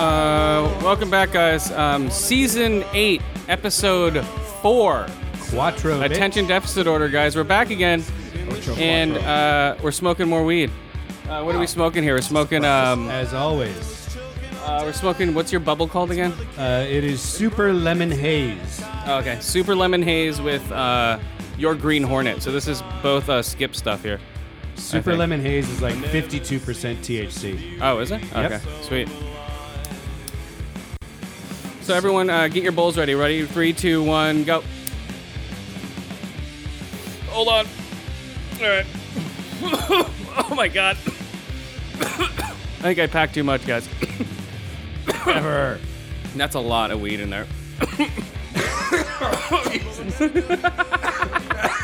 Uh, welcome back, guys. Um, season eight, episode four. Quattro. Attention deficit order, guys. We're back again, and uh, we're smoking more weed. Uh, what are we smoking here? We're smoking. Um, as always, uh, we're smoking. What's your bubble called again? uh, it is super lemon haze. Oh, okay, super lemon haze with uh, your green hornet. So this is both uh, skip stuff here. Super think. lemon haze is like 52% THC. Oh, is it? Okay, Yep. sweet. So everyone, uh, get your bowls ready. Ready? Three, two, one, go. Hold on. All right. oh my god. I think I packed too much, guys. Ever. That's a lot of weed in there.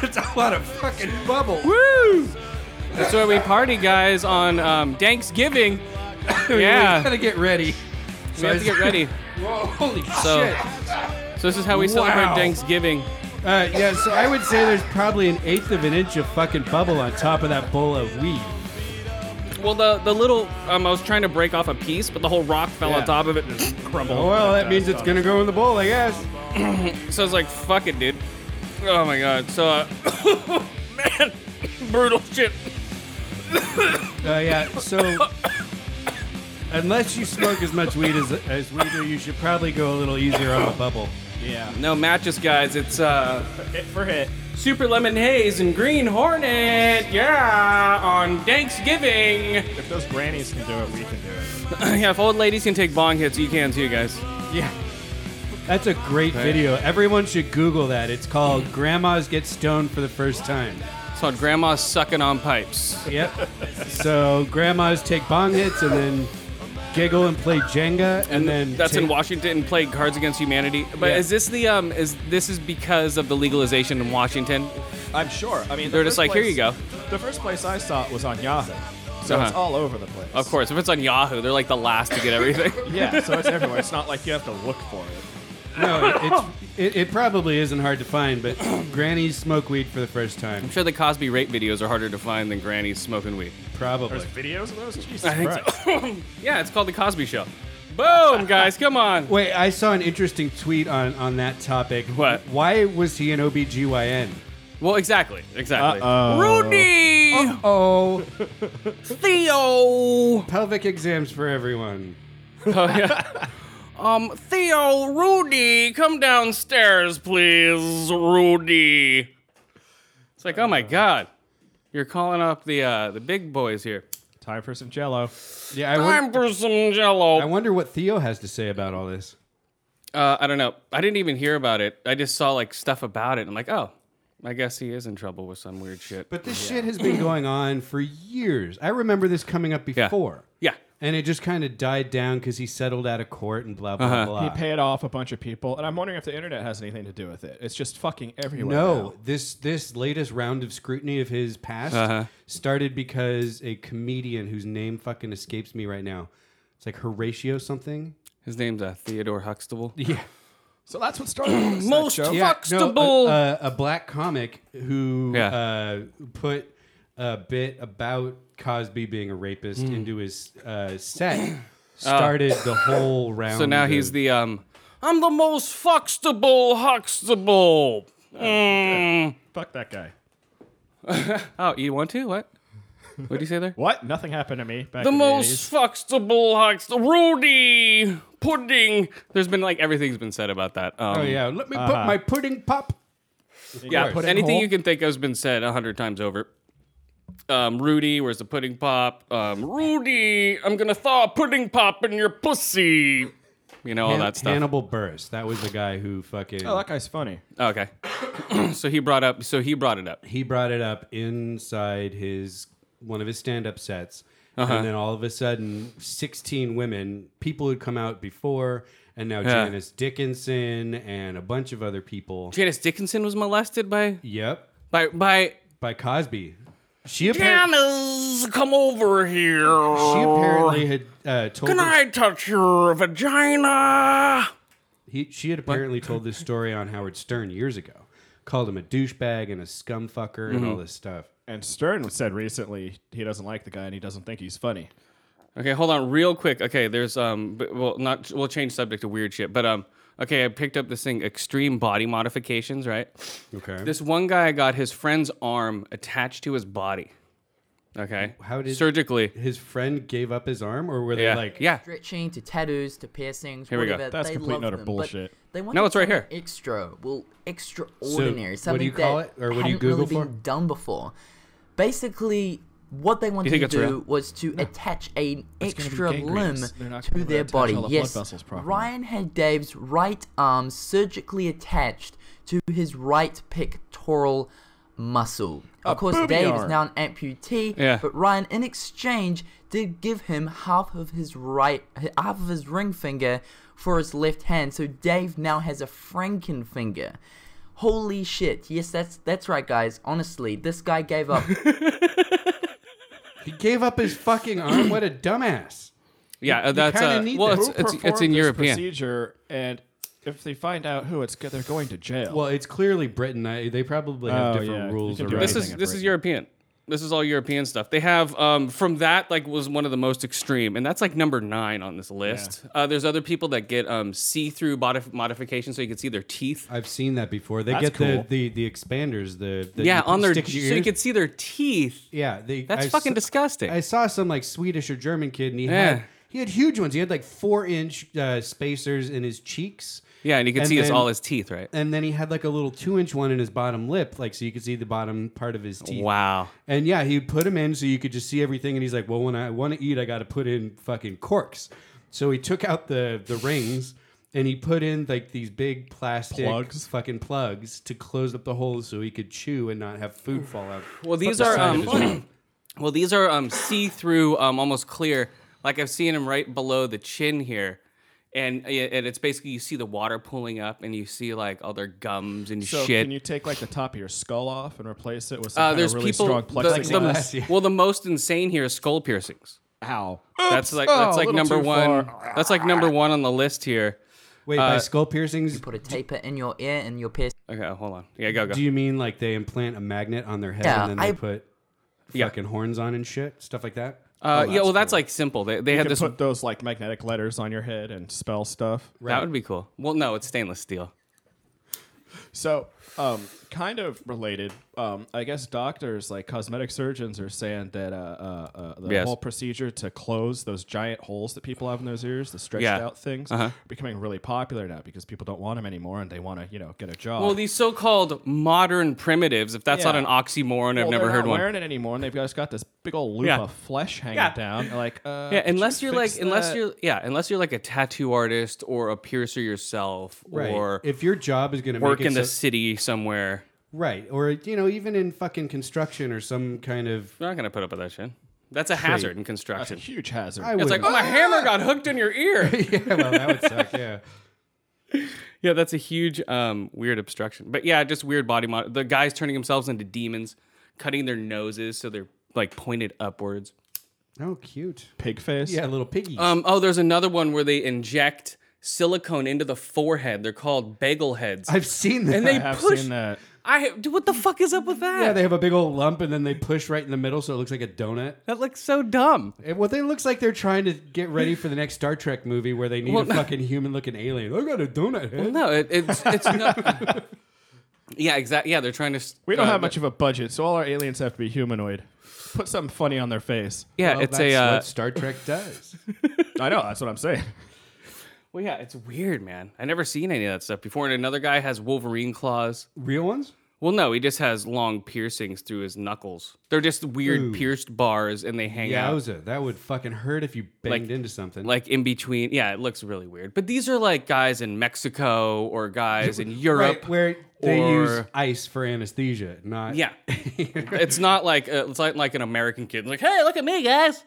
It's a lot of fucking bubble. Woo! That's where we party, guys, on um, Thanksgiving. We yeah, gotta get ready. we have to get ready. Whoa, holy So- shit. So this is how we celebrate Wow. Thanksgiving. Uh, yeah, so I would say there's probably an eighth of an inch of fucking bubble on top of that bowl of weed. Well, the the little um, I was trying to break off a piece, but the whole rock fell on Yeah. top of it and just crumbled. Oh, well, that means it's gonna go in the bowl, I guess. So I was like, "Fuck it, dude." Oh my god. So, uh, man, brutal shit. Uh, yeah, so. Unless you smoke as much weed as, as we do, you should probably go a little easier on the bubble. Yeah. No matches, guys. It's uh, Hit for hit. Super Lemon Haze and Green Hornet. Yeah, on Thanksgiving. If those grannies can do it, we can do it. yeah, if old ladies can take bong hits, you can too, guys. Yeah. That's a great video. Everyone should Google that. It's called Grandmas Get Stoned for the First Time. It's called Grandma's sucking on pipes. Yep. so grandmas take bong hits and then giggle and play Jenga and, and then that's in take- Washington playing Cards Against Humanity. But Yeah. is this the um? Is this is because of the legalization in Washington? I'm sure. I mean, the They're just first like, "Here place- you go." The first place I saw it was on Yahoo. So Uh-huh. it's all over the place. Of course, if it's on Yahoo, they're like the last to get everything. Yeah, so it's everywhere. It's not like you have to look for it. No, it's, it, it probably isn't hard to find, but grannies smoke weed for the first time. I'm sure the Cosby rape videos are harder to find than Granny's smoking weed. Probably. There's videos of those? Jesus I think so. Christ. Yeah, it's called the Cosby Show. Boom, guys, come on. Wait, I saw an interesting tweet on, on that topic. What? Why was he an OBGYN? Well, exactly, exactly. Uh-oh. Rudy, Oh, Um, Theo, pelvic exams for everyone. um, Theo, Rudy, come downstairs, please, Rudy. It's like, oh my God, you're calling up the uh, the big boys here. Time for some jello. Yeah, I, won- Time for some I Jello. wonder what Theo has to say about all this. Uh, I don't know. I didn't even hear about it. I just saw like stuff about it. I'm like, oh, I guess he is in trouble with some weird shit. But this shit has been going on for years. I remember this coming up before. yeah. And it just kind of died down because he settled out of court and blah, blah, Uh-huh. He blah. Uh. paid off a bunch of people, and I'm wondering if the internet has anything to do with it. It's just fucking everywhere. no, now. this this latest round of scrutiny of his past Uh-huh. started because a comedian whose name fucking escapes me right now. It's like Horatio something. His name's uh, Theodore Huxtable. Yeah. So that's what started all this, that Most joke. fu- uh, Huxtable. a, a- a black comic who Yeah. uh, put a bit about Cosby being a rapist into his uh, set started the whole round. Oh. So now of- he's the um. I'm the most fuxtable Huxtable. Fuck that guy. Oh, you want to? What? What would you say there? What? Nothing happened to me back the in most fuxtable Huxtable. Rudy pudding. There's been like everything's been said about that. Um, Oh yeah, let me put my pudding pop. the 80s. yeah. You put it in anything hole. you can think of's been said a hundred times over. Um, Rudy, where's the pudding pop? Um, Rudy, I'm gonna thaw a pudding pop in your pussy. You know all Han- that stuff. Hannibal Burris. That was the guy who fucking Oh, that guy's funny. Okay. so he brought up. So he brought it up. he brought it up inside his one of his stand-up sets, Uh-huh. and then all of a sudden, sixteen women, people who'd come out before, and now Yeah. Janice Dickinson and a bunch of other people. Janice Dickinson was molested by yep, by by by Cosby. She apparently Janice. Come over here. she apparently had uh, told Can this- I touch your vagina? he, she had apparently told this story on Howard Stern years ago. Called him a douchebag and a scumfucker and Mm-hmm. all this stuff. And Stern said recently he doesn't like the guy and he doesn't think he's funny. Okay, hold on real quick. Okay, there's um b- well not we'll change subject to weird shit, but um okay, I picked up this thing extreme body modifications, right? Okay. This one guy got his friend's arm attached to his body. Okay. How did- surgically? his friend gave up his arm, or were they Yeah. like, yeah. stretching to tattoos to piercings. Here we go. whatever. That's they complete love and utter them, but bullshit. They want No, it's right here. Extra, well, what do extraordinary. you something call that it, or what do you hadn't Google really been for? done before. Basically, what they wanted think to it's do real? was to attach an gonna be extra limb gangrenous. They're not gonna to be able to their attach body. all the blood yes, vessels properly. Ryan had Dave's right arm surgically attached to his right pectoral muscle. Of course, booby Dave arm. is now an amputee, Yeah. but Ryan, in exchange, did give him half of his right, half of his ring finger for his left hand. So Dave now has a Franken finger. Holy shit! Yes, that's that's right, guys. Honestly, this guy gave up. he gave up his fucking arm? What a dumbass! Yeah, uh, that's kinda uh, need well that. it's Who it's, it's performed in this European. procedure and if they find out who it's go- they're going to jail. Well, it's clearly Britain. I, they probably have Oh, different yeah. rules. You can do around This is anything. this is European. This is all European stuff. They have um, from that like was one of the most extreme, and that's like number nine on this list. Uh, there's other people that get um, see-through modif- modification, so you can see their teeth. I've seen that before. They That's get cool. the, the the expanders. The, the yeah, you on their stick so your you ears- can see their teeth. yeah. They, That's I fucking s- disgusting. I saw some like Swedish or German kid, and he Yeah. had he had huge ones. He had like four inch uh, spacers in his cheeks. yeah, and you can see his, then- all his teeth, right? And then he had like a little two inch one in his bottom lip, like so you could see the bottom part of his teeth. Wow. And yeah, he'd put them in so you could just see everything. And he's like, "Well, when I want to eat, I got to put in fucking corks." So he took out the the rings and he put in like these big plastic Plugs? fucking plugs to close up the holes so he could chew and not have food fall out. Well, these are um, well, these are um, see-through, um, almost clear. Like I've seen them right below the chin here, and and it's basically you see the water pulling up, and you see like all their gums and so shit. can you take like the top of your skull off and replace it with some uh, kind there's of really people. strong the, plexiglass? the- glass, yeah. Well, the most insane here is skull piercings. Ow. that's like Oh, that's a like little number too one. far. That's like number one on the list here. Wait, uh, by skull piercings, Put a taper in your ear and your piercing. Okay, hold on. Yeah, go go. do you mean like they implant a magnet on their head Yeah, and then they I- put Yeah. fucking horns on and shit, stuff like that? uh, yeah, well, that's like simple. They, they Oh, You had can this. put those like magnetic letters on your head and spell stuff. That would be cool. Well, no, it's stainless steel. So, um, kind of related. Um, I guess doctors, like cosmetic surgeons, are saying that uh, uh, uh, the Yes. whole procedure to close those giant holes that people have in those ears, the stretched Yeah. Uh-huh. out things, are becoming really popular now because people don't want them anymore and they want to, you know, get a job. Well, these so-called modern primitives, if that's Yeah. not an oxymoron, I've Well, never they're heard not one. wearing it anymore, and they've just got this big old loop Yeah. of flesh hanging Yeah. down. Like, uh, yeah, could you unless you're like fix unless that? you're yeah, unless you're like a tattoo artist or a piercer yourself Right. or if your job is going to work make it in the so- city somewhere. right, or you know, even in fucking construction or some kind of We're not gonna put up with that shit. That's a hazard in That's Ah!" a construction. huge hazard. I It's like, oh, my hammer got hooked in your ear. yeah, well, that would suck. Yeah. yeah, that's a huge um, weird obstruction. But yeah, just weird body mod. The guys turning themselves into demons, cutting their noses so they're like pointed upwards. Oh, cute. Pig face. Yeah, little piggies. Um, oh, there's another one where they inject silicone into the forehead. They're called bagel heads. I've seen that. and they I have push. seen that. I dude, what the fuck is up with that? yeah, they have a big old lump, and then they push right in the middle, so it looks like a donut. that looks so dumb. It, well, they looks like they're trying to get ready for the next Star Trek movie where they need Well, a fucking human-looking alien. I got a donut head. No, it, it's it's no. yeah, exactly. Yeah, they're trying to. s- We don't uh, have much of a budget, so all our aliens have to be humanoid. Put something funny on their face. Yeah, Well, it's Oh, that's a. Uh, what Star Trek does. I know. That's what I'm saying. well, yeah, it's weird, man. I never seen any of that stuff before. And another guy has Wolverine claws. Real ones? Well, no, he just has long piercings through his knuckles. They're just weird Ooh. pierced bars, and they hang out Yowza, that would fucking hurt if you banged into something. like in between. Yeah, it looks really weird. But these are like guys in Mexico or guys in Europe. right, where they or- use ice for anesthesia, not Yeah, it's not like uh, it's not like an American kid like, hey, look at me, guys.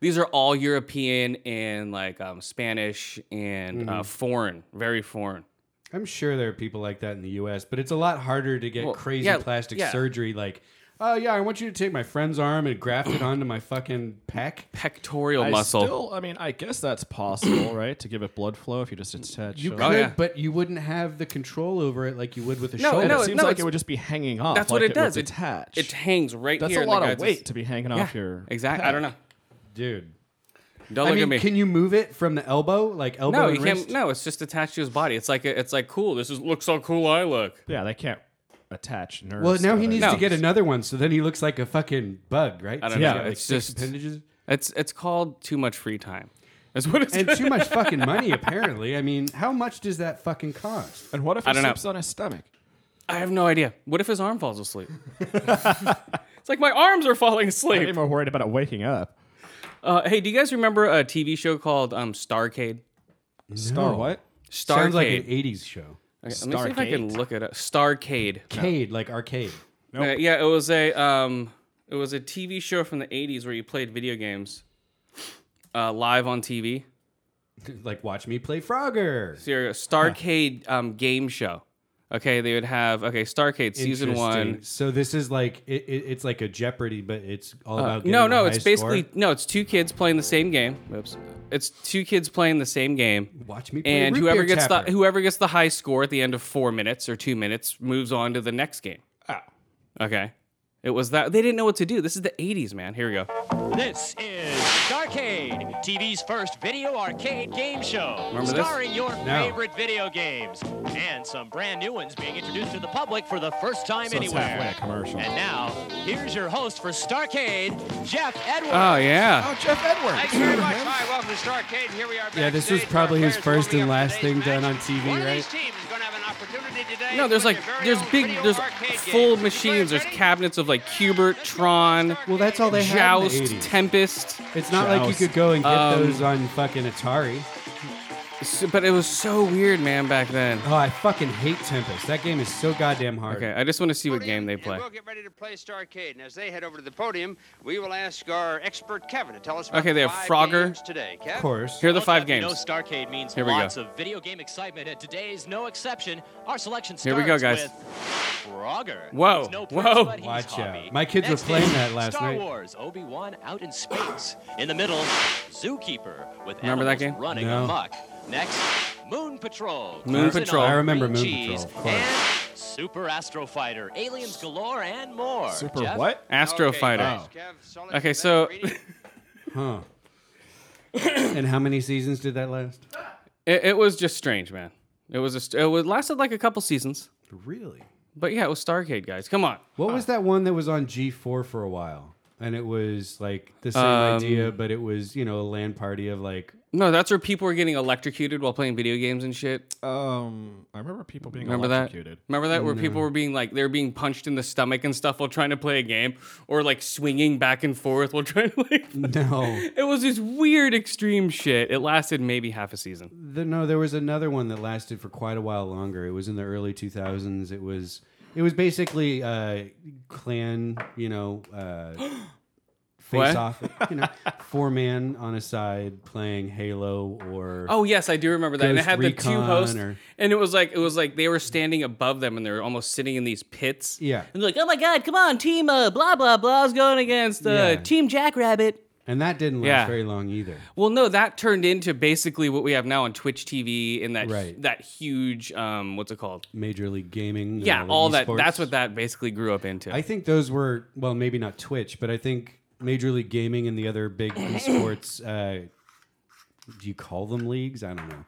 These are all European and like um, Spanish and Mm-hmm. uh, foreign, very foreign. I'm sure there are people like that in the U.S., but it's a lot harder to get Well, crazy yeah, plastic yeah. surgery. Like, oh yeah, I want you to take my friend's arm and graft it onto my fucking pec. Pectoral I muscle. still, I mean, I guess that's possible, right? To give it blood flow if you just attach. You a- could, Oh, yeah. but you wouldn't have the control over it like you would with a No, shoulder. And no, it seems no, like it's- it would just be hanging off. That's what like it does. was It- attached. It hangs right That's here. a and lot the of guy's weight just- to be hanging off your. Exactly. I don't know. dude. Don't I look mean, at me. can you move it from the elbow, like elbow no, and you can't. wrist? No, it's just attached to his body. It's like a, it's like cool. This is looks how cool I look. Yeah, they can't attach nerves. Well, now he it. needs No. to get another one, so then he looks like a fucking bug, right? I So don't he's know. got, like, It's six just- appendages It's it's called too much free time. That's what it's. and too much fucking money. Apparently, I mean, how much does that fucking cost? And what if I he don't know. sleeps on his stomach? I have no idea. What if his arm falls asleep? it's like my arms are falling I'm asleep. more worried about it waking up. Uh, hey, do you guys remember a TV show called um, Starcade? Star what? Starcade. Sounds like an '80s show. Okay, let me see if I can Starcade. look it up. Starcade. Cade, like arcade. Uh, yeah, it was a um, it was a TV show from the '80s where you played video games uh, live on TV. like watch me play Frogger. Serial Starcade um, game show. Okay, they would have okay Starcade season one. Interesting. So this is like it, it, it's like a Jeopardy, but it's all about Uh, No, getting the no, it's highest basically score. no, it's two kids playing the same game. Oops, it's two kids playing the same game. watch me play and root whoever beer gets tapper. the whoever gets the high score at the end of four minutes or two minutes moves on to the next game. Ah. Oh. Okay. It was that they didn't know what to do. This is the 80s, man. Here we go. This is Starcade, TV's first video arcade game show. Remember this? starring your favorite video games and some brand new ones being introduced to the public for the first time So it's halfway anywhere. a commercial. And now, here's your host for Starcade, Jeff Edwards. Oh yeah. Oh, Jeff Edwards. Thanks very much. Hi, welcome to Starcade. Here we are. Yeah, this was backstage. probably Our his players first warming and up last today's thing done match. on TV, One right? Of these teams is going to have an opportunity today No, to there's win like their very there's own big video there's arcade full game. machines. There's Ready? cabinets of like Cubert, Tron, Well, that's all they had. in the Joust, 80s. Tempest. It's not like you Joust. could go and get Um, those on fucking Atari. S- But it was so weird, man, back then. Oh, I fucking hate Tempest. That game is so goddamn hard. Okay, I just want to see what game they And play. We'll get ready to play Starcade, and as they head over to the podium, we will ask our expert Kevin to tell us. About Okay, the they have five Frogger. games today. Kev? Of course. Here are the Well, five Jeff, you know games. Starcade means Here we go. lots of video game excitement, and today's no exception. Our selection Here starts we go, guys. with Frogger. Whoa, He's no whoa. but he's Watch hobby. out. My kids were Next playing is that last Star night. Wars, Obi-Wan out in space. In the middle, Zookeeper with Remember that animals game? running No. amok. Next, Moon Patrol. Moon Cruising Patrol. on I remember green Moon cheese, Patrol, of course. And Super Astro Fighter, aliens galore, and more. Super Jeff? what? Astro Okay, Fighter. Oh. Oh. thanks, Kev. Solid Okay, event so- reading. Huh. and how many seasons did that last? It, it was just strange, man. It was a, st- it was, lasted like a couple seasons, Really? but yeah, it was Starcade, guys. Come on. What was that one that was on G4 for a while? And it was like the same Um, idea, but it was, you know, a land party of like No, that's where people were getting electrocuted while playing video games and shit. Um, I remember people being Remember that? electrocuted. Remember that where people were being like they were being punched in the stomach and stuff while trying to play a game, or like swinging back and forth while trying to like. no. It was this weird extreme shit. It lasted maybe half a season. The, no, there was another one that lasted for quite a while longer. It was in the early 2000s. It was it was basically uh clan, you know, uh face off, you know, four man on a side playing Halo or Oh yes, I do remember that. and it Ghost had the two Recon hosts, or- and it was like it was like they were standing above them, and they were almost sitting in these pits. Yeah. and they're like, "Oh my god, come on, team uh, blah blah blah's going against uh, Yeah. team Jackrabbit." and that didn't last Yeah. very long either. Well, no, that turned into basically what we have now on Twitch TV and that Right. that huge um, what's it called? Major League Gaming, and yeah, all that. esports. That's what that basically grew up into. I think those were well, maybe not Twitch, but I think Major League Gaming and the other big esports. Uh, do you call them leagues? I don't know.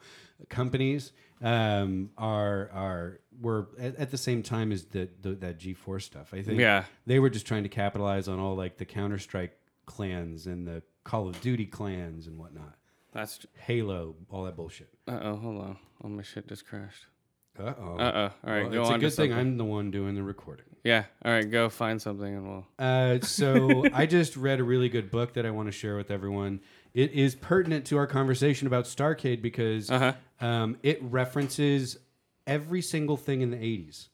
Companies um, are are were at, at the same time as the, the that G four stuff. I think. Yeah. they were just trying to capitalize on all like the Counter Strike clans and the Call of Duty clans and whatnot. that's. Halo, all that bullshit. Uh oh, hold on. Oh my shit just crashed. Uh oh. Uh oh. All right, go it's on. a to good thing something. I'm the one doing the recording. Yeah. All right, go find something and we'll. Uh, so I just read a really good book that I want to share with everyone. It is pertinent to our conversation about Starcade because Uh-huh. um, it references every single thing in the '80s,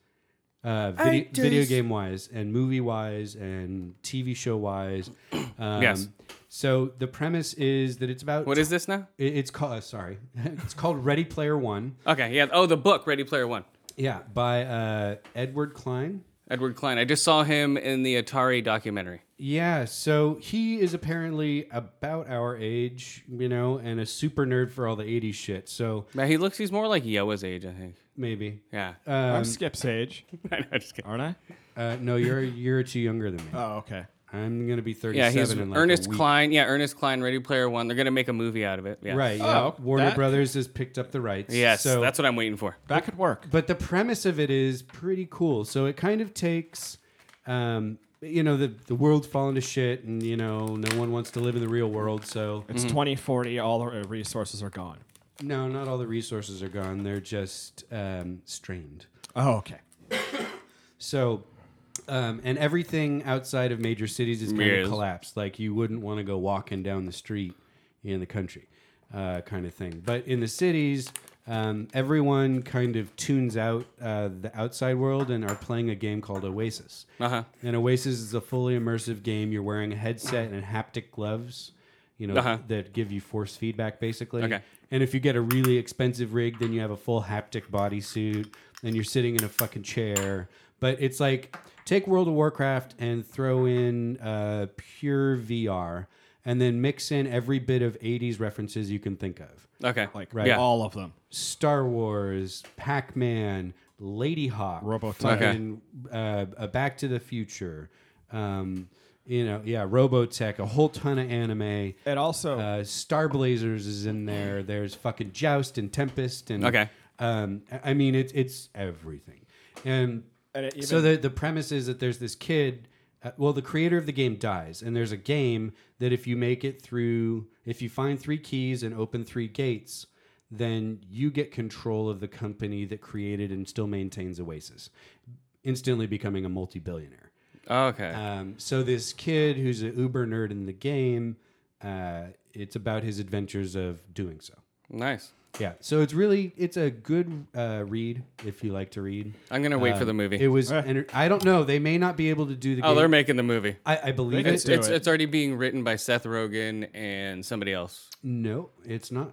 uh, vide- video game wise, and movie wise, and TV show wise. Um, Yes. So the premise is that it's about What is this now? it- it's called uh, sorry, it's called Ready Player One. Okay, yeah. Oh, the book, Ready Player One. Yeah, by uh, Edward Klein. Edward Klein. I just saw him in the Atari documentary. Yeah, so he is apparently about our age, you know, and a super nerd for all the '80s shit. So Now he looks. He's more like Yoa's age, I think. maybe. Yeah. Um, I'm Skip's age, I know, just kidding. aren't I? uh, no, you're a year or two younger than me. Oh, okay. I'm gonna be 37. Yeah, he's in like a Ernest week. Klein. Yeah, Ernest Klein, Ready Player One. They're gonna make a movie out of it. Yeah. Right. Oh, yeah. Warner that- Brothers has picked up the rights. Yes, So, that's what I'm waiting for. That could work. Mm-hmm. but the premise of it is pretty cool. So it kind of takes, um, you know, the the world falling to shit, and you know, no one wants to live in the real world. So It's 2040. All our resources are gone. no, not all the resources are gone. They're just um, strained. Oh, okay. So. Um, and everything outside of major cities is kind Yes. of collapsed. Like you wouldn't want to go walking down the street in the country, uh, kind of thing. But in the cities, um, everyone kind of tunes out uh, the outside world and are playing a game called Oasis. Uh-huh. And Oasis is a fully immersive game. You're wearing a headset and haptic gloves, you know, Uh-huh. that give you force feedback basically. Okay. And if you get a really expensive rig, then you have a full haptic bodysuit and you're sitting in a fucking chair. But it's like take World of Warcraft and throw in uh, pure VR and then mix in every bit of 80s references you can think of. Okay. Like Right. Yeah. all of them. Star Wars, Pac Man, Lady Hawk, Robotech. fucking, uh, uh, Back to the Future, um, you know, yeah, Robotech, a whole ton of anime. It also Uh, Star Blazers is in there. There's fucking Joust and Tempest and Okay. Um, I- I mean, it's it's everything, and, And it so the the premise is that there's this kid. Uh, well, the creator of the game dies, and there's a game that if you make it through, if you find three keys and open three gates, then you get control of the company that created and still maintains Oasis, instantly becoming a multi billionaire. Okay. Um, so this kid who's an uber nerd in the game, uh, it's about his adventures of doing so. nice. Yeah, so it's really it's a good uh, read if you like to read. I'm gonna wait for the movie. um, It was enter- I don't know they may not be able to do the oh, they're game. making the movie. I, I believe It's it. do it's, it. it's already being written by Seth Rogen and somebody else. No, it's not.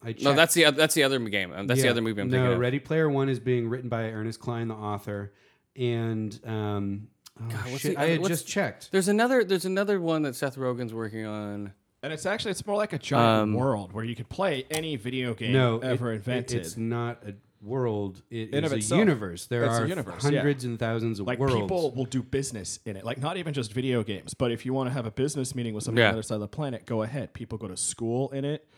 I checked. No, that's the oth- that's the other game. Um, That's the other movie I'm no, thinking of. Ready Player One is being written by Ernest Klein, the author, and um, oh, what's shit, the I other- had what's- just checked. There's another there's another one that Seth Rogen's working on. and it's actually it's more like a giant um, world where you could play any video game no ever it- it- invented. It's not a world. It In is of a itself. universe. There It's a are universe, yeah. hundreds and thousands of like worlds. people will do business in it. Like not even just video games, but if you want to have a business meeting with somebody Yeah. on the other side of the planet, go ahead. People go to school in it.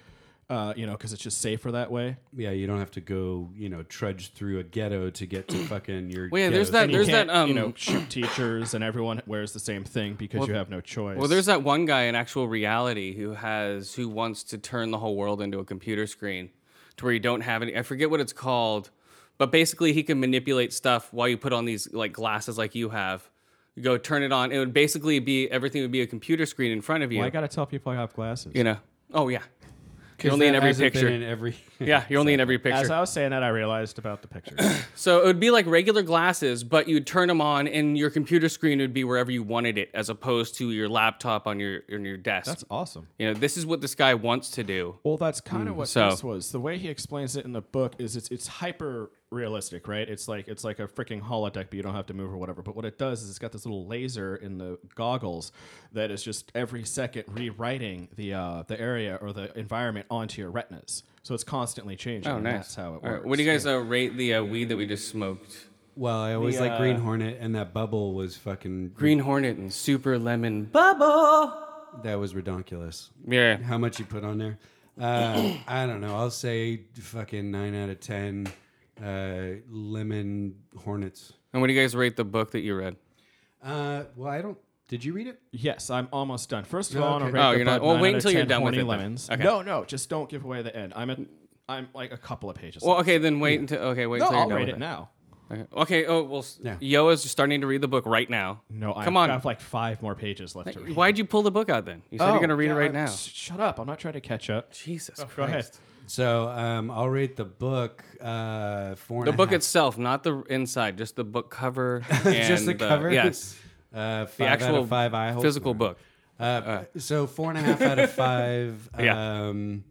Uh, you know, because it's just safer that way. yeah, you don't have to go, you know, trudge through a ghetto to get to fucking your. Well, yeah, there's ghetto. that- You There's can't, um, you know, shoot teachers and everyone wears the same thing because you have no choice. Well, there's that one guy in actual reality who has who wants to turn the whole world into a computer screen to where you don't have any I forget what it's called, but basically he can manipulate stuff while you put on these like glasses like you have. You go turn it on. It would basically be everything would be a computer screen in front of you. Well, I gotta tell people I have glasses. you know. Oh yeah. You're only in That every hasn't been picture. in every. yeah, you're only in every As picture. I was saying that, I realized about the pictures. So it would be like regular glasses, but you'd turn them on, and your computer screen would be wherever you wanted it, as opposed to your laptop on your on your desk. That's awesome. you know, this is what this guy wants to do. Well, that's kind of what Mm, so- this was. The way he explains it in the book is it's it's hyper realistic, right? It's like it's like a freaking holodeck, but you don't have to move or whatever. But what it does is it's got this little laser in the goggles that is just every second rewriting the uh, the area or the environment onto your retinas. So it's constantly changing. Oh, and nice. That's how it works. All right, what do you guys uh, rate the uh, weed that we just smoked? Well, I always The, like Green uh, Hornet, and that bubble was fucking. Green Hornet and Super Lemon Bubble. That was redonkulous. Yeah. How much you put on there? Uh, I don't know. I'll say fucking nine out of ten. Uh, lemon Hornets. And what do you guys rate the book that you read? Uh, well, I don't. Did you read it? Yes, I'm almost done. First of Oh, all, I'm okay. gonna rate Oh, the you're not- book well, nine wait out of until you're 10 done with horny it then. lemons. Okay. No, no, just don't give away the end. I'm at I'm like a couple of pages. Well, left. okay, then wait until okay, wait No, until I'll you're rate done it now. with it. Okay. okay. Oh well, s- Yeah. Yo is starting to read the book right now. No, I come on. have like five more pages left to read. Why'd you pull the book out then? You Oh, said you're gonna read it right now. Shut up! I'm not trying to catch up. Oh, Jesus Christ. Go ahead. So um, I'll rate the book uh, four. and The a book half- itself, not the inside, just the book cover. And just the cover. Yes. Uh, five The out actual of five eye holes. physical book. Uh, so four and a half out of five. Yeah. Um,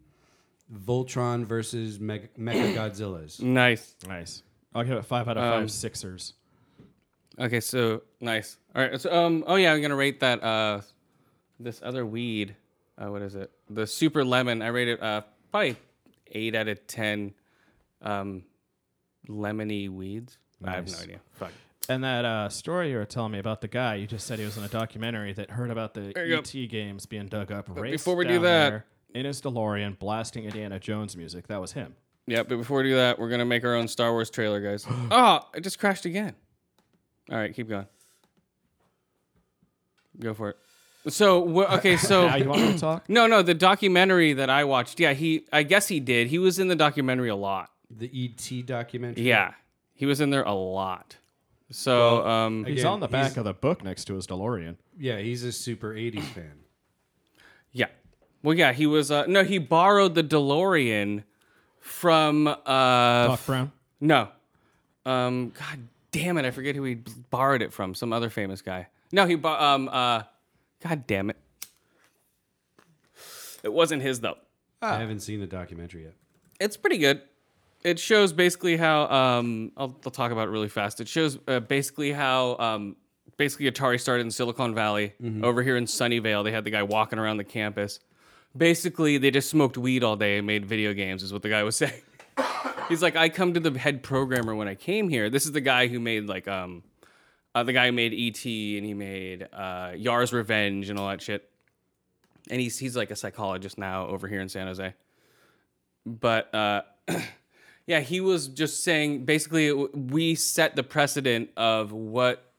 Voltron versus Meg- Mecha Godzilla's. Nice. Um, Nice. I'll give it five out of five Sixers. Okay, so nice. All right. So, um. Oh yeah, I'm gonna rate that. Uh, this other weed. Uh, what is it? The super lemon. I rate it. Uh, probably eight out of ten. Um, lemony weeds. I have no Nice. idea. Fuck. And that uh, story you were telling me about the guy, you just said he was in a documentary that heard about the you go. ET games being dug up. But before we do that- in his DeLorean, blasting Indiana Jones music. That was him. Yeah, but before we do that, we're gonna make our own Star Wars trailer, guys. oh, it just crashed again. All right, keep going. Go for it. So wh- okay, so Now Uh, you want me to talk? no, no, the documentary that I watched. Yeah, he. I guess he did. He was in the documentary a lot. The ET documentary. Yeah, he was in there a lot. So um, He's Again, on the he's- back of the book next to his DeLorean. Yeah, he's a super 80s fan. yeah, well, yeah, he was. Uh, no, he borrowed the DeLorean from uh, Doc Brown. No. Um, God damn it! I forget who he b- borrowed it from. Some other famous guy. No, he bought. Um, uh, God damn it! It wasn't his though. Ah. I haven't seen the documentary yet. It's pretty good. It shows basically how. Um, I'll, I'll talk about it really fast. It shows uh, basically how. Um, basically Atari started in Silicon Valley. Over here in Sunnyvale, they had the guy walking around the campus. Basically, they just smoked weed all day and made video games. Is what the guy was saying. He's like, I come to the head programmer when I came here. This is the guy who made like um, uh, the guy who made ET and he made uh, Yar's Revenge and all that shit. And he's he's like a psychologist now over here in San Jose. But uh, yeah, he was just saying basically w- we set the precedent of what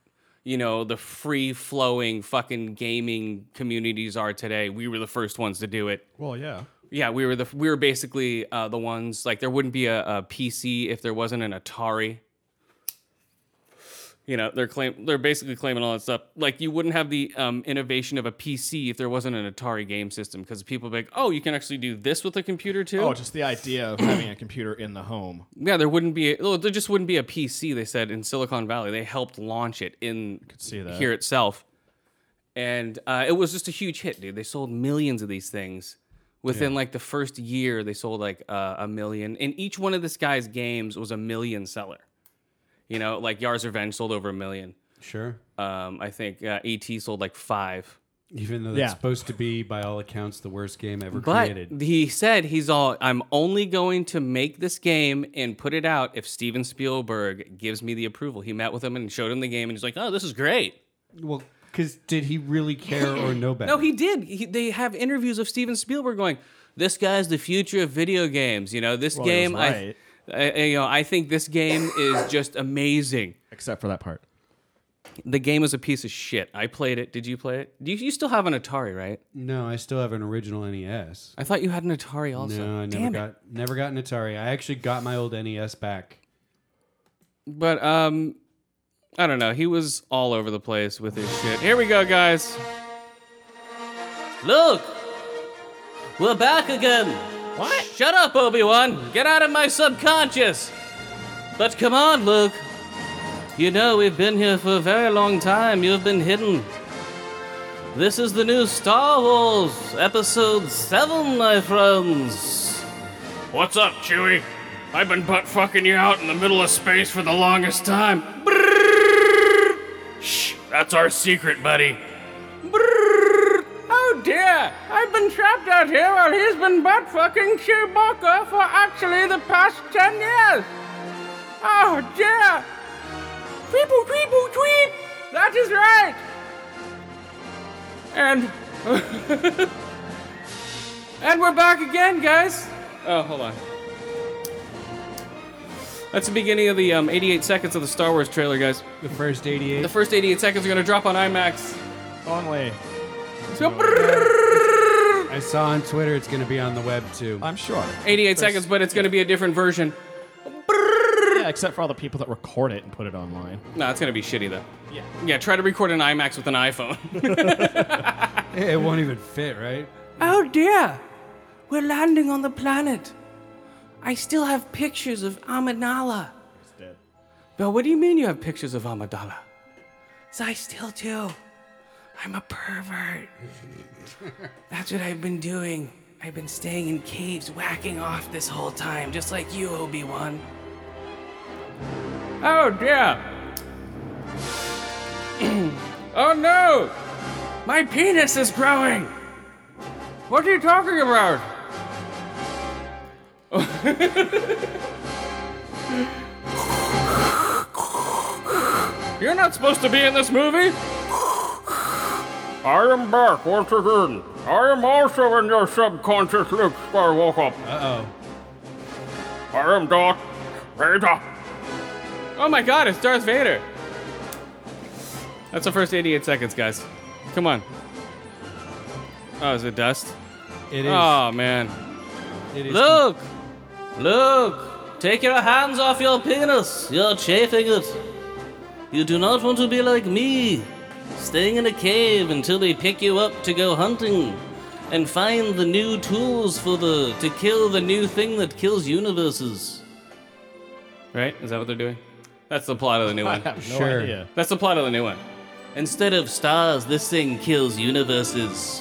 you know the free flowing fucking gaming communities are today. We were the first ones to do it. Well, yeah. Yeah, we were the we were basically uh, the ones like there wouldn't be a, a PC if there wasn't an Atari. You know, they're claim they're basically claiming all that stuff. Like you wouldn't have the um, innovation of a PC if there wasn't an Atari game system because people be like, oh, you can actually do this with a computer too. Oh, just the idea of having a computer in the home. yeah, there wouldn't be a, well, there just wouldn't be a PC. They said in Silicon Valley, they helped launch it in see that. here itself, and uh, it was just a huge hit, dude. They sold millions of these things within like the first year. They sold like uh, a million, and each one of this guy's games was a million seller. You know, like Yar's Revenge sold over a million. Sure. Um, I think uh, ET sold like five. Even though it's Yeah. supposed to be, by all accounts, the worst game ever But created. he said he's all I'm only going to make this game and put it out if Steven Spielberg gives me the approval. He met with him and showed him the game and he's like, "Oh, this is great." Well, because did he really care or know better? No, he did. He, they have interviews of Steven Spielberg going, "This guy's the future of video games." You know, this he was game I, I right. I- you know, I think this game is just amazing. Except for that part. The game is a piece of shit. I played it. Did you play it? Do you, you still have an Atari, right? No, I still have an original E NES. I thought you had an Atari also. No, I never Damn it. got never got an Atari. I actually got my old NES back. But um I don't know. He was all over the place with his shit. Here we go, guys. Look. We're back again. What? Shut up, Obi-Wan. Get out of my subconscious. But come on, Luke. You know we've been here for a very long time. You've been hidden. This is the new Star Wars episode 7, my friends. What's up, Chewie? I've been butt fucking you out in the middle of space for the longest time. Brrrr. Shh, that's our secret, buddy. Brrrr. Oh dear, I've been trapped out here while he's been butt fucking Chewbacca for actually the past ten years. Oh dear. People, people, tweet. That is right. And. and we're back again, guys. Oh, hold on. That's the beginning of the um, 88 seconds of the Star Wars trailer, guys. The first 88. The first 88 seconds are going to drop on IMAX. Only. So, brrrr, I saw on Twitter it's going to be on the web too. I'm sure. 88 seconds, but it's going to be a different version. Yeah, except for all the people that record it and put it online. No, it's going to be shitty, though. Yeah. Yeah, try to record an IMAX with an iPhone. it won't even fit, right? Oh dear, we're landing on the planet. I still have pictures of Amidala. But what do you mean you have pictures of Amidala? So I still do. I'm a pervert. That's what I've been doing. I've been staying in caves, whacking off this whole time, just like you, Obi Wan. Oh dear. oh no! My penis is growing! What are you talking about? You're not supposed to be in this movie! I am back once again. I am also in your subconscious, Luke Skywalker. Uh oh. I am Darth Vader. Oh my god, it's Darth Vader. That's the first 88 seconds, guys. Come on. Oh, is it dust? It is. Oh man. it is Luke! Luke! Take your hands off your penis! You're chafing it! You do not want to be like me, staying in a cave until they pick you up to go hunting and find the new tools for the to kill the new thing that kills universes. Right? Is that what they're doing? That's the plot of the new one. sure. That's the plot of the new one. Instead of stars, this thing kills universes.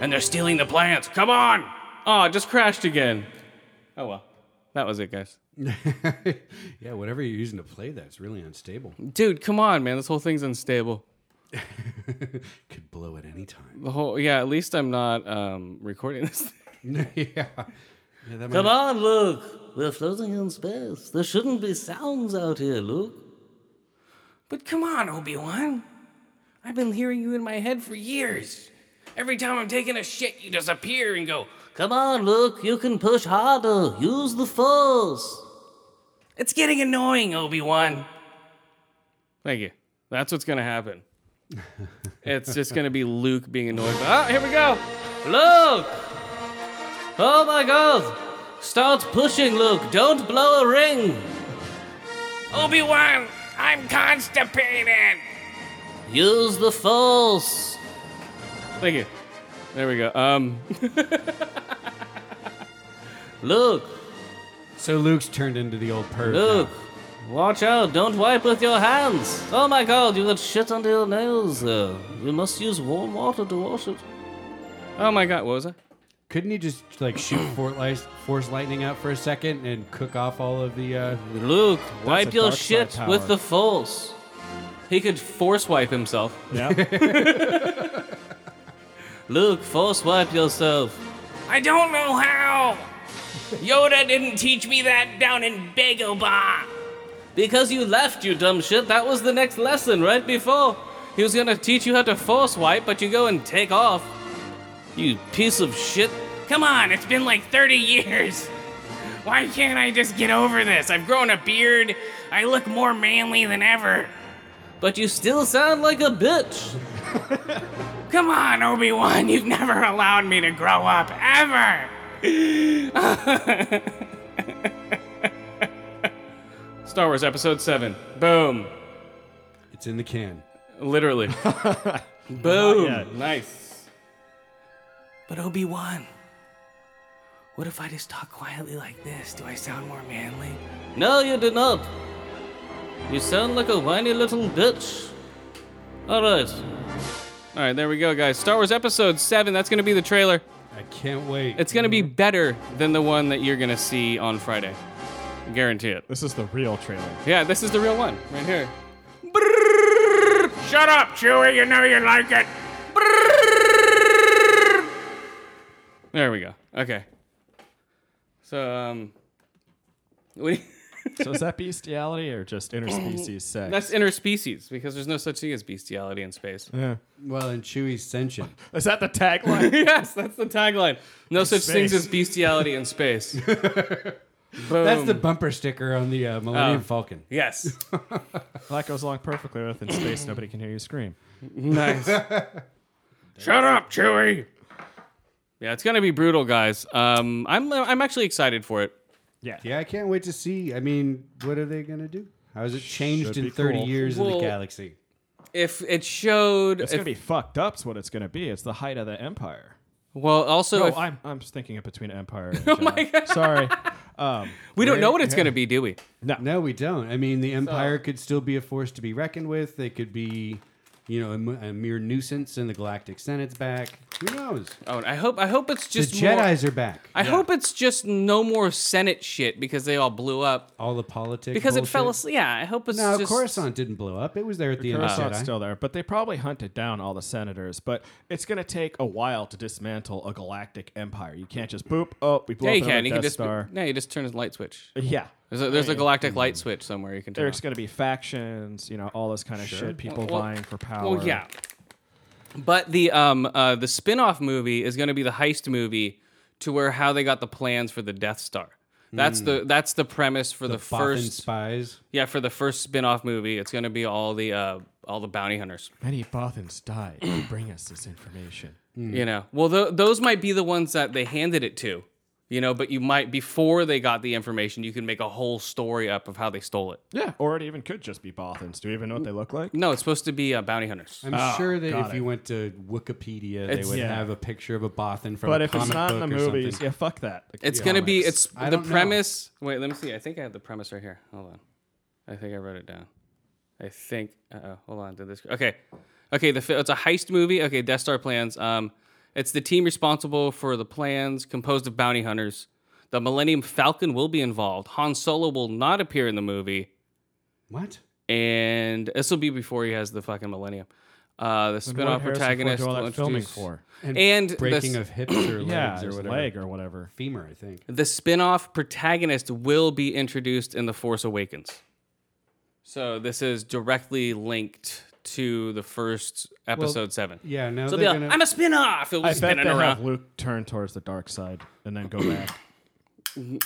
And they're stealing the plants. Come on! Oh, it just crashed again. Oh well. That was it, guys. yeah, whatever you're using to play that's really unstable. Dude, come on, man. This whole thing's unstable. Could blow at any time. The whole yeah, at least I'm not um recording this thing. yeah. yeah that Come might on, Luke. We're floating in space. There shouldn't be sounds out here, Luke. But come on, Obi-Wan. I've been hearing you in my head for years. Every time I'm taking a shit, you disappear and go, Come on, Luke. You can push harder. Use the force. It's getting annoying, Obi Wan. Thank you. That's what's gonna happen. it's just gonna be Luke being annoyed. By, ah, here we go. Luke. Oh my God! Start pushing, Luke. Don't blow a ring. Obi Wan, I'm constipated. Use the force. Thank you. There we go. Um, Luke, So Luke's turned into the old perv. now. Luke. Watch out. Don't wipe with your hands. Oh my god, you got shit under your nails there. You must use warm water to wash it. oh my God, what was that? Couldn't he just like shoot for light, force lightning out for a second and cook off all of the? Uh... Luke, a wipe your dark side shit power. with the force. He could force wipe himself. Luke, force wipe yourself. I don't know how. Yoda didn't teach me that down in Dagobah. Because you left, you dumb shit. That was the next lesson right before. He was gonna teach you how to force wipe, but you go and take off. You piece of shit. Come on, it's been like 30 years. Why can't I just get over this? I've grown a beard. I look more manly than ever. But you still sound like a bitch. Come on, Obi Wan, you've never allowed me to grow up, ever. Star Wars Episode 7. Boom. It's in the can. Literally. Boom. Nice. But Obi Wan, what if I just talk quietly like this? Do I sound more manly? No, you do not. You sound like a whiny little bitch. All right. All right, there we go, guys. Star Wars Episode 7. That's going to be the trailer. I can't wait. It's going to be better than the one that you're going to see on Friday. Guarantee it. This is the real trailer. Yeah, this is the real one right here. Shut up, Chewie. You know you like it. There we go. Okay. So, um, what do you- So is that bestiality or just interspecies sex? that's interspecies because there's no such thing as bestiality in space. well, and Chewie's sentient. is that the tagline? yes, that's the tagline. No such things space. as bestiality in space. Boom. That's the bumper sticker on the uh, Millennium Oh. Falcon. yes. that goes along perfectly with in space. Nobody can hear you scream. Nice. Shut up, Chewie. Yeah, it's gonna be brutal, guys. Um, I'm I'm actually excited for it. Yeah, I can't wait to see. I mean, what are they gonna do? How has it changed Should in be 30 cool. years in Well, the galaxy? If it showed, It's if- gonna be fucked up. Is what it's gonna be. It's the height of the empire. well, also, Oh, if- I'm I'm just thinking it between empire. And oh my god! Sorry. Um, we don't know what it's gonna be, do we? No, we don't. I mean, the Empire could still be a force to be reckoned with. They could be you know, a, mu- a mere nuisance, and the Galactic Senate's back. Who knows? Oh, and I hope I hope it's just the more- Jedi's are back. I hope it's just no more Senate shit because they all blew up All the politics. because it fell bullshit. asleep. Yeah, I hope it's No, just Coruscant didn't blow up. It was there at the end of Coruscant's Jedi. still there, but they probably hunted down all the senators. But it's going to take a while to dismantle a galactic empire. You can't just boop. Oh, we blew Yeah, up you another can. You Death can just Star. yeah, you just turn his light switch. Yeah, There's a, there's a galactic light Mm. switch somewhere you can turn. there's Off. going to be factions. You know, all this kind of shit. People Well- vying for power. Well, Oh, yeah, but the um uh the spin-off movie is going to be the heist movie to where how they got the plans for the Death Star. That's the Mm. that's the premise for the, Bothan first spies. yeah for the first spin-off movie. It's going to be all the uh all the bounty hunters. Many Bothans died to bring us this information. You know, well, th- those might be the ones that they handed it to, you know, but you might, before they got the information, you can make a whole story up of how they stole it. Yeah, or it even could just be Bothans. Do you even know what they look like? No, it's supposed to be uh, bounty hunters. I'm sure that if you went to Wikipedia, they It's- would Yeah. have a picture of a Bothan from But a if comic it's not in the book or something. movies, yeah, fuck that. It's going to be, it's I the don't know. premise. Wait, let me see. I think I have the premise right here. Hold on. I think I wrote it down. I think, uh oh, hold on. Did this, okay. Okay, the, fi- it's a heist movie. Okay, Death Star plans. Um, it's the team responsible for the plans, composed of bounty hunters. The Millennium Falcon will be involved. Han Solo will not appear in the movie. What? and this will be before he has the fucking millennium. Uh, the spin-off protagonist will filming introduce- for. and breaking the, of hips or legs Yeah, or his whatever. leg or whatever. Femur, I think. the spin-off protagonist will be introduced in the Force Awakens. So this is directly linked to the first episode seven. Yeah, now So they're they'll be gonna. like, I'm a spin-off. It'll be I bet spinning they have around. Luke turn towards the dark side and then go back.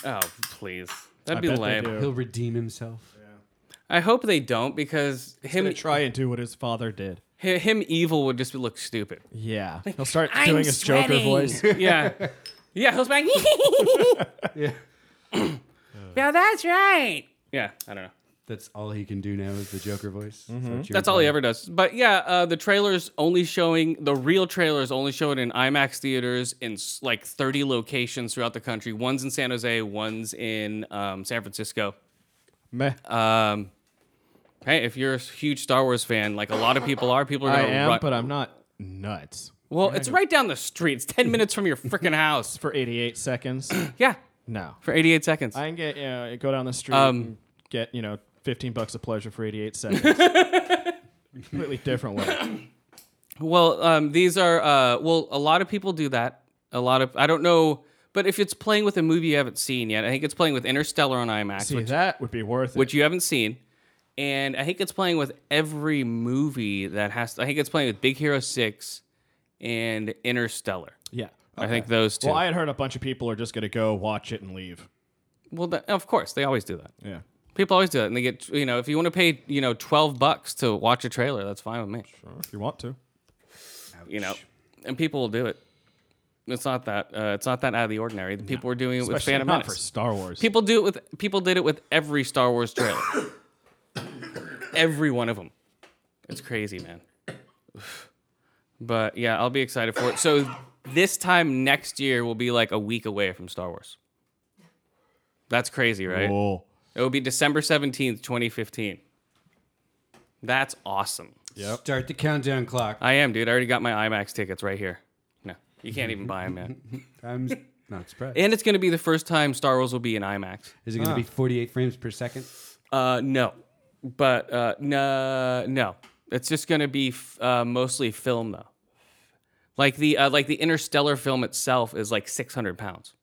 Oh please, that'd I be bet they lame. do. He'll redeem himself. I hope they don't because him gonna try and do what his father did. hi- him evil would just look stupid. Yeah, he'll start "I'm doing his Joker sweating." voice. Yeah, yeah. He'll be like, Now that's right. yeah. I don't know. That's all he can do now is the Joker voice. That's all he ever does. But yeah, uh, the trailer's only showing the real trailer's only showing in IMAX theaters in s- like 30 locations throughout the country. One's in San Jose, one's in um, San Francisco. Meh. Um, hey, if you're a huge Star Wars fan, like a lot of people are, people are I gonna am, run. but I'm not nuts. well, it's right down the street. It's 10 minutes from your freaking house. For 88 seconds, Yeah, no. for 88 seconds. I can get you know, go down the street, and get you know, 15 bucks of pleasure for 88 seconds. Completely different way. Well, um, these are uh, well, a lot of people do that. A lot of I don't know, but if it's playing with a movie you haven't seen yet, I think it's playing with Interstellar on IMAX, See, which, that would be worth it. which you haven't seen, and I think it's playing with every movie that has. I think it's playing with Big Hero Six and Interstellar. yeah. I think those two. Well, Well, I had heard a bunch of people are just gonna go watch it and leave. that, of course they always do that. Yeah. People always do that, and they get you know if you want to pay you know twelve bucks to watch a trailer, that's fine with me. If you want to. you know, and people will do it. It's not that uh, it's not that out of the ordinary. The people were doing it with Especially Phantom not Menace. for Star Wars. people do it with people did it with every Star Wars trailer. every one of them. It's crazy, man. But yeah, I'll be excited for it. So this time next year will be like a week away from Star Wars. That's crazy, right? Cool. It will be December 17th, 2015. That's awesome. Start the countdown clock. I am, dude. I already got my IMAX tickets right here. No, you can't even buy them, man. I'm not surprised. And uh. it's going to be the first time Star Wars will be in IMAX. Is it going to be 48 frames per second? Uh, no, but uh, no, no. It's just going to be f- uh, mostly film though. Like the uh, like the Interstellar film itself is like 600 pounds.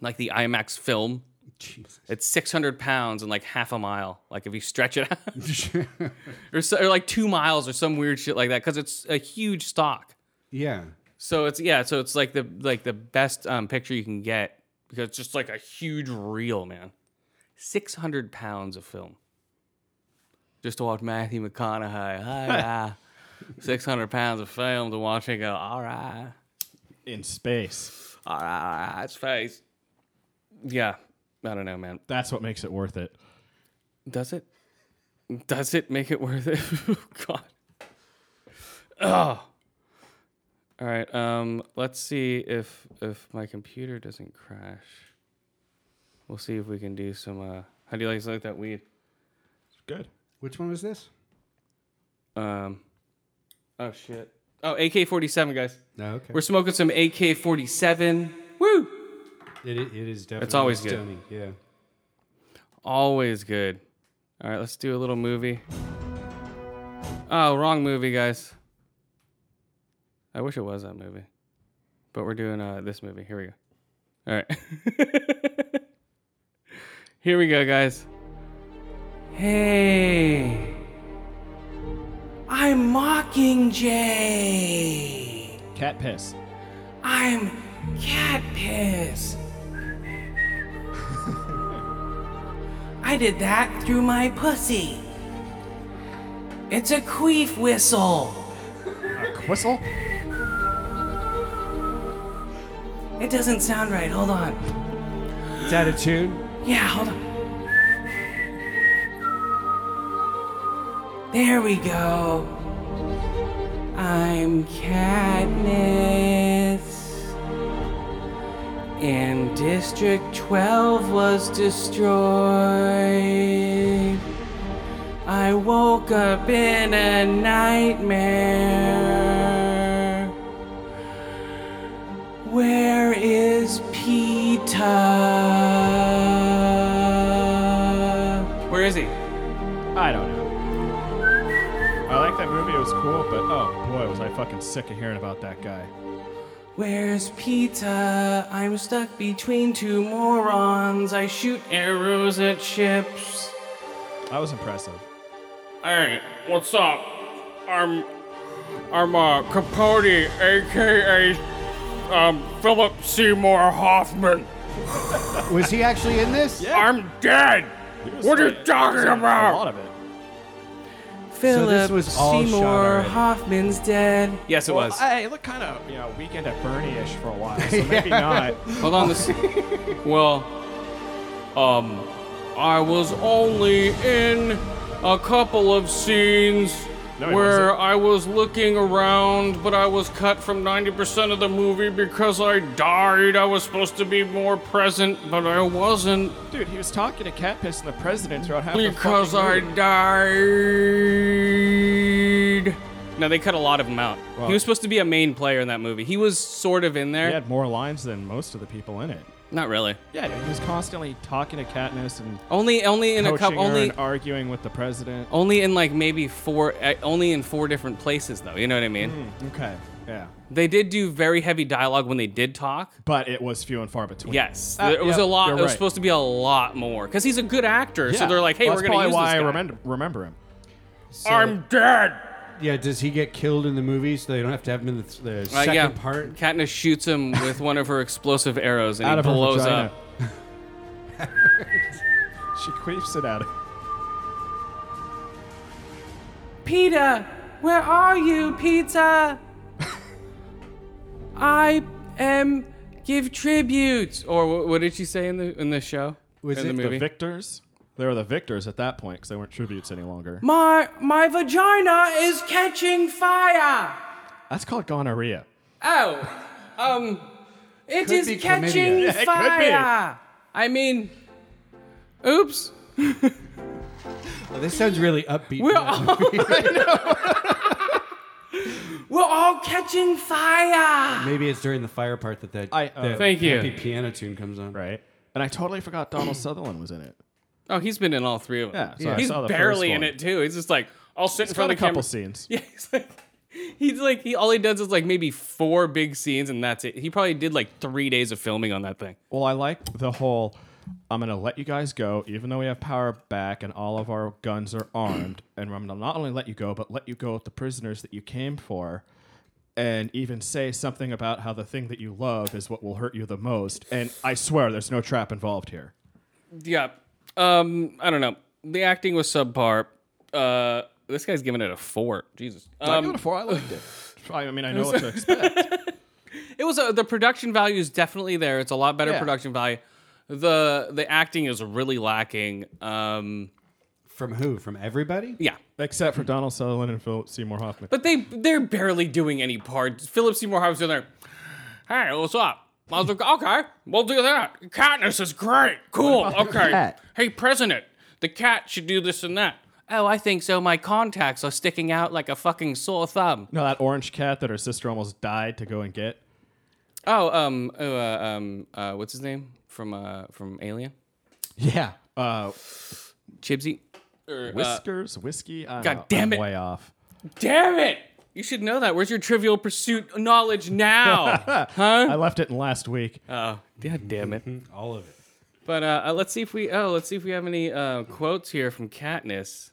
Like the IMAX film, Jesus. it's 600 pounds and like half a mile. Like if you stretch it out. or, so, or like two miles or some weird shit like that because it's a huge stock. yeah. So it's yeah, so it's like the like the best um, picture you can get because it's just like a huge reel, man. Six hundred pounds of film. Just to watch Matthew McConaughey. Hi, ah. six hundred pounds of film to watch and go. All right, In space. all right, all right, it's face. Yeah, I don't know, man. That's what makes it worth it. Does it? Does it make it worth it? oh, God. Oh. All right. Um. Let's see if if my computer doesn't crash. We'll see if we can do some. Uh, how do you like, like that weed? Good. Which one was this? Um. Oh shit. Oh, AK forty seven, guys. No, okay. We're smoking some AK forty seven. Woo! It, i- it is definitely. always good. stony. Yeah. Always good. All right, let's do a little movie. Oh, wrong movie, guys. I wish it was that movie, but we're doing uh, this movie. Here we go. All right. Here we go, guys. Hey, I'm Mockingjay. Cat piss. I'm cat piss. I did that through my pussy. It's a queef whistle. Whistle? It doesn't sound right. Hold on. It's out of tune. Yeah, hold on. There we go. I'm Katniss. And District 12 was destroyed. I woke up in a nightmare. Where is Peter? Where is he? I don't know. I like that movie. It was cool, but oh boy, was I fucking sick of hearing about that guy. Where's Peter? I'm stuck between two morons. I shoot arrows at ships. That was impressive. Hey, what's up? I'm I'm uh Capote, aka um Philip Seymour Hoffman. Was he actually in this? Yeah. I'm dead. What are you talking A lot about? of it. Philip was all shot Seymour already. Hoffman's dead. Yes, it was. I, it looked kind of you know weekend at Bernie-ish for a while, so maybe not. Hold on, this. well, um, I was only in a couple of scenes No, he where wasn't. I was looking around, but I was cut from 90% of the movie because I died. I was supposed to be more present, but I wasn't Dude, he was talking to Cat Piss and the president throughout half because the fucking I movie. died. No, they cut a lot of him out. Wow. He was supposed to be a main player in that movie. He was sort of in there. He had more lines than most of the people in it. Not really. Yeah, dude, he was constantly talking to Katniss and Only, only in a coaching couple. her Only and arguing with the president. Only in like maybe four, uh, only in four different places though. You know what I mean? Okay, yeah, They did do very heavy dialogue when they did talk. but it was few and far between. Yes, Ah, there was yep, a lot. you're It was right. supposed to be a lot more because he's a good actor. Yeah. So they're like, hey, Well, we're that's gonna use probably why this I guy. remember remember him. I'm dead. Yeah. Does he get killed in the movie so they don't have to have him in the, the Uh, second yeah, part? Katniss shoots him with one of her explosive arrows and Out he of her blows vagina. up. She queefs it out. Peter, where are you, Peter? I am give tribute. Or wh- what did she say in the in the show? Was in it the the movie? The victors. They were the victors at that point because they weren't tributes any longer. My my vagina is catching fire. That's called gonorrhea. Oh, um, it is be catching chlamydia. could be. fire. I mean, oops. Oh, this sounds really upbeat. We're now. all, we're all catching fire. Maybe it's during the fire part that that, I- uh, that Thank you. happy piano tune comes on. Right. And I totally forgot Donald Sutherland was in it. Oh, he's been in all three of them. Yeah, so I he's saw the barely first in one. it too. He's just like, I'll sit in It's front got a of the camera. couple scenes. Yeah, he's like, he's like, he all he does is like maybe four big scenes and that's it. He probably did like three days of filming on that thing. Well, I like the whole I'm going to let you guys go, even though we have power back and all of our guns are armed. and I'm going to not only let you go, but let you go with the prisoners that you came for. And even say something about how the thing that you love is what will hurt you the most. And I swear there's no trap involved here. Yeah. Um, I don't know. The acting was subpar. Uh, this guy's giving it a four. Jesus. I Um, give it a four. I liked it. I mean, I know what to expect. it was a, the production value is definitely there. It's a lot better Yeah. production value. The the acting is really lacking. Um, From who? From everybody? yeah. Except for Donald Sutherland and Philip Seymour Hoffman. But they they're barely doing any parts. Philip Seymour Hoffman's in there. Hey, what's up? I was like, okay, we'll do that. Katniss is great. Cool. Okay. Hey, President, the cat should do this and that. Oh, I think so. My contacts are sticking out like a fucking sore thumb. No, that orange cat that her sister almost died to go and get. Oh, um, oh, uh, um, uh, what's his name from uh from Alien? Yeah. Uh, Chibsy. Or, uh, whiskers, whiskey. I don't God know. damn I'm it. Way off. damn it! You should know that. Where's your Trivial Pursuit knowledge now? huh? I left it in last week. Oh, god damn it! All of it. But uh, uh, let's see if we oh let's see if we have any uh, quotes here from Katniss.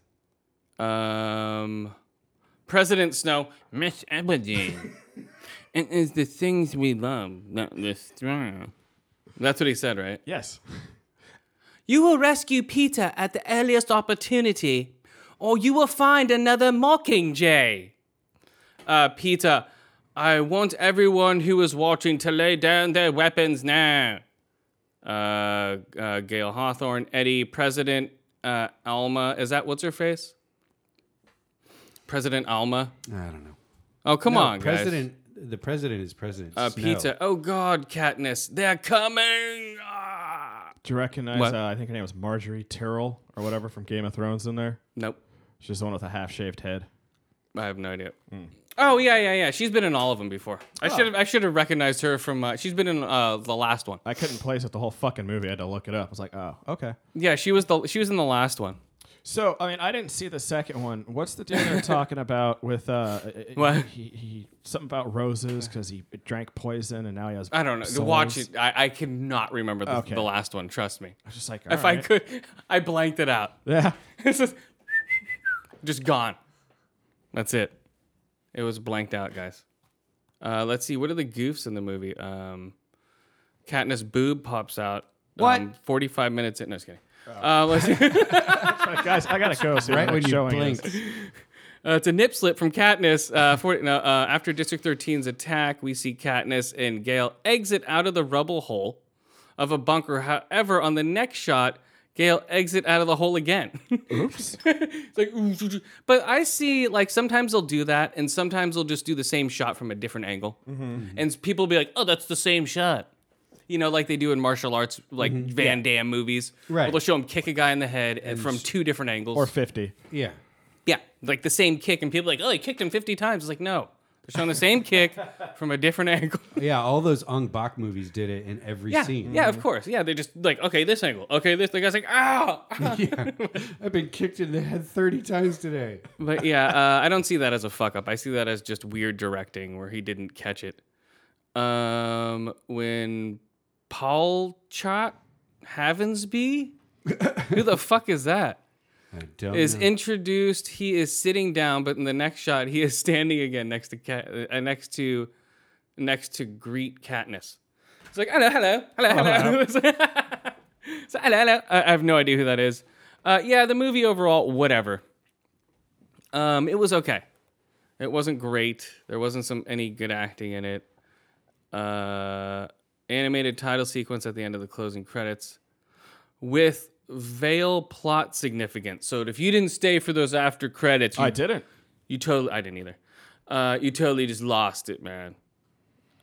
Um, President Snow, Miss Everdeen. it is the things we love that destroy. That's what he said, right? Yes. You will rescue Peter at the earliest opportunity, or you will find another Mockingjay. Uh, Peter, I want everyone who is watching to lay down their weapons now. Uh, uh, Gail Hawthorne, Eddie, President uh, Alma. Is that what's her face? President Alma. I don't know. Oh, come No, on, guys. president. The president is president. Uh, Snow. Peter. Oh, God, Katniss. They're coming. Ah! Do you recognize? What? Uh, I think her name was Marjorie Terrell or whatever from Game of Thrones in there. Nope. She's the one with a half-shaved head. I have no idea. Oh yeah, yeah, yeah. She's been in all of them before. I should have I should have recognized her from. Uh, she's been in uh, the last one. I couldn't place it the whole fucking movie. I had to look it up. I was like, oh, okay. Yeah, she was the she was in the last one. So, I mean, I didn't see the second one. What's the deal they're talking about with uh, What? He, he something about roses because he drank poison and now he has. I don't know. souls? Watch it. I, I cannot remember the, Okay. the last one. Trust me. I was just like, if I alright. could, I blanked it out. yeah. It's just, just gone. That's it. It was blanked out, guys. Uh, let's see. What are the goofs in the movie? Um, Katniss boob pops out. What? Forty-five minutes in. No, just kidding. Uh, let's see. guys, I gotta go. So Right when you showing us. blinked. Uh, it's a nip slip from Katniss. Uh, for, no, uh, after District 13's attack, we see Katniss and Gale exit out of the rubble hole of a bunker. However, on the next shot, Gale exit out of the hole again. Oops. it's like, ooh, ooh, ooh. but I see like sometimes they'll do that, and sometimes they'll just do the same shot from a different angle, and people will be like, "Oh, that's the same shot." You know, like they do in martial arts, like Van Damme movies, where Right. they'll show him kick a guy in the head and from two different angles, Or fifty. Yeah. yeah, like the same kick, and people are like, oh, he kicked him 50 times. It's like, no, they're showing the same kick from a different angle. Yeah. All those Ong Bak movies did it in every Yeah, scene. yeah, of course. Yeah, they're just like, okay, this angle, okay, this. The guy's like, ah. yeah. I've been kicked in the head 30 times today. But yeah, uh, I don't see that as a fuck up. I see that as just weird directing where he didn't catch it. Um, when Paul Chot Havensby, who the fuck is that? I don't is know. introduced. He is sitting down, but in the next shot, he is standing again next to Cat, uh, next to, next to greet Katniss. It's like hello, hello, hello, hello. so hello, hello. I I have no idea who that is. Uh, yeah, the movie overall, whatever. Um, it was okay. It wasn't great. There wasn't some any good acting in it. Uh, animated title sequence at the end of the closing credits with veil plot significance. So if you didn't stay for those after credits, you, I didn't. you totally I didn't either. Uh, you totally just lost it, man.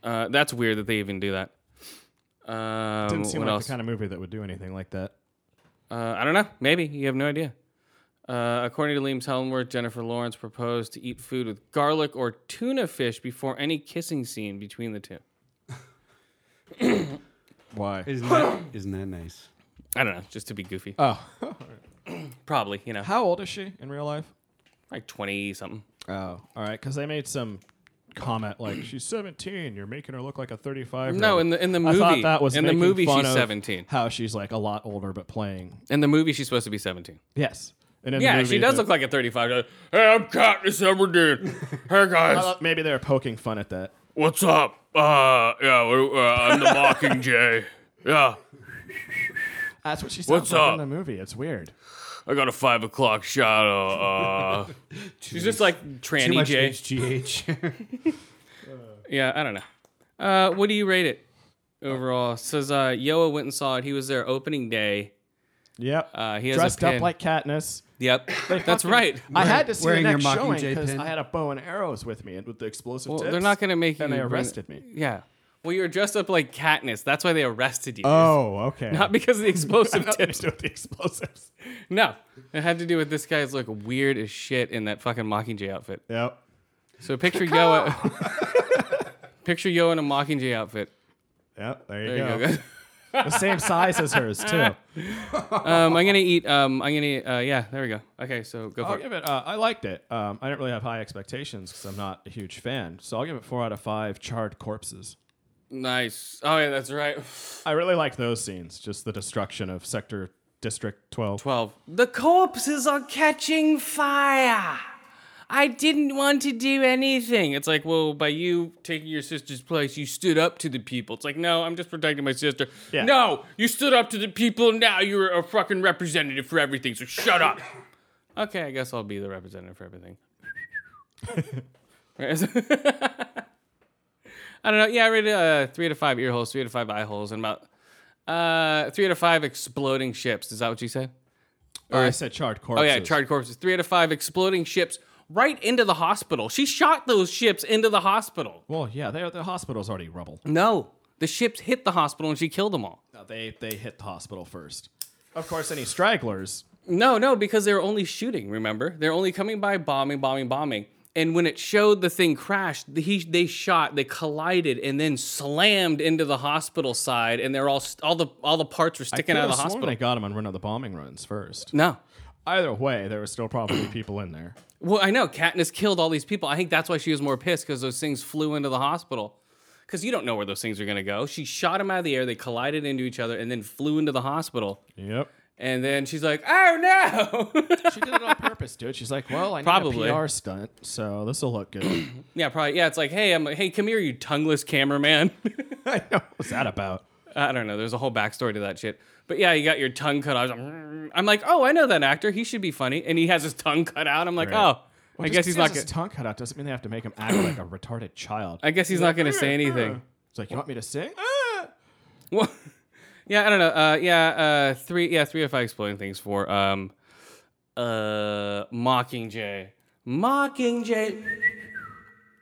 Uh, that's weird that they even do that. Um, Didn't seem what like else? the kind of movie that would do anything like that. Uh, I don't know. Maybe you have no idea. Uh, according to Liam Hemsworth, Jennifer Lawrence proposed to eat food with garlic or tuna fish before any kissing scene between the two. Why? Isn't that, isn't that nice? I don't know, just to be goofy. Oh. Probably, you know, How old is she in real life? like twenty something. Oh, all right. Because they made some comment like she's 17. You're making her look like a 35. No, in the in the I movie, thought that was in the making movie fun she's of seventeen. How she's like a lot older but playing. In the movie she's supposed to be seventeen. Yes. And in the Yeah, movie, she does the- look like a 35. She's like, Hey, I'm Katniss Everdeen. hey, I guys. thought maybe they're poking fun at that. What's up? Uh, yeah, we're- uh, I'm the Mockingjay. Yeah, That's what she sounds What's like up? in the movie. It's weird. I got a five o'clock shadow. Uh, she's just like Too tranny much J. HGH. Yeah, I don't know. Uh, what do you rate it overall? Says uh, Yoa went and saw it. He was there opening day. Yep. Uh, he has a Dressed up pin. like Katniss. Yep, that's fucking- right. I had to see the wearing your next showing Mockingjay because pin. I had a bow and arrows with me and with the explosive Well, tips. they're not going to make you. And they bring- arrested me. Yeah. Well, you were dressed up like Katniss. That's why they arrested you. Oh, okay. Not because of the explosive tips. do with the explosives. No. It had to do with this guy's look weird as shit in that fucking Mockingjay outfit. Yep. So picture Yo Picture Yo in a Mockingjay outfit. Yep. There you, There you go. go. guys. the same size as hers too. um, I'm gonna eat um I'm gonna uh, yeah, there we go. Okay, so go I'll for it. give it. Uh, I liked it. Um, I didn't really have high expectations because I'm not a huge fan. So I'll give it four out of five charred corpses. Nice. Oh yeah, that's right. I really liked those scenes. Just the destruction of Sector District 12. Twelve. The corpses are catching fire. I didn't want to do anything. It's like, well, by you taking your sister's place, you stood up to the people. It's like, no, I'm just protecting my sister. Yeah. No, you stood up to the people. Now you're a fucking representative for everything. So shut up. okay, I guess I'll be the representative for everything. Right, so- I don't know. Yeah, I rated uh, three to five ear holes, three to five eye holes, and about uh, three to five exploding ships. Is that what you said? Or I said charred Oh corpses. yeah, charred corpses. Three out of five exploding ships right into the hospital. She shot those ships into the hospital. Well, yeah, they, the hospital's already rubble. No, the ships hit the hospital and she killed them all. No, they they hit the hospital first. Of course, any stragglers. No, no, because they were only shooting. Remember, they're only coming by bombing, bombing, bombing. And when it showed the thing crashed, he they shot, they collided, and then slammed into the hospital side, and they're all st- all the all the parts were sticking out of the hospital. They got them on one of the bombing runs first. No, Either way, there were still probably people in there. Well, I know Katniss killed all these people. I think that's why she was more pissed because those things flew into the hospital. Because you don't know where those things are going to go. She shot them out of the air. They collided into each other and then flew into the hospital. Yep. And then she's like, "Oh no!" She did it on purpose, dude. She's like, well, I need Probably. a PR stunt, so this will look good. yeah, probably. Yeah, it's like, "Hey, I'm like, hey, come here, you tongueless cameraman." I know. What's that about? I don't know. There's a whole backstory to that shit. But yeah, you got your tongue cut out. I'm like, "Oh, I know that actor. He should be funny." And he has his tongue cut out. I'm like, Right. "Oh, I Just guess he's because not. His Gonna, tongue cut out doesn't mean they have to make him act like a retarded child. I guess he's not "Oh, going to say anything." It's like, you want me to sing? Ah! Well, yeah, I don't know. Uh, yeah, uh, three, yeah, three of five exploding things for um, uh, Mockingjay, Mockingjay,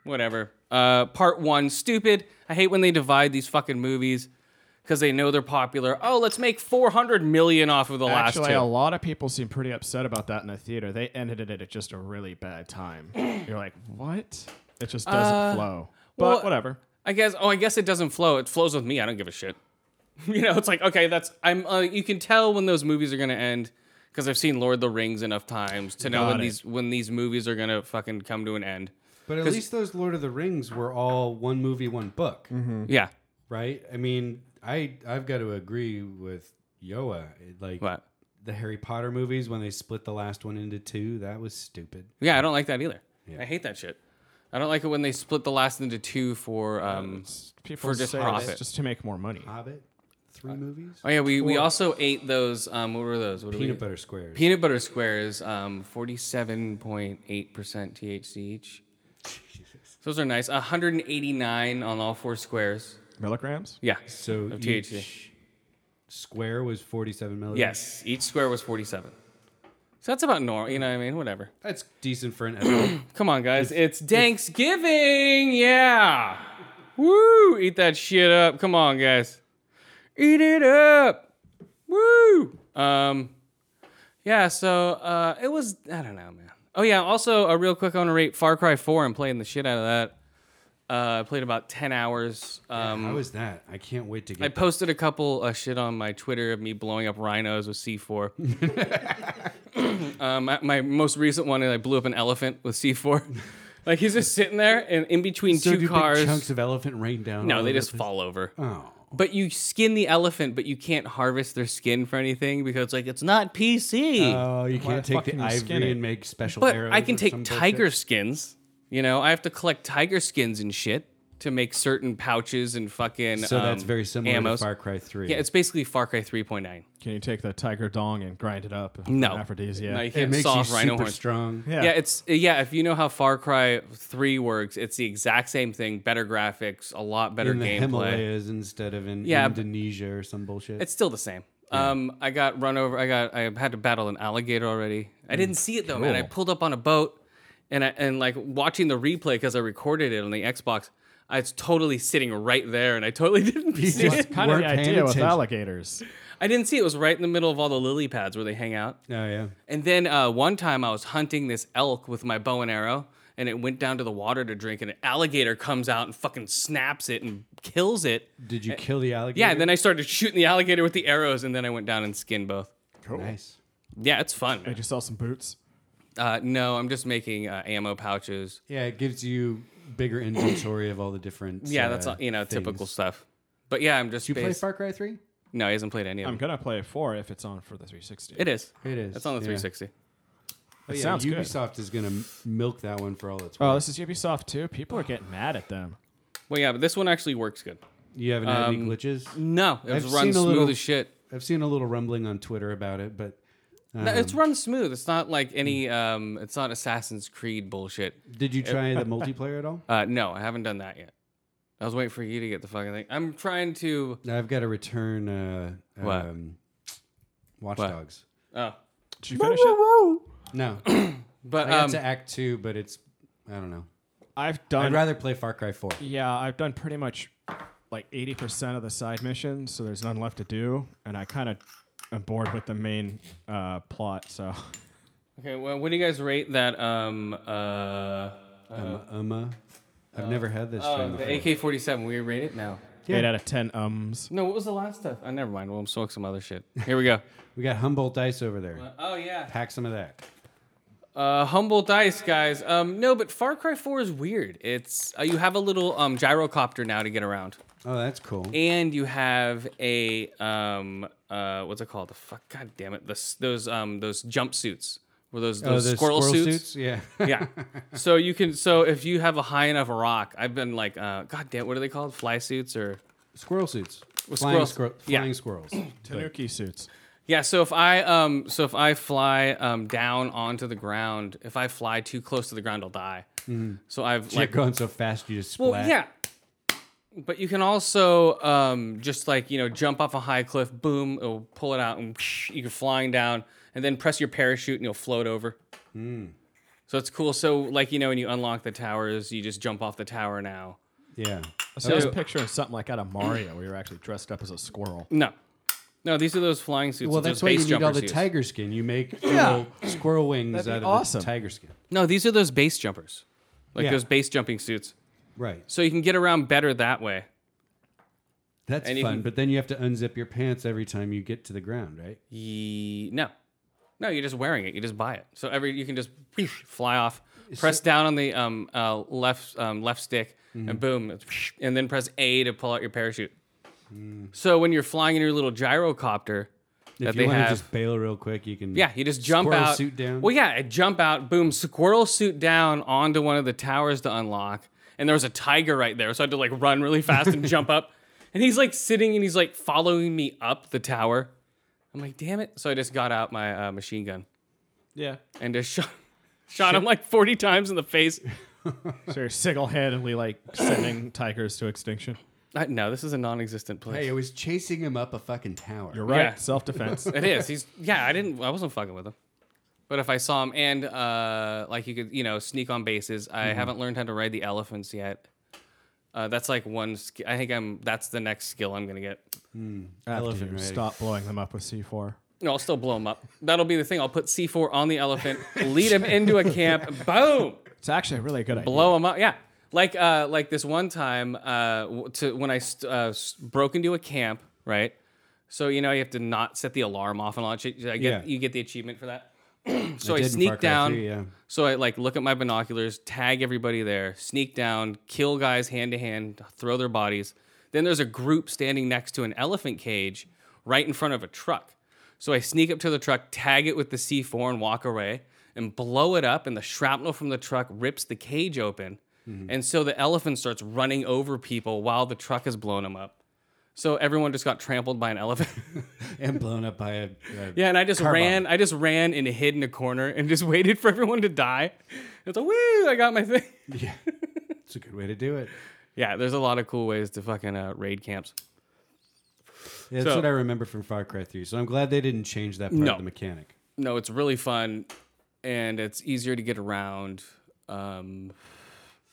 whatever. Uh, part one, stupid. I hate when they divide these fucking movies because they know they're popular. Oh, let's make four hundred million off of the Ah, Actually, a last two. lot of people seem pretty upset about that in the theater. They ended it at just a really bad time. You're like, what? It just doesn't flow. But Uh, well- whatever. I guess. Oh, I guess it doesn't flow. It flows with me. I don't give a shit. you know, it's like okay, that's I'm. Uh, you can tell when those movies are gonna end because I've seen Lord of the Rings enough times to know when Got it. these when these movies are gonna fucking come to an end. But at 'Cause- least those Lord of the Rings were all one movie, one book, Mm-hmm. Yeah. right? I mean, I I've got to agree with Yoa. It, Like What? the Harry Potter movies when they split the last one into two, that was stupid. Yeah, I don't like that either. I hate that shit. I don't like it when they split the last into two for Uh, um. People for just say it's profit. just to make more money. Hobbit, three movies, Oh yeah, we, we also ate those. Um, what were those? What do peanut we, butter squares. Peanut butter squares. Um, forty-seven point eight percent THC each. Those are nice. 189 on all four squares. Milligrams? Yeah. so Of each THC. square was forty-seven milligrams. Yes, each square was 47. So that's about normal, you know what I mean? Whatever. that's decent for an edible. Come on, guys. It's Thanksgiving. Yeah. Woo! Eat that shit up. Come on, guys. Eat it up. Woo! Um Yeah, so uh it was I don't know, man. Oh yeah, also a real quick on a rate Far Cry 4 and playing the shit out of that. Uh, I played about 10 hours. Um, How is that? I can't wait to get. I posted a couple uh, shit on my Twitter of me blowing up rhinos with C4. um, my, my most recent one, I blew up an elephant with C4. like he's just sitting there, and in between so two do cars, big chunks of elephant rain down. no, all they over just the place? fall over. Oh. But you skin the elephant, but you can't harvest their skin for anything because like it's not PC. Oh, you can't take fucking the you skin ivory it? and make special but arrows. I can or some take bullshit? tiger skins. You know, I have to collect tiger skins and shit to make certain pouches and fucking. So that's um, very similar ammos. to Far Cry 3. Yeah, it's basically Far Cry 3.9. Can you take the tiger dong and grind it up? No. An aphrodisiac. No, you it can't makes soft you rhino super horns. strong. Yeah. it's yeah. If you know how Far Cry Three works, it's the exact same thing. Better graphics, a lot better in the gameplay. Himalayas instead of in Yeah, but- Indonesia or some bullshit. It's still the same. Um, I got run over. I got. I had to battle an alligator already. I didn't see it though, man. I cool. pulled up on a boat, and I and like watching the replay because I recorded it on the Xbox. I was totally sitting right there, and I totally didn't see That's it. kind of weren't the paying idea with attention. alligators. I didn't see it. It was right in the middle of all the lily pads where they hang out. Oh yeah. And then uh, one time I was hunting this elk with my bow and arrow, and it went down to the water to drink, and an alligator comes out and fucking snaps it and kills it. Did you kill the alligator? Yeah, and then I started shooting the alligator with the arrows, and then I went down and skinned both. nice. Yeah, it's Did fun. you sell some boots? Uh, no, I'm just making uh, ammo pouches. Yeah, it gives you bigger inventory of all the different. Yeah, that's uh, all, you know things. typical stuff. But yeah, I'm just Do you play based- Far Cry Three? no, he hasn't played any of I'm them. gonna play four if it's on for the 360. It is. It is, It's on the yeah. 360. It yeah, sounds good. Ubisoft is gonna m- milk that one for all it's worth. Oh, this is Ubisoft too. People are getting mad at them. Well, yeah, but this one actually works good. you haven't had um, any glitches. No, it was I've run seen a smooth little- as shit. I've seen a little rumbling on Twitter about it, but No, um, it's run smooth. It's not like any. Um, it's not Assassin's Creed bullshit. did you try the multiplayer at all? Uh, no, I haven't done that yet. I was waiting for you to get the fucking thing. I'm trying to. I've got to return. Uh, What? Um, Watch What? Dogs. Oh, Did you finish it? No, but I got um, to Act Two, but it's I don't know. I've I'd done. rather play Far Cry Four. yeah, I've done pretty much like 80% of the side missions, so there's none left to do, and I kind of am bored with the main uh, plot. So okay. Well, what do you guys rate that? Um, uh, Um, um, uh, I've never had this. oh, thing before. the AK-47. We rate it now. eight out of ten ums. No, what was the last stuff? I never mind. Well, I'm smoking some other shit. Here we go. We got Humboldt Dice over there. oh yeah. Pack some of that. Uh, humble dice, guys. Um, no, but Far Cry 4 is weird. It's uh, you have a little um gyrocopter now to get around, Oh, that's cool. and you have a um uh what's it called? The fuck, god damn it, this those um those jumpsuits were those oh, those the squirrel, suits. Yeah. yeah. So you can so if you have a high enough rock, I've been like uh god damn, what are they called? Fly suits or squirrel suits. squirrel- flying squirrel, yeah. flying squirrels. Tanuki suits. Yeah, so if I um so if I fly um down onto the ground, if I fly too close to the ground, I'll die. So I've You're like going so fast you just splat. well yeah, but you can also um just like you know jump off a high cliff, boom, it'll pull it out, and you're flying down, and then press your parachute and you'll float over. So it's cool. So like you know when you unlock the towers, you just jump off the tower now. Yeah. So I was So- picturing something like out of Mario, where you're actually dressed up as a squirrel. No, no, these are those flying suits. Well, that that's those why base you need all jumpers the use. tiger skin. You make little squirrel wings That'd be out of awesome. the tiger skin. No, these are those base jumpers, like Yeah. those base jumping suits. Right. So you can get around better that way. That's and you fun. can- But then you have to unzip your pants every time you get to the ground, right? Ye- no, no, you're just wearing it. You just buy it. So every you can just fly off, press down on the um, uh, left um, left stick, Mm-hmm. and boom, it's and then press A to pull out your parachute. So when you're flying in your little gyrocopter Mm. that If you they want have, to just bail real quick, you can. Yeah, you just jump squirrel out. Suit down. Well, yeah, I jump out, boom, squirrel suit down onto one of the towers to unlock. And there was a tiger right there, so I had to like run really fast and jump up. And he's like sitting and he's like following me up the tower. I'm like, damn it! So I just got out my uh, machine gun Yeah. and just shot, shot him like 40 times in the face. So you're single-handedly like sending tigers to extinction. I, no, this is a non-existent place. Hey, it was chasing him up a fucking tower. You're right. Yeah. Self-defense. It is. He's yeah. I didn't. I wasn't fucking with him. But if I saw him, and uh, like you could, you know, sneak on bases. I haven't learned how to ride the elephants yet. Uh, that's like one. Sk- I think I'm. That's the next skill I'm gonna get. After Elephant you riding. stop blowing them up with C4. No, I'll still blow him up. That'll be the thing. I'll put C4 on the elephant, lead him into a camp, boom, It's actually a really good idea. blow him up. Yeah, like uh, like this one time uh, w- to when I st- uh, s- broke into a camp, right? So you know you have to not set the alarm off and all that shit. I get, Yeah. You get the achievement for that. so I, did in Far sneak Cry down. 3, yeah. So I like look at my binoculars, tag everybody there, sneak down, kill guys hand to hand, throw their bodies. Then there's a group standing next to an elephant cage right in front of a truck. So I sneak up to the truck, tag it with the C4 and walk away and blow it up and the shrapnel from the truck rips the cage open. Mm-hmm. And so the elephant starts running over people while the truck has blown them up. So everyone just got trampled by an elephant. and blown up by a. a Yeah, and I just car bomb. ran. I just ran and hid in a corner and just waited for everyone to die. It's like, woo! I got my thing. Yeah. It's a good way to do it. Yeah, there's a lot of cool ways to fucking uh, raid camps. Yeah, that's So- what I remember from Far Cry 3. So I'm glad they didn't change that part No. of the mechanic. No, it's really fun, and it's easier to get around. Um,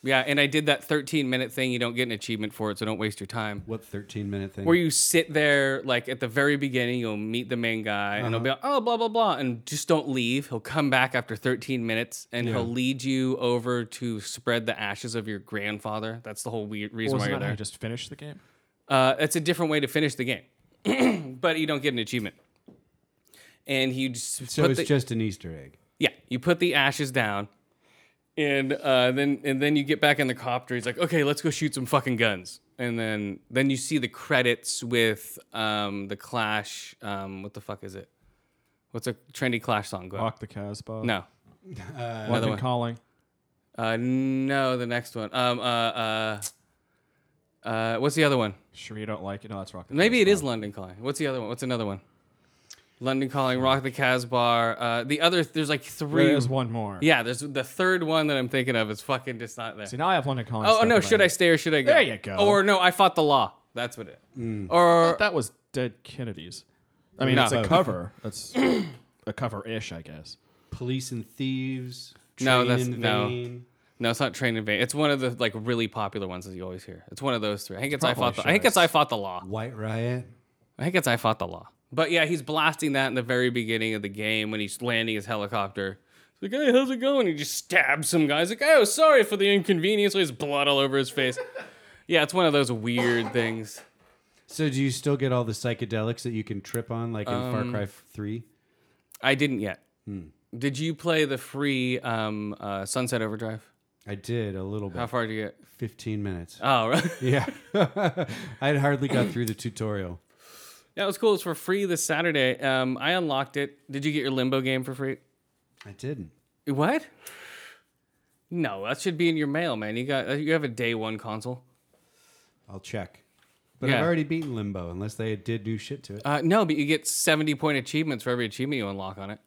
Yeah, and I did that 13 minute thing. You don't get an achievement for it, so don't waste your time. What 13 minute thing? Where you sit there, like at the very beginning, you'll meet the main guy, and Uh-huh. he'll be like, "Oh, blah blah blah," and just don't leave. He'll come back after 13 minutes, and he'll lead you over to spread the ashes of your grandfather. That's the whole weird reason why you're Wasn't that how there. you just finished the game? Uh, it's a different way to finish the game, but you don't get an achievement. And you just so put it's the- just an Easter egg. yeah, you put the ashes down, and uh, then and then you get back in the copter. He's like, "Okay, let's go shoot some fucking guns." And then then you see the credits with um, the Clash. Um, what the fuck is it? What's a trendy Clash song? Go ahead. Walk the Casbah. No, Walk and one. calling. uh, no, the next one. Um, uh, uh, uh, what's the other one? Sure, you don't like it. No, that's rock. The Maybe it Casbah. is London Calling. What's the other one? What's another one? London Calling, Rock the Casbah. Uh, the other, there's like three. There is one more. Yeah, there's the third one that I'm thinking of is fucking just not there. See, now I have London Calling. Oh, stuck no, in my should I head. stay or should I go? There you go. Or no, I fought the law. That's what it. Or That was Dead Kennedys. I mean, No. it's a cover. That's a cover-ish, I guess. Police and thieves. No, Train that's- in no. Vain. no, it's not Train in Vain. It's one of the like really popular ones that you always hear. It's one of those three. I think it's I fought. The, I think it's I fought the law. White Riot. I think it's I fought the law. But yeah, he's blasting that in the very beginning of the game when he's landing his helicopter. He's like, hey, how's it going? He just stabs some guy. He's like, oh, sorry for the inconvenience. There's blood all over his face. yeah, it's one of those weird things. So do you still get all the psychedelics that you can trip on, like in Far Um, Cry 3? I didn't yet. Did you play the free um, uh, Sunset Overdrive? I did a little bit. How far did you get? 15 minutes. Oh, right. yeah. I'd hardly got through the tutorial. That was cool. It's for free this Saturday. Um, I unlocked it. Did you get your Limbo game for free? I didn't. What? No, that should be in your mail, man. You got uh, you have a day one console. I'll check. But Yeah. I've already beaten Limbo unless they did new shit to it. Uh, no, but you get seventy point achievements for every achievement you unlock on it.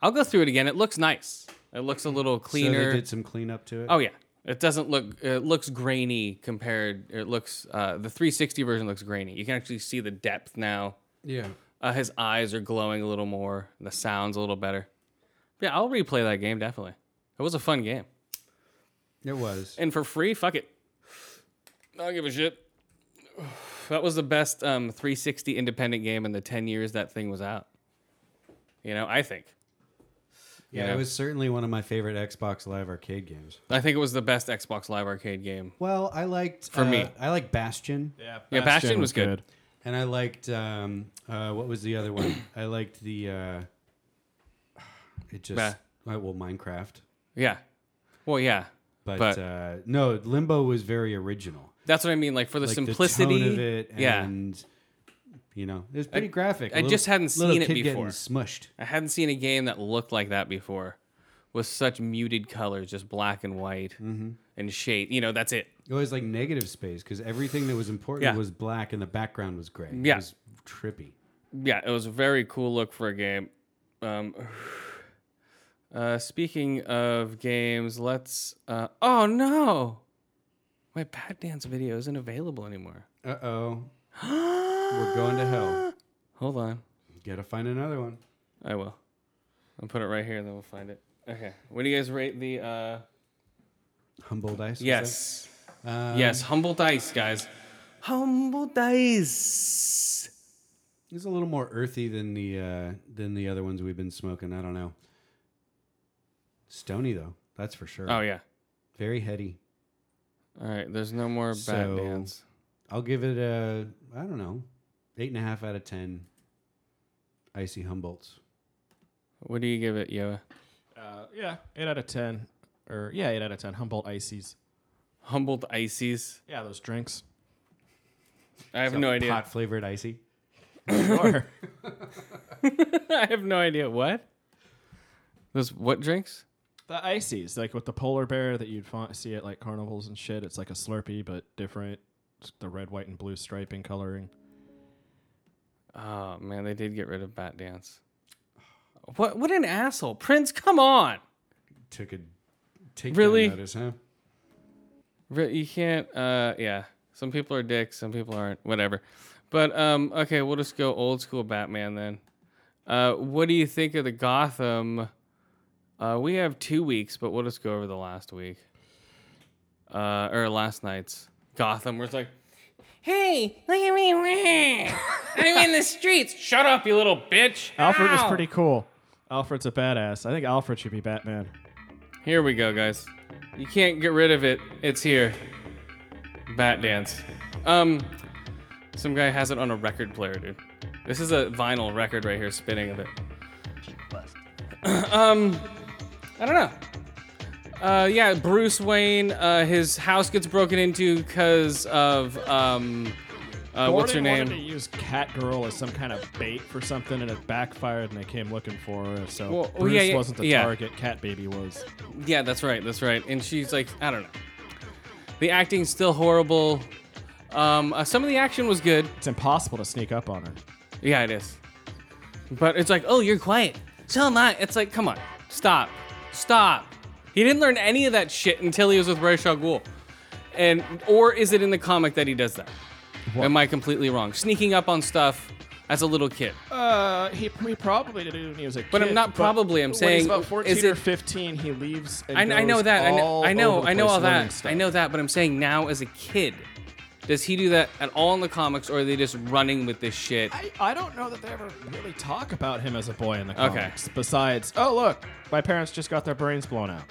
I'll go through it again. It looks nice. It looks a little Hmm. So cleaner. they did some cleanup to it. oh yeah, it doesn't look. It looks grainy compared. It looks uh, the 360 version looks grainy. You can actually see the depth now. yeah. Uh, his eyes are glowing a little more. The sound's a little better. Yeah, I'll replay that game definitely. It was a fun game. It was. And for free, fuck it. I don't give a shit. That was the best um, 360 independent game in the 10 years that thing was out. You know, I think. Yeah, Yeah. it was certainly one of my favorite Xbox Live arcade games. I think it was the best Xbox Live arcade game. Well, I liked uh, For me. I liked Bastion, Yeah, Yeah, Bastion was good. and I liked um, uh, what was the other one? I liked the uh, it just Bah. uh, well Minecraft, Yeah. Well, yeah. but, But- uh, no, Limbo was very original. That's what I mean. Like for the Like simplicity. the tone of it, yeah. and you know, it was pretty graphic. A I just hadn't little seen it kid getting before. Smushed. I hadn't seen a game that looked like that before, with such muted colors, just black and white and shade. You know, that's it. It was like negative space because everything that was important Yeah. was black and the background was gray. Yeah. It was trippy. Yeah, it was a very cool look for a game. Um, uh, speaking of games, let's. Uh, oh no, my Bat Dance video isn't available anymore. Uh oh, we're going to hell. Hold on, Gotta find another one. I will. I'll put it right here, and then we'll find it. Okay, what do you guys rate the? Uh, Humble dice. was yes, that? Um, yes, humble dice, guys. Humble dice. It's a little more earthy than the uh, than the other ones we've been smoking. I don't know. Stony though, that's for sure. Oh yeah. Very heady. All right. There's no more Bat So- Dance. I'll give it a I don't know eight and a half out of ten. Icy Humboldts. What do you give it, Yoa? Uh, yeah, eight out of ten, or yeah, eight out of ten. Humboldt ices. Humbled ices. Yeah, those drinks. I have no idea. Pot flavored icy. Sure. I have no idea what. Those what drinks? the ices, like with the polar bear that you'd find, see at like carnivals and shit. It's like a Slurpee, but different. It's the red, white, and blue striping coloring. Oh man, they did get rid of Bat Dance. What what an asshole, Prince! Come on, Took a take Really? notice, huh? Re- you can't. Uh, yeah, some people are dicks, some people aren't. Whatever. But um, okay, we'll just go old school Batman then. Uh, what do you think of the Gotham? Uh, we have two weeks, but we'll just go over the last week. uh, or last night's Gotham, where it's like, Hey, look at me. wah. I'm in the streets. Shut up, you little bitch. Alfred is Ow. pretty cool. Alfred's a badass. I think Alfred should be Batman. here we go, guys. You can't get rid of it. It's here. Bat dance. Um, some guy has it on a record player, dude. This is a vinyl record right here, spinning of it. um, I don't know. Uh, yeah, Bruce Wayne. Uh, his house gets broken into because of um, uh, what's her Gordon name? wanted to use Catgirl as some kind of bait for something, and it backfired, and they came looking for her. So Well, oh, Bruce yeah, yeah, wasn't the yeah. target. Cat Baby was. Yeah, that's right. That's right. And she's like, I don't know. The acting's still horrible. Um, uh, some of the action was good. It's impossible to sneak up on her. Yeah, it is. But it's like, oh, you're quiet. So am I. It's like, come on, stop, stop. He didn't learn any of that shit until he was with Ra's al Ghul, and or is it in the comic that he does that? Am I completely wrong? Sneaking up on stuff as a little kid. Uh, he, he probably did it when he was a kid. But I'm not probably, I'm when saying, he's about is 14 or it- 15. He leaves. And I, I know goes that. I know. all I know. over the I know place all learning that. stuff. I know that. But I'm saying now, as a kid, does he do that at all in the comics, or are they just running with this shit? I, I don't know that they ever really talk about him as a boy in the Okay. comics. Besides, oh look, my parents just got their brains blown out.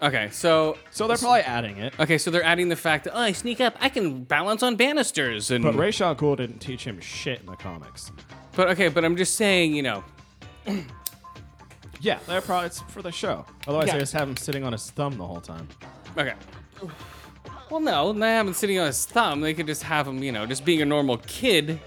Okay, so So they're probably adding it. okay, so they're adding the fact that oh, I sneak up, I can balance on banisters, and But Ray Shaw Cool didn't teach him shit in the comics. but okay, but I'm just saying, you know, Yeah, they're probably it's for the show. Otherwise, Yeah. they just have him sitting on his thumb the whole time. okay. Well, no, they have him sitting on his thumb. They could just have him, you know, just being a normal kid,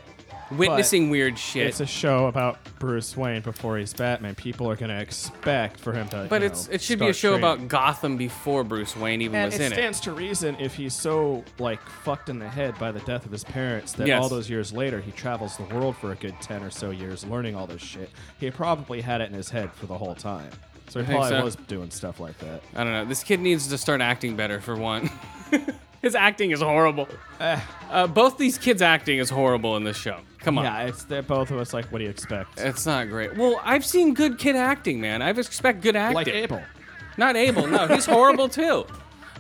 witnessing weird shit. It's a show about Bruce Wayne before he's Batman. People are gonna expect for him to. but you it's know, it should be a start show training. about Gotham before Bruce Wayne even And was it in stands to reason if he's so like fucked in the head by the death of his parents that Yes. all those years later he travels the world for a good ten or so years learning all this shit. He probably had it in his head for the whole time. So he think probably so. Oh. was doing stuff like that. I don't know. This kid needs to start acting better for one. His acting is horrible. Eh. Uh, both these kids' acting is horrible in this show. Come on. Yeah, it's they're both of us like, what do you expect? It's not great. Well, I've seen good kid acting, man. I expect good acting. like Abel. Not Abel. No, he's horrible too.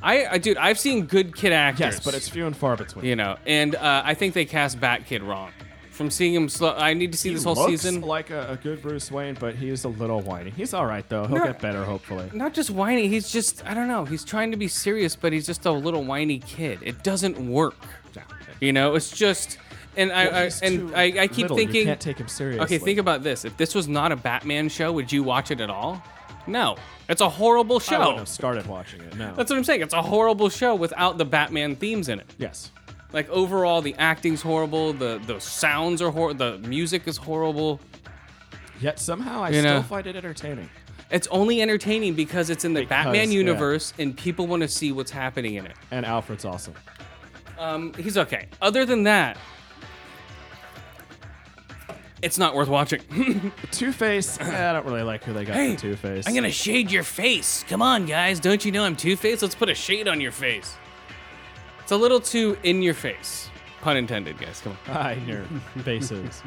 I, I, dude, I've seen good kid actors. Yes, but it's few and far between. you know, and uh, I think they cast Bat Kid wrong. From seeing him slow, I need to see this whole Looks season. like a, a good Bruce Wayne, but he's a little whiny. He's all right though. He'll No. get better hopefully. not just whiny. He's just I don't know. He's trying to be serious, but he's just a little whiny kid. It doesn't work. You know, it's just. And Well, I, I he's and too I, I keep little. You thinking. can't take him seriously. Okay, think about this. If this was not a Batman show, would you watch it at all? No, it's a horrible I wouldn't show. have started watching it. No. That's what I'm saying. It's a horrible show without the Batman themes in it. yes. Like overall, the acting's horrible. The the sounds are horrible. The music is horrible. Yet somehow I You still know. find it entertaining. It's only entertaining because it's in the Batman yeah. universe and people want to see what's happening in it. And Alfred's awesome. Um, he's okay. Other than that, it's not worth watching. Two Face. eh, I don't really like who they got for Two Face. I'm gonna shade your face. Come on, guys. Don't you know I'm Two Face? Let's put a shade on your face. It's a little too in your face. Pun intended, guys. Come on. hide your faces.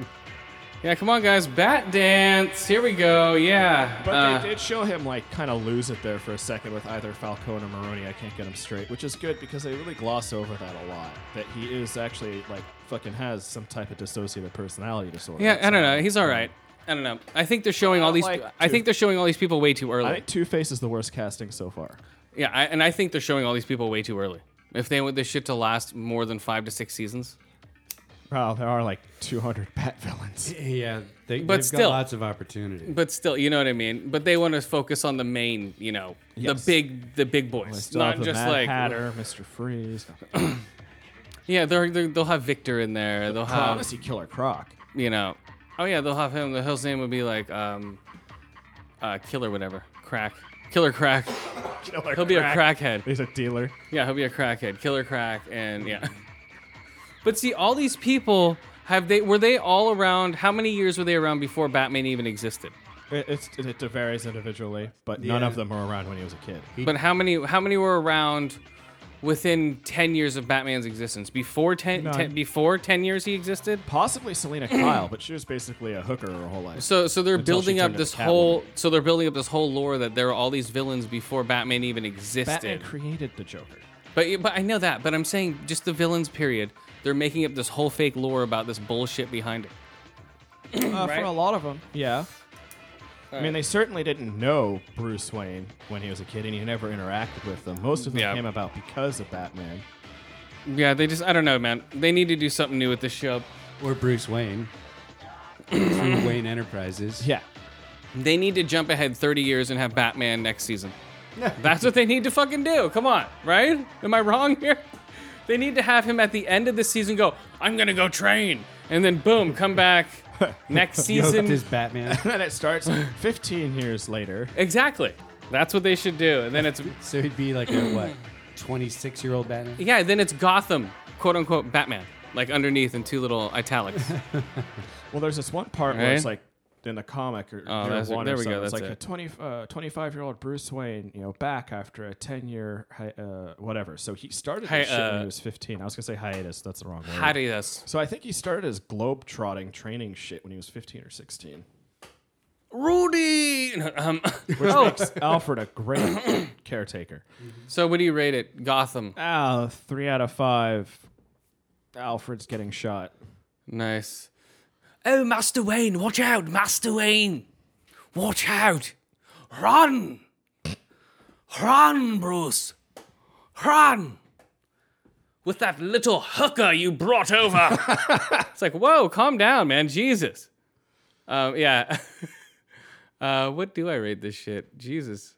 Yeah, come on, guys. Bat dance. Here we go. Yeah. But Uh, they did show him like kind of lose it there for a second with either Falcone or Maroni. I can't get him straight, which is good because they really gloss over that a lot. That he is actually like fucking has some type of dissociative personality disorder. yeah, I don't know. So, He's all right. I don't know. I think they're showing all these. like I Two- think they're showing all these people way too early. I think Two Face is the worst casting so far. yeah, I, and I think they're showing all these people way too early. If they want this shit to last more than five to six seasons, Wow, there are like 200 Bat villains. Yeah, they, But they've still- got lots of opportunity. but still, you know what I mean. But they want to focus on the main, you know, Yes. the big, the big I boys, still not have the just Mad like Uh, Hatter, Mr. Freeze, Yeah, they're, they're, they'll have Victor in there. They'll have, Obviously Killer Croc. you know, oh yeah, they'll have him. The his name would be like, um, uh, Killer whatever, Crack, Killer Crack. Killer He'll be a crackhead. He's a dealer. Yeah, he'll be a crackhead, Killer Crack, and yeah. Mm-hmm. But see, all these people have they were they all around? How many years were they around before Batman even existed? It, it's, it varies individually, but none Yeah. of them were around when he was a kid. But how many how many were around within ten years of Batman's existence? Before ten, None. 10 before ten years he existed. Possibly Selena Kyle, but she was basically a hooker her whole life. So so they're Until she building up turned into this Catwoman. whole so they're building up this whole lore that there are all these villains before Batman even existed. Batman created the Joker. But but I know that. But I'm saying just the villains. Period. They're making up this whole fake lore about this bullshit behind it. Uh, For a lot of them, yeah. I mean, they certainly didn't know Bruce Wayne when he was a kid, and he never interacted with them. Most of them Yeah. came about because of Batman. Yeah, they just I don't know, man. They need to do something new with this show. Or Bruce Wayne. through Wayne Enterprises. Yeah. They need to jump ahead 30 years and have Batman next season. That's what they need to fucking do. Come on, right? Am I wrong here? They need to have him at the end of the season go, I'm gonna go train, and then boom, come back next Yoked season. as Batman. And then it starts 15 years later. Exactly. That's what they should do. And then it's So he'd be like a what, twenty six year old Batman? yeah, then it's Gotham, quote unquote Batman, like underneath in two little italics. Well, there's this one part where it's Right. like in the comic or Oh, year that's- one there or we go, something. It's that's like a it. 20, uh, 25 year old Bruce Wayne, you know, back after a 10 year hi- uh, whatever. So he started Hi- this shit when uh, he was 15. I was going to say hiatus. That's the wrong word. How do you this? so I think he started his globe trotting training shit when he was 15 or 16, Rudy! No, Um, which makes Alfred a great caretaker. so, what do you rate it? Gotham. Ah, three out of five. Alfred's getting shot. Nice. Oh, Master Wayne, watch out, Master Wayne. Watch out. Run. Run, Bruce. Run. with that little hooker you brought over. it's like, whoa, calm down, man. Jesus. Um, yeah. uh, what do I rate this shit? Jesus.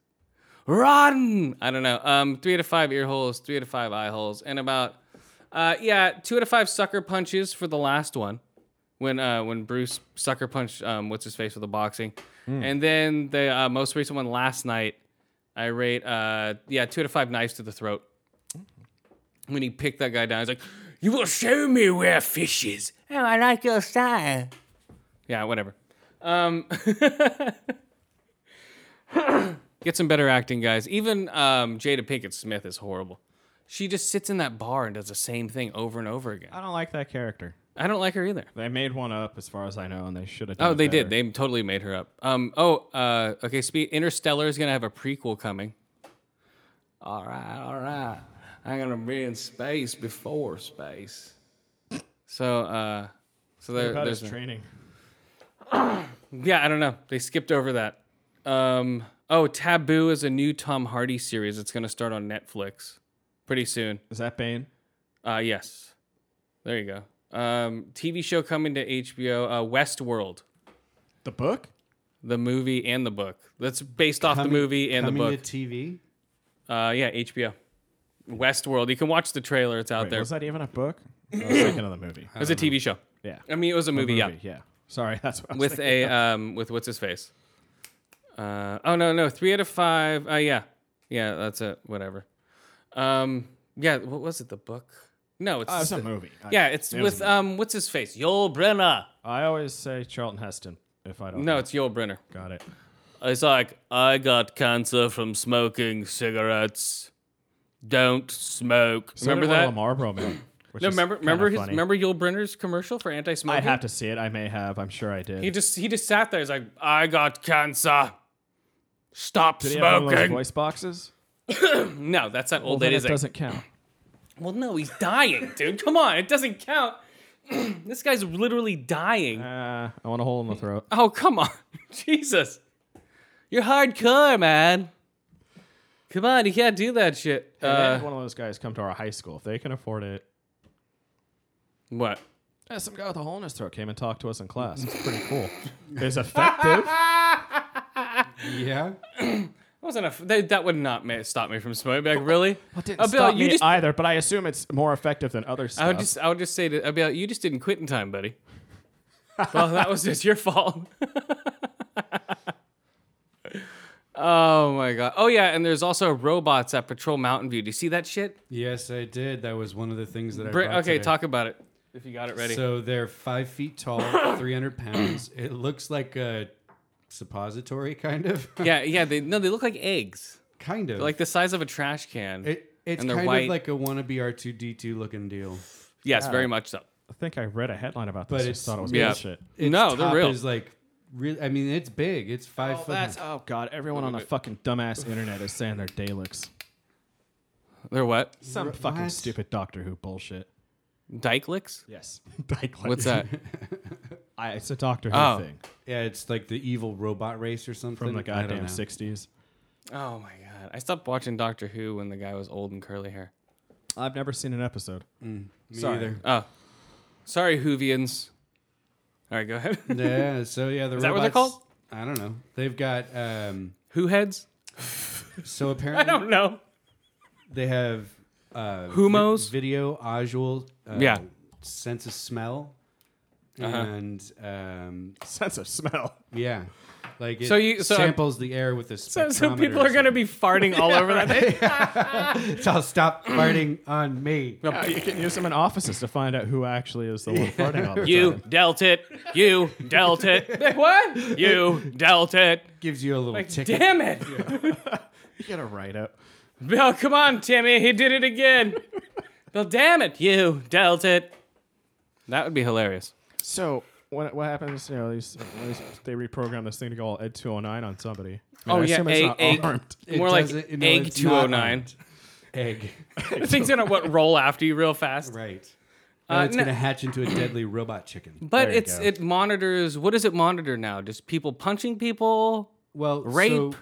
Run! I don't know. Um, three out of five ear holes, three out of five eye holes, and about uh, yeah, two out of five sucker punches for the last one. When uh, when Bruce sucker punched um, what's his face with the boxing, and then the uh, most recent one last night, I rate uh, yeah two out of five knives to the throat when he picked that guy down, he's like, "You will show me where fish is." Oh, I like your style. Yeah, whatever. Um, get some better acting, guys. Even um, Jada Pinkett Smith is horrible. She just sits in that bar and does the same thing over and over again. I don't like that character. I don't like her either. They made one up, as far as I know, and they should have. done Oh, it they better. did. They totally made her up. Um. Oh. Uh. Okay. Spe- Interstellar is gonna have a prequel coming. All right. All right. I'm gonna be in space before space. So. Uh. So there, about there's his a- training. Yeah, I don't know. They skipped over that. Um, oh, Taboo is a new Tom Hardy series. It's going to start on Netflix pretty soon. Is that Bane? Uh, yes. There you go. Um, TV show coming to HBO, uh, Westworld, The book? the movie and the book. That's based off the movie and the Coming book. to TV. uh, yeah, HBO. Westworld. You can watch the trailer. It's out Wait, there. was that even a book? I was thinking of the movie. It was a TV show. Yeah. I mean, it was a movie, yeah. Movie, yeah. Sorry, that's what I was with thinking. a um with what's his face. Uh oh no no three out of five. Uh yeah yeah that's it whatever. Um yeah what was it the book? No it's Oh, it's a movie. I- yeah it's it was with a movie. um what's his face Joel Brenner. I always say Charlton Heston if I don't. No know. it's Joel Brenner. got it. It's like I got cancer from smoking cigarettes. Don't smoke. So remember did one of that? the Marlboro Man. which No, is remember kinda remember his funny. remember Joel Brenner's commercial for anti-smoking. I'd have to see it. I may have. I'm sure I did. He just he just sat there. He's like I got cancer. Stop did he have one of those smoking. voice boxes? No, that's that Well, old then lady. it thing. doesn't count. Well, no, he's dying, dude. Come on, it doesn't count. this guy's literally dying. Uh, I want a hole in the throat. Uh, oh, come on, Jesus! You're hardcore, man. Come on, you can't do that shit. And then Uh, one of those guys come to our high school if they can afford it. what? Yeah, some guy with a hole in his throat came and talked to us in class. It's pretty cool. it's effective. Yeah. Wasn't a f- that, that would not ma- stop me from smoking. Be like, really? Well, it didn't Uh, Bill, stop you me just- either, but I assume it's more effective than other stuff. I would just, I would just say to I'd be like, you just didn't quit in time, buddy. well, that was just your fault. oh my god. Oh yeah, and there's also robots that patrol Mountain View. Do you see that shit? Yes, I did. That was one of the things that I Bri- brought okay, today. talk about it if you got it ready. So they're five feet tall, three hundred pounds. It looks like a suppository, kind of. yeah, yeah. They no, they look like eggs, kind of. They're like the size of a trash can. it, it's and they're kind white. of like a wannabe R two D two looking deal. yes, very much so. I think I read a headline about But this. I it's- just thought it was yeah. bullshit. Its no, Oh, they're top real. Is like, real. I mean, it's big. It's five Oh, foot. that's oh god! Everyone on the fucking dumbass internet is saying their day looks. They're what? Some fucking what? stupid Doctor Who bullshit. Dyklicks? Yes. Dyke What's that? I, it's a Doctor Who Oh. thing Yeah, it's like the evil robot race or something. from the I don't goddamn know. sixties. oh my god! I stopped watching Doctor Who when the guy was old and curly hair. I've never seen an episode. Me Sorry. either. Oh, sorry, Hoovians. All right, go ahead. Yeah. So yeah, the that what they're robots- I don't know. They've got um. Who heads? So I apparently don't know. they have uh, vi- Humos? video, visual, uh, Yeah. Uh-huh. sense of smell, and um, Sense of smell. yeah, like it So you- so- samples the air with a So, spectrometer. so people are gonna be farting all over that. thing. So stop farting on me. you can use them in offices to find out who actually is the one farting all the You time. dealt it. You dealt it. what? You dealt it. Gives you a little Like, ticket. damn it! You get a write up. Bill, come on, Timmy. He did it again. Bill, damn it. You dealt it. That would be hilarious. So what what happens? You know, these, these they reprogram this thing to go all Ed two hundred nine on somebody. Oh, I yeah, assume egg- it's not egg- armed. It More like doesn't- no, egg it's not 209. Egg. The thing's gonna what roll after you real fast. Right. Uh, No, it's no- gonna hatch into a deadly robot chicken. But There you it's go. it monitors what does it monitor now? Just people punching people, Well, rape, so-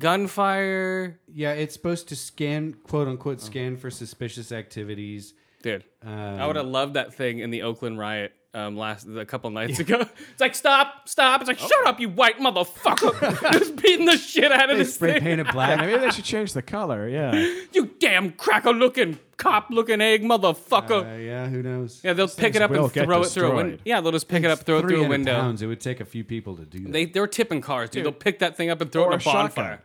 gunfire. yeah, it's supposed to scan, quote Oh. unquote, scan for suspicious activities. Dude, I Um, would have loved that thing in the Oakland riot um, last a couple nights ago. It's like stop, stop. It's like shut up, you white motherfucker. Just beating the shit out of They this spray thing. painted black. Yeah, maybe they should change the color. Yeah, You damn cracker looking cop looking egg motherfucker. Uh, yeah, who knows? Yeah, they'll pick it things up will and get throw it through a window. destroyed. Yeah, they'll just pick it up, throw it through a 300 window. Pounds. It would take a few people to do that. They they're tipping cars, dude. They'll pick that thing up and throw Or it a in a bonfire. shotgun.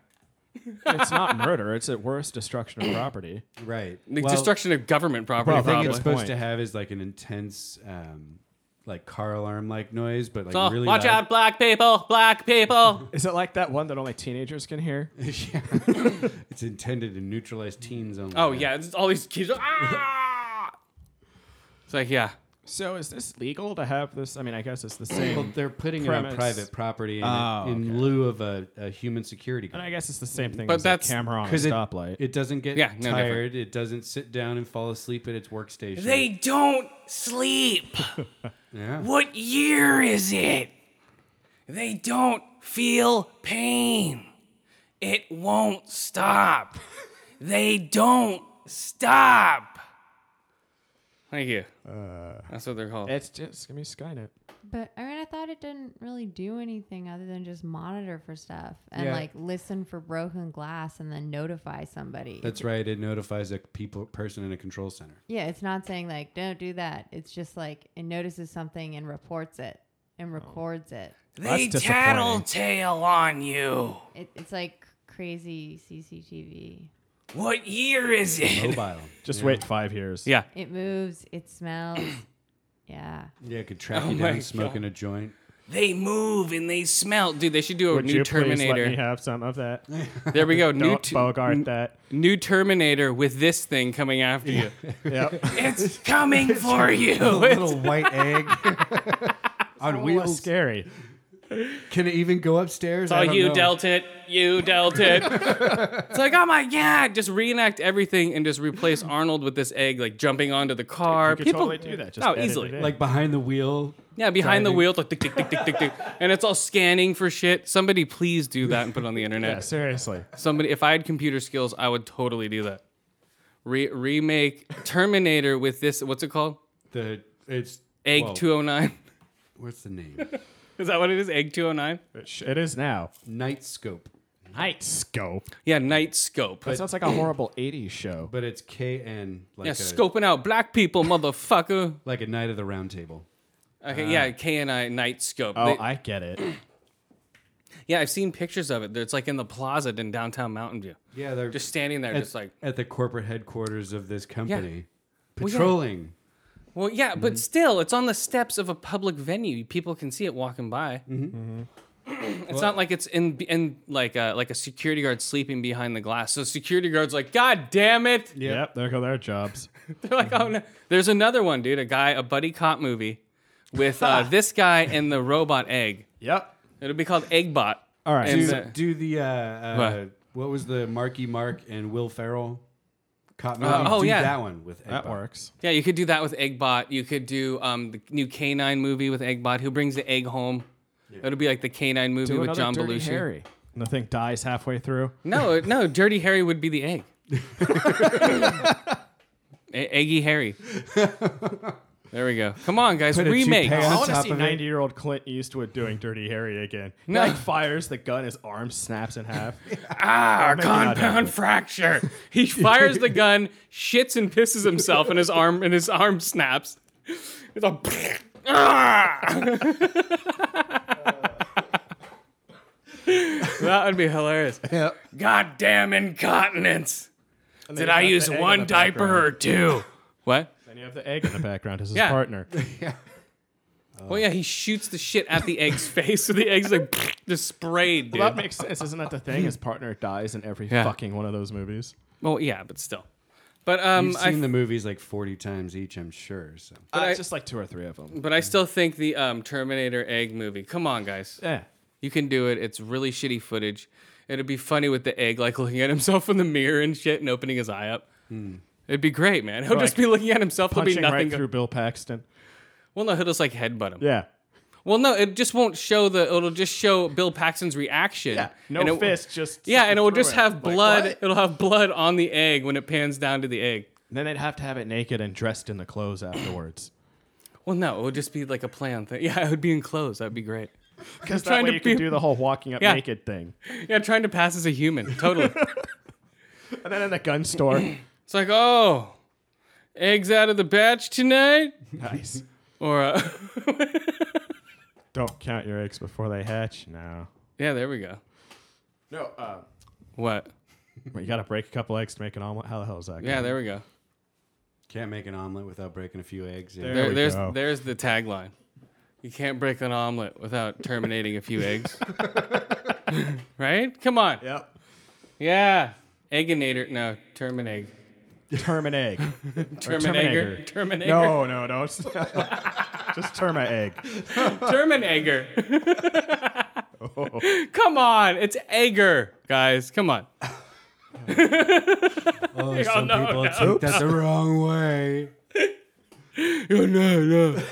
it's not murder. It's at worst destruction of property. right. The well, destruction of government property. The thing probably. it's Good supposed point. to have is like an intense, um, like car alarm like noise, but like So, really Oh, watch loud. out, black people, black people. Is it like that one that only teenagers can hear? It's intended to neutralize teens only. oh yeah, it's all these kids. Ah! It's like yeah, So is this legal to have this? I mean, I guess it's the Well, same. they're putting it Premise. on private property in, Oh, in lieu of a, a human security and I guard. guess it's the same thing. But as a that's- camera on a 'Cause it- stoplight. It doesn't get Yeah, no different. tired. It doesn't sit down and fall asleep at its workstation. They don't sleep. yeah. What year is it? They don't feel pain. It won't stop. They don't stop. thank you. Uh, That's what they're called. it's just gonna be Skynet. But I mean, I thought it didn't really do anything other than just monitor for stuff and Yeah. like listen for broken glass and then notify somebody. That's right. It notifies a people person in a control center. yeah, it's not saying like don't do that. It's just like it notices something and reports it Oh. and records it. They That's disappointing. tattletale on you. it. It's like crazy CCTV. What year is it? Mobile. Just wait five years. yeah, It moves. It smells. yeah. Yeah, it could track you Oh my down smoking a joint. They move and they smell, dude. They should do a Would new you please let me Terminator. have some of that? There we go. new Don't t- Bogart that. new Terminator with this thing coming after you. Yep. It's coming for A you. little white egg on Wheels wheels. Oh, scary. Can it even go upstairs? Oh, I don't you know. dealt it. You dealt it. it's like, oh my god, just reenact everything and just replace Arnold with this egg, like jumping onto the car. You could People totally do that. Just oh, edit easily. it in. like behind the wheel. yeah, behind the driving. wheel, like tick, tick, tick, tick, tick, tick, and it's all scanning for shit. Somebody please do that and put it on the internet. yeah, seriously. Somebody, if I had computer skills, I would totally do that. Re- remake Terminator with this. What's it called? The it's Egg whoa, 209. What's the name? Is that what it is? Egg 209. It sh- it is now. Night scope, Night scope. Yeah, Night Scope. That sounds like a horrible '80s show. but it's K N like Yeah, a scoping out black people, motherfucker. like a Knight of the Round Table. Okay, yeah, K and I Night Scope. Uh, Oh, They- I get it. Yeah, I've seen pictures of it. It's like in the plaza in downtown Mountain View. Yeah, they're Just standing there, at, just like, at the corporate headquarters of this company, yeah. patrolling. well, yeah, Mm-hmm. but still, it's on the steps of a public venue. People can see it walking by. Mm-hmm. it's not like it's in in like a, like a security guard sleeping behind the glass. So security guard's like, God damn it! Yep, there go their jobs. They're like, Mm-hmm. Oh no! There's another one, dude. A guy, a buddy cop movie, with uh, this guy and the robot egg. Yep. It'll be called Eggbot. All right. And Do, the- do the uh, uh, what was the Marky Mark and Will Ferrell? Cotton Uh, Eye. oh, do yeah. that one with That Eggbot. works. Yeah, you could do that with Eggbot. You could do um, the new Canine movie with Eggbot, who brings the egg home. It'll be like the Canine movie Do with another John Dirty Belushi. Harry. And the thing dies halfway through. No, uh, no, Dirty Harry would be the egg. E- Eggy Harry. There we go. Come on, guys, Put a remake. toupee on I wanna top see of it. 90 year old Clint Eastwood doing Dirty Harry again. No. Like fires the gun, his arm snaps in half. Ah, Or maybe not compound fracture. He fires the gun, shits and pisses himself, and his arm and his arm snaps. It's all. Ah! that would be hilarious. Goddamn incontinence. And then Did you I got use the egg in one the diaper or background. two? What? Then you have the egg in the background as his Yeah. partner. Well, yeah, he shoots the shit at the egg's face, so the egg's like just sprayed, dude. Well, that makes sense. Isn't that the thing? His partner dies in every Yeah. fucking one of those movies. Well, yeah, but still. But um, You've I seen the movies like forty times each, I'm sure. So But uh, I- just like two or three of them. But I still think the um, Terminator egg movie. Come on, guys. Yeah. You can do it. It's really shitty footage. It'd be funny with the egg like looking at himself in the mirror and shit and opening his eye up. It'd be great, man. He'll Or, just be like, looking at himself. There'll be Hmm. Punching nothing. right through Bill Paxton. well, no, he'll just like headbutt him. Yeah. Well, no, it just won't show the. It'll just show Bill Paxton's reaction. Yeah. No And it- fist, just Yeah, and it will through just it. have Like, blood. what? it'll have blood on the egg when it pans down to the egg. And then they'd have to have it naked and dressed in the clothes afterwards. Well, no, it would just be like a play on thing. Yeah, it would be enclosed. That'd be great. Because that Trying way to you could be- do the whole walking up Yeah. naked thing. Yeah, trying to pass as a human. Totally. And then in the gun store. It's like, oh, eggs out of the batch tonight, nice. or uh, Don't count your eggs before they hatch. No. yeah, there we go. No. Uh, What? well, you got to break a couple eggs to make an omelet. How the hell is that? Yeah, there we go. can't make an omelet without breaking a few eggs. There There, we there's go. there's the tagline. You can't break an omelet without terminating a few eggs. right? Come on. Yep. Yeah. Egginator. No, Terminag. Term an egg. Or Terminator. Terminator. Terminator. No, no, no. It's- Just term an egg. Terminator. Oh. Come on. It's Egger, guys. Come on. Oh, Yeah, some no, people no, take that the wrong way. Oh, no, no.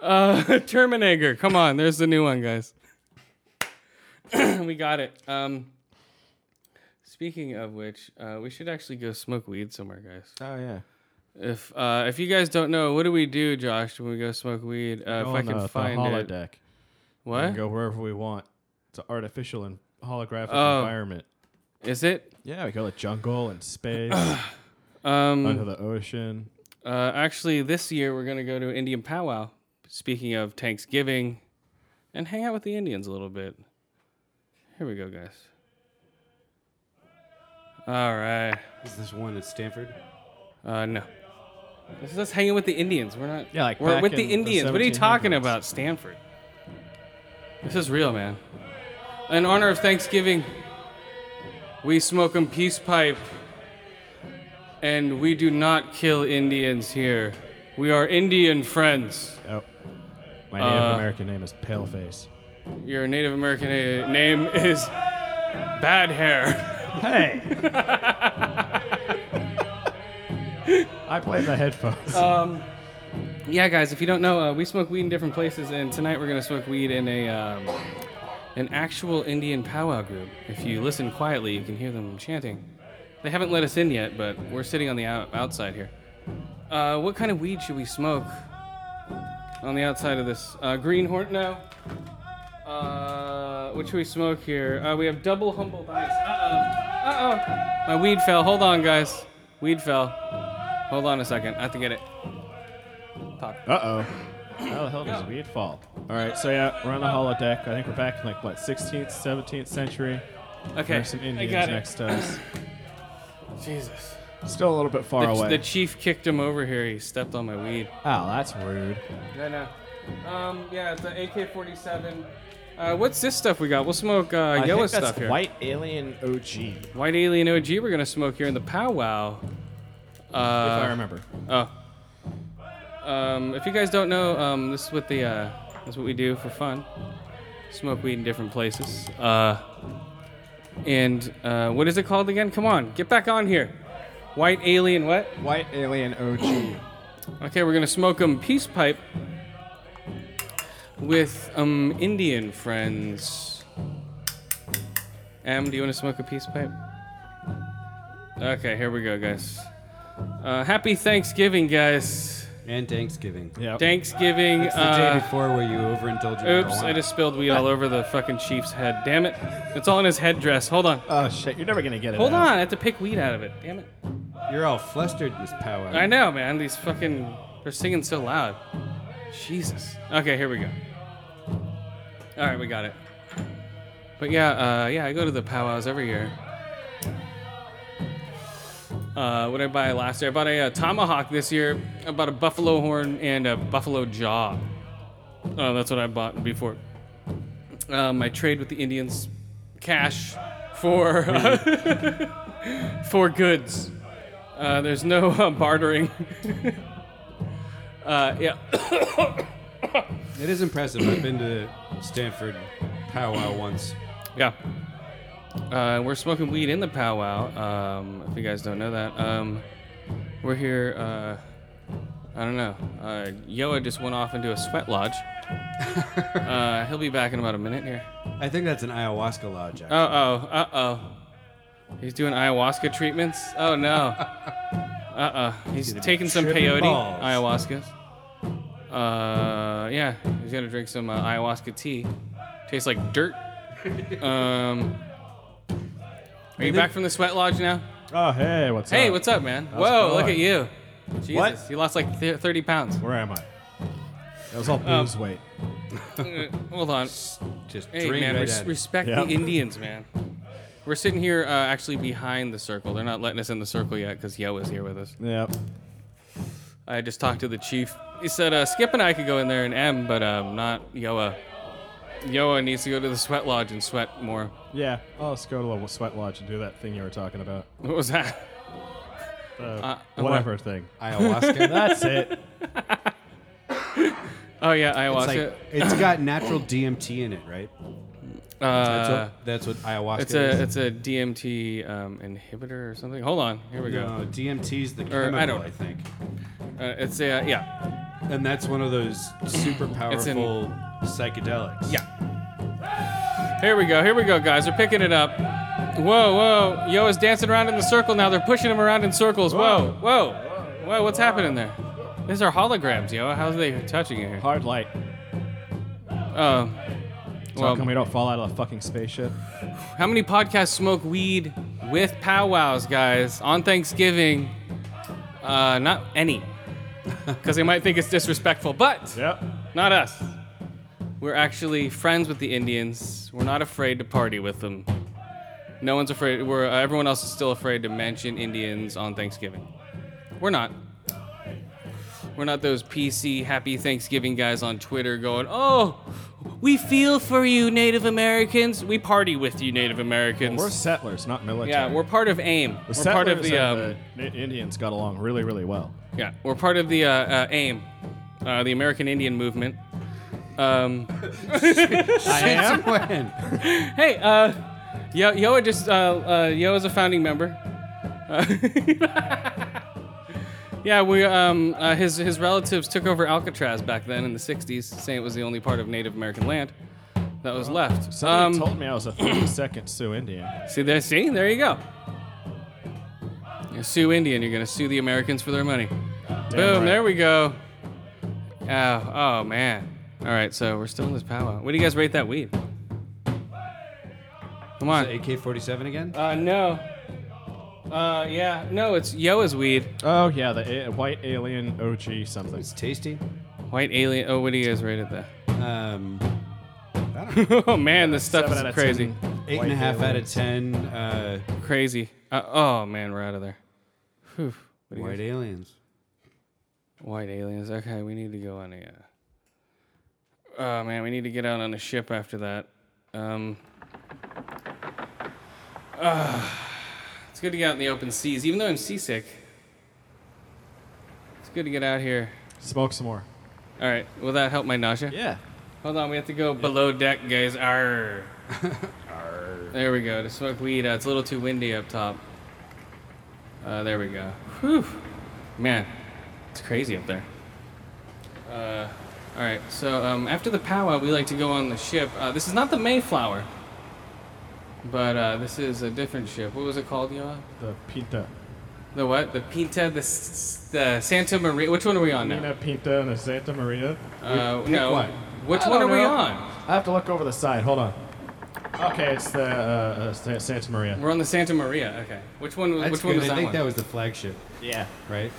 Uh, Terminator. Come on, there's the new one, guys. we got it. Um, speaking of which, uh, we should actually go smoke weed somewhere, guys. Oh, yeah. If uh, if you guys don't know, what do we do, Josh, when we go smoke weed? Uh, if I can find it, holodeck. We can what go wherever we want. It's an artificial and holographic Oh. environment. is it? Yeah, we go to jungle and space, under Um, the ocean. uh, actually, this year we're gonna go to Indian powwow. Speaking of Thanksgiving, and hang out with the Indians a little bit. Here we go, guys. All right. Is this one at Stanford? Uh, no. This is us hanging with the Indians. We're not. Yeah, like we're back with in the the Indians. what are you talking 1700s. about, Stanford? This is real, man. In honor of Thanksgiving, we smoke 'em peace pipe, and we do not kill Indians here. We are Indian friends. Oh, my Native Uh, American name is Paleface. Your Native American uh, name is Bad Hair. Hey! I play the headphones. Yeah, guys, if you don't know, uh, we smoke weed in different places, and tonight we're gonna smoke weed in a um, an actual Indian powwow group. If you listen quietly, you can hear them chanting. They haven't let us in yet, but we're sitting on the out- outside here. Uh, what kind of weed should we smoke on the outside of this uh, greenhorn? No. Uh, what should we smoke here? Uh, we have double humble dice. Uh oh. Uh oh. My weed fell. Hold on, guys. Weed fell. Hold on a second. I have to get it. Uh oh. How the hell does weed fall? All right, so yeah, we're on the holodeck. I think we're back in like what 16th, 17th century. Okay. There's some I Indians got it. next to us. Jesus. Still a little bit far the, away. the chief kicked him over here. He stepped on my weed. oh, that's rude. I know. Um, yeah, it's the AK-47. Uh, what's this stuff we got? We'll smoke uh, Yoa I think that's stuff here. White alien OG, if White Alien OG we're going to smoke here in the powwow. Uh, if I remember. Oh. Um, if you guys don't know, um, this is what the uh, this is what we do for fun. Smoke weed in different places. Uh, and uh, what is it called again? Come on, get back on here. White alien what? White alien OG. okay, we're gonna smoke um peace pipe with um Indian friends. Am, do you want to smoke a peace pipe? Okay, here we go, guys. Uh, happy Thanksgiving, guys. And Thanksgiving. Yeah. Thanksgiving. It's the uh, day before where you overindulge. in Oops, marijuana. I just spilled weed all over the fucking chief's head. Damn it. It's all in his headdress. Hold on. Oh shit, you're never gonna get it. Hold out. on, I have to pick weed out of it. Damn it. You're all flustered, Miss Powwow. I know, man. These fucking. They're singing so loud. Jesus. Okay, here we go. All right, we got it. But yeah, uh, yeah, I go to the powwows every year. Uh, what did I buy last year? I bought a, uh tomahawk this year. I bought a buffalo horn and a buffalo jaw. Uh, that's what I bought before. Um, I trade with the Indians cash for for goods. Uh, there's no uh, bartering. uh, yeah. It is impressive. I've been to Stanford powwow once. Yeah. Uh, we're smoking weed in the powwow. Um, if you guys don't know that, um, we're here. Uh, I don't know. Uh, Yoa just went off into a sweat lodge. uh, he'll be back in about a minute here. I think that's an ayahuasca lodge. Uh oh. Uh oh. He's doing ayahuasca treatments. Oh no. Uh oh. He's gonna be taking some tripping peyote balls. ayahuasca. Uh yeah. He's gonna drink some uh, ayahuasca tea. Tastes like dirt. Um. Are you back from the sweat lodge now? Oh hey, what's up? hey, what's up, man? How's Whoa, it look going? at you. Jesus, What? you lost like th- 30 pounds. Where am I? That was all Um, booze weight. Uh, Hold on. Just hey, drain man, right res- at it. respect Yeah. the Indians, man. We're sitting here uh, actually behind the circle. They're not letting us in the circle yet because Yo is here with us. Yep. I just talked to the chief. He said uh, Skip and I could go in there and M, but um, not Yoa. Yoa needs to go to the sweat lodge and sweat more. Yeah. Oh, let's go to the sweat lodge and do that thing you were talking about. What was that? Uh, what? whatever thing. Ayahuasca. That's it. Oh yeah, It's, ayahuasca. like, it's got natural DMT in it, right? That's, uh, what, that's what ayahuasca it's is. a it's a DMT um, inhibitor or something. Hold on, here we No, DMT's the Or, I chemical, don't- I, think. go. Uh, it's a yeah And that's one of those super powerful psychedelics. yeah. Here we go. Here we go, guys. They're picking it up. Whoa, whoa. Yo is dancing around in the circle now. They're pushing him around in circles. Whoa, whoa. Whoa, what's happening there? These are holograms, yo. How are they touching it here? Hard light. Um, So how well, come we don't fall out of a fucking spaceship? how many podcasts smoke weed with powwows, guys, on Thanksgiving? Uh, not any. Because they might think it's disrespectful, but Yep. not us. We're actually friends with the Indians. We're not afraid to party with them. No one's afraid. We're, uh, everyone else is still afraid to mention Indians on Thanksgiving. We're not. We're not those PC happy Thanksgiving guys on Twitter going, oh, we feel for you, Native Americans. We party with you, Native Americans. We're settlers, not military. yeah, we're part of AIM. The we're part of settlers the, um, and the Ni- Indians got along really, really well. yeah, we're part of the uh, uh, AIM, uh, the American Indian Movement. Um, I am. When? Hey, uh, Yo, Yoa just uh, uh, Yo is a founding member. Uh, yeah, we um, uh, his his relatives took over Alcatraz back then in the '60s, saying it was the only part of Native American land that was left. Somebody Um, told me I was a 32nd Sioux Indian. see there, see there you go. You sue Indian, you're gonna sue the Americans for their money. Boom, right. there we go. Oh, oh man. All right, so we're still in this powwow. What do you guys rate that weed? Come on. AK 47 again? Uh, no. Uh, yeah. No, it's Yoa's weed. Oh yeah, the a- white alien OG something. It's tasty. White alien. Oh, what do you guys rate it there? Um, oh man, this stuff Seven is out of crazy. 10 eight white and a half out of aliens. 10 uh, Crazy. Uh, oh man, we're out of there. Whew. What do you white guys- aliens. White aliens. Okay, we need to go on a. Uh... Oh man, we need to get out on a ship after that. Um. ah, it's good to get out in the open seas, even though I'm seasick. It's good to get out here. Smoke some more. All right, will that help my nausea? Yeah. Hold on, we have to go below deck, guys. Arr. There we go. To smoke weed, uh, it's a little too windy up top. Uh, Uh, there we go. Whew. Man, it's crazy up there. Uh, all right, so um, after the powwow, we like to go on the ship. Uh, this is not the Mayflower, but uh, this is a different ship. What was it called, Yoa? The Pinta. The what? The Pinta, the, s- s- the Santa Maria. Which one are we on now? Nina Pinta and the Santa Maria. Uh, Pick no. one. Which I one don't are we know. on? I have to look over the side. Hold on. Okay, it's the uh, uh, Sa- Santa Maria. We're on the Santa Maria. Okay. Which one? was- That's which one good. was I that think one? that was the flagship. Yeah. Right.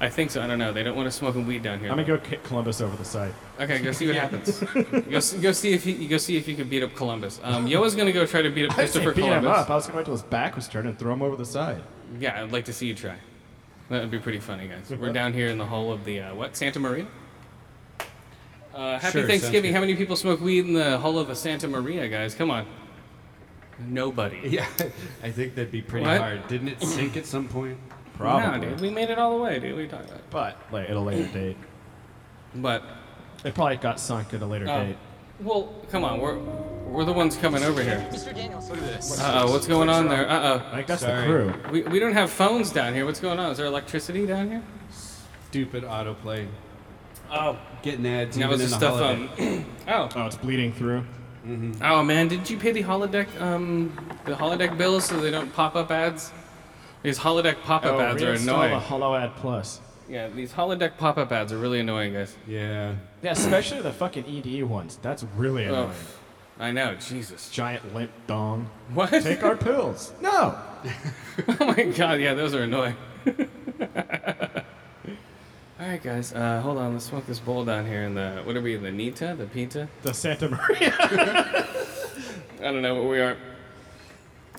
I think so. I don't know. They don't want us smoking weed down here. I'm gonna go kick Columbus over the side. Okay, go see what Yeah. happens. Go, s- go see if you go see if you can beat up Columbus. Um, Yoa's gonna go try to beat up I didn't say Christopher beat Columbus. him up. I was gonna wait till his back was turned and throw him over the side. Yeah, I'd like to see you try. That would be pretty funny, guys. We're down here in the hall of the uh, what Santa Maria. Uh, happy Sure, sounds Thanksgiving. good. How many people smoke weed in the hall of the Santa Maria, guys? Come on. Nobody. Yeah, I think that'd be pretty What? hard. Didn't it sink at some point? No, dude. We made it all the way, dude. We talked about. But Like at a later date. But it probably got sunk at a later Oh. date. Well, come on, we're we're the ones coming over here. Mr. Daniels. Look at this. Uh oh, what's going on there? Uh oh. I think that's the Sorry. crew. We, we don't have phones down here. What's going on? Is there electricity down here? Stupid autoplay. Oh. Getting ads That even was in the a stuff. holiday. Um, oh. Oh, it's bleeding through. Mm-hmm. Oh man, did you pay the holodeck um the holodeck bills so they don't pop up ads? These holodeck pop up Oh, ads are reinstall annoying. the Holo Ad Plus. yeah, these holodeck pop up ads are really annoying, guys. Yeah. Yeah, especially the fucking ED ones. That's really Oh. annoying. I know, Jesus. Giant limp dong. What? Take our pills. No. oh my god, yeah, those are annoying. All right, guys. Uh, hold on. Let's smoke this bowl down here in the what are we in the Nita, the Pita? The Santa Maria. I don't know what we are.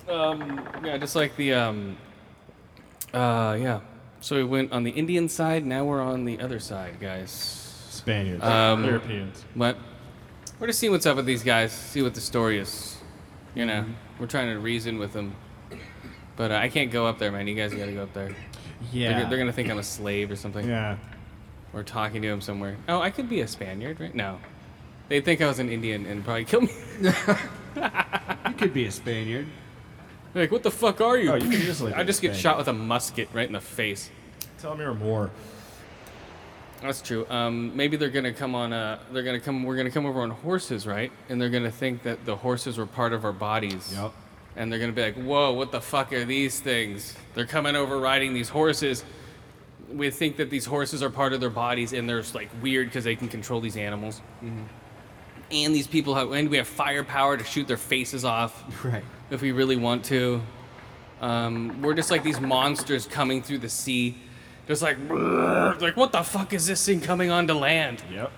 Um, yeah, just like the um, uh, yeah. So we went on the Indian side. Now we're on the other side, guys. Spaniards. Um, Europeans. What? We're just seeing what's up with these guys. See what the story is. You know, we're trying to reason with them. But uh, I can't go up there, man. You guys got to go up there. They're, Yeah. go- they're gonna think I'm a slave or something. Yeah. Or talking to him somewhere. Oh, I could be a Spaniard, right? No. They'd think I was an Indian and probably kill me. You could be a Spaniard. Like, what the fuck are you? Oh, you could easily I be just get Spaniard. shot with a musket right in the face. Tell me or more. That's true. Um, maybe they're gonna come on. Uh, they're gonna come. We're gonna come over on horses, right? And they're gonna think that the horses were part of our bodies. Yep. And they're gonna be like, "Whoa, what the fuck are these things? They're coming over riding these horses." We think that these horses are part of their bodies, and they're just, like weird because they can control these animals. And these people have, and we have firepower to shoot their faces off. Right. If we really want to. Um, we're just like these monsters coming through the sea. Just like, "Brrr," like what the fuck is this thing coming onto land? Yep.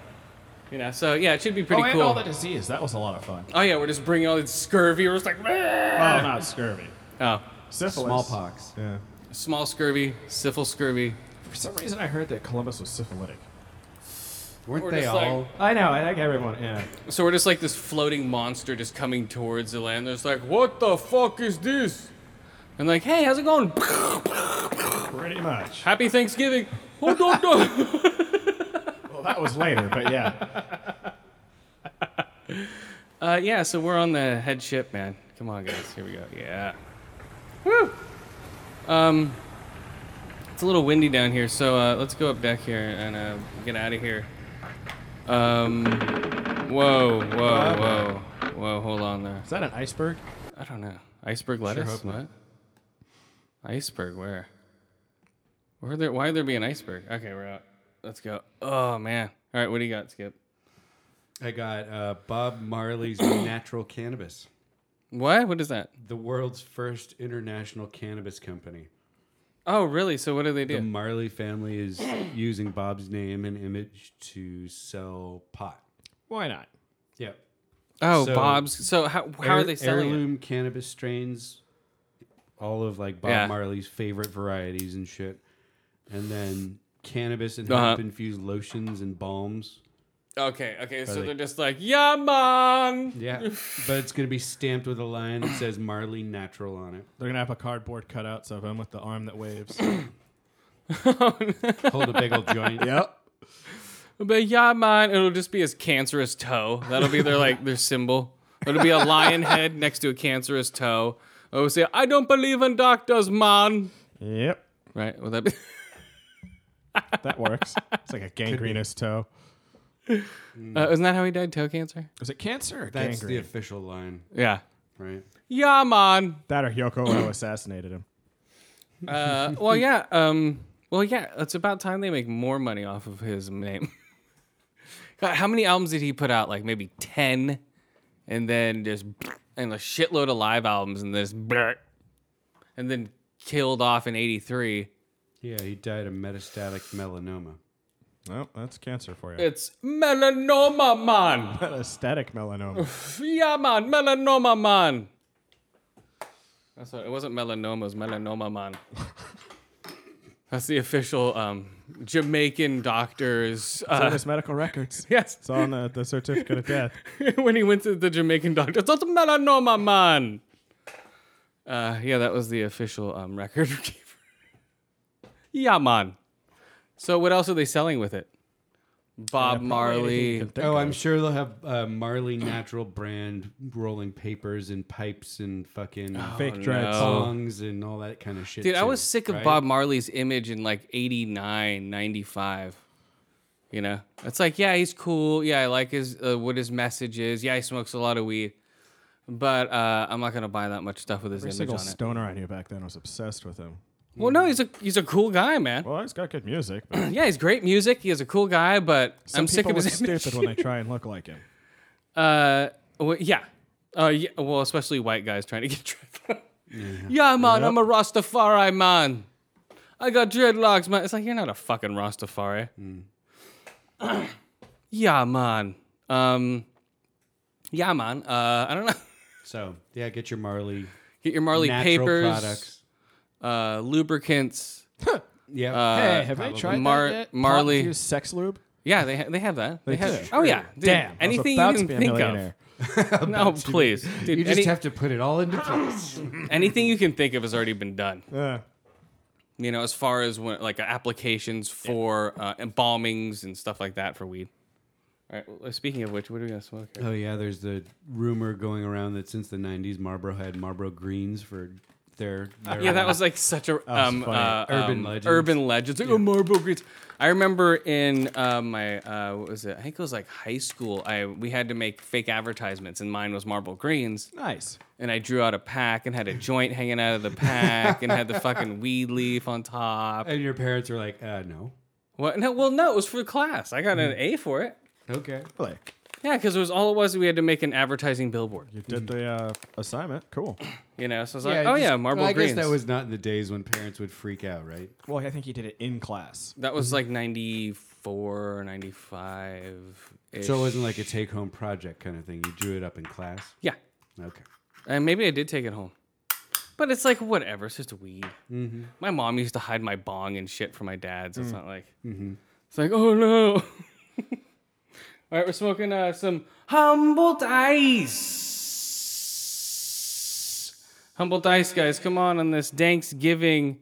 You know, so yeah, it should be pretty oh, and cool. all the disease. That was a lot of fun. oh yeah, we're just bringing all this scurvy. We're just like, Oh, not scurvy. Oh. Syphilis. Smallpox. Yeah. Small scurvy, syphil scurvy. For some reason, I heard that Columbus was syphilitic. Weren't Or they just like- all? I know. I think everyone. Yeah. So we're just like this floating monster just coming towards the land. There's like, what the fuck is this? And like, hey, how's it going? Pretty much. Happy Thanksgiving. Oh, no, no. Well, that was later, but yeah. Uh, yeah, so we're on the head ship, man. Come on, guys. Here we go. Yeah. Woo! Um, it's a little windy down here, so uh, let's go up deck here and uh, get out of here. Um, whoa, whoa, whoa, whoa! Hold on there. Is that an iceberg? I don't know. Iceberg lettuce? hope what? Iceberg where? Where there why would there be an iceberg? Okay, we're out. Let's go. Oh man. All right, what do you got, Skip? I got uh, Bob Marley's Natural Cannabis. What? What is that? The world's first international cannabis company. Oh, really? So what do they do? The Marley family is using Bob's name and image to sell pot. Why not? Yep. Oh, Bob's- so how- how are they selling it? Heirloom cannabis strains, all of like Bob Yeah. Marley's favorite varieties and shit, and then cannabis and Uh-huh. hemp infused lotions and balms. Okay, okay, Are so they- they're just like, yeah, man. Yeah, but it's gonna be stamped with a line that says Marley Natural on it. They're gonna have a cardboard cutouts of him with the arm that waves. Hold a big old joint. Yep. But yeah, man, it'll just be his cancerous toe. That'll be their like their symbol. It'll be a lion head next to a cancerous toe. Oh, say, I don't believe in doctors, man. Yep. right? Would that be? that works. It's like a gangrenous toe. Uh, isn't that how he died? Toe cancer? Was it cancer? Or That's the gangrene? official line. Yeah. Right. Yeah, man. That or Yoko Ono assassinated him. Uh, well, yeah. Um, well, yeah. It's about time they make more money off of his name. God, how many albums did he put out? Like maybe ten, and then just and a shitload of live albums, and this and then killed off in '83. Yeah, he died of metastatic melanoma. Well, that's cancer for you. It's melanoma man. Metastatic melanoma. Yeah, man. Melanoma man. That's what, it wasn't melanoma. It was melanoma man. That's the official um, Jamaican doctor's. It's Uh, on his medical records. yes. It's on the, the certificate of death. when he went to the Jamaican doctor. That's melanoma man. Uh, yeah, that was the official um, record keeper. yeah, man. So what else are they selling with it? Bob Marley. Oh, I'm sure they'll have uh, Marley Natural brand rolling papers and pipes and fucking Fake dreads. no. songs and all that kind of shit. Dude, I too, was sick of right? Bob Marley's image in like 89, 95. You know, it's like, yeah, he's cool. Yeah, I like his uh, what his message is. Yeah, he smokes a lot of weed, but uh, I'm not gonna buy that much stuff with his Every image single on it. stoner I knew back then was obsessed with him. well, no, he's a he's a cool guy, man. Well, he's got good music. But yeah, he's great music. He is a cool guy, but some I'm sick of people his look image. stupid when they try and look like him. Uh, well, yeah. Uh, yeah. Well, especially white guys trying to get dreadlocks. Yeah, man, I'm a Rastafari man. I got dreadlocks, man. It's like you're not a fucking Rastafari. Hmm. yeah, man. Um, yeah, man. Uh, I don't know. So yeah, get your Marley get your Marley natural papers, products. uh, lubricants. Yeah. uh, hey, have they tried Mar- that yet? Marley- Pot-infused sex lube? Yeah, they ha- they have that. They, have. do. Oh yeah. Dude, Damn, I was Anything about you can to be a think of. millionaire. no, please. Dude, you just any- have to put it all into place. anything you can think of has already been done. Yeah. you know, as far as when, like applications for uh, embalmings and stuff like that for weed. All right. Well, speaking of which, what are we gonna smoke? Here? oh yeah, there's the rumor going around that since the '90s, Marlboro had Marlboro Greens for their, their yeah, that was like such a um, funny. uh, Urban um, legends. Urban legends. Like, oh, Marlboro Greens. I remember in uh, my uh, what was it? I think it was like high school. I we had to make fake advertisements, and mine was Marlboro Greens. Nice. And I drew out a pack and had a joint hanging out of the pack and had the fucking weed leaf on top. And your parents were like, uh, no, What? No, well, no, it was for class. I got an Mm-hmm. A for it. okay. Like, Yeah, because it was all it was. We had to make an advertising billboard. you did the uh, assignment. Cool. You know, so I was like, oh yeah, Marble I Greens. guess that was not in the days when parents would freak out, right? Well, I think he did it in class. that Mm-hmm. was like 94, 95. -ish. So it wasn't like a take-home project kind of thing. You drew it up in class. yeah, Okay. and maybe I did take it home, but it's like whatever. It's just weed. My mom used to hide my bong and shit from my dad's. It's not like it's like oh no. all right, we're smoking uh, some humble ice. Humble dice, guys, come on on this Thanksgiving.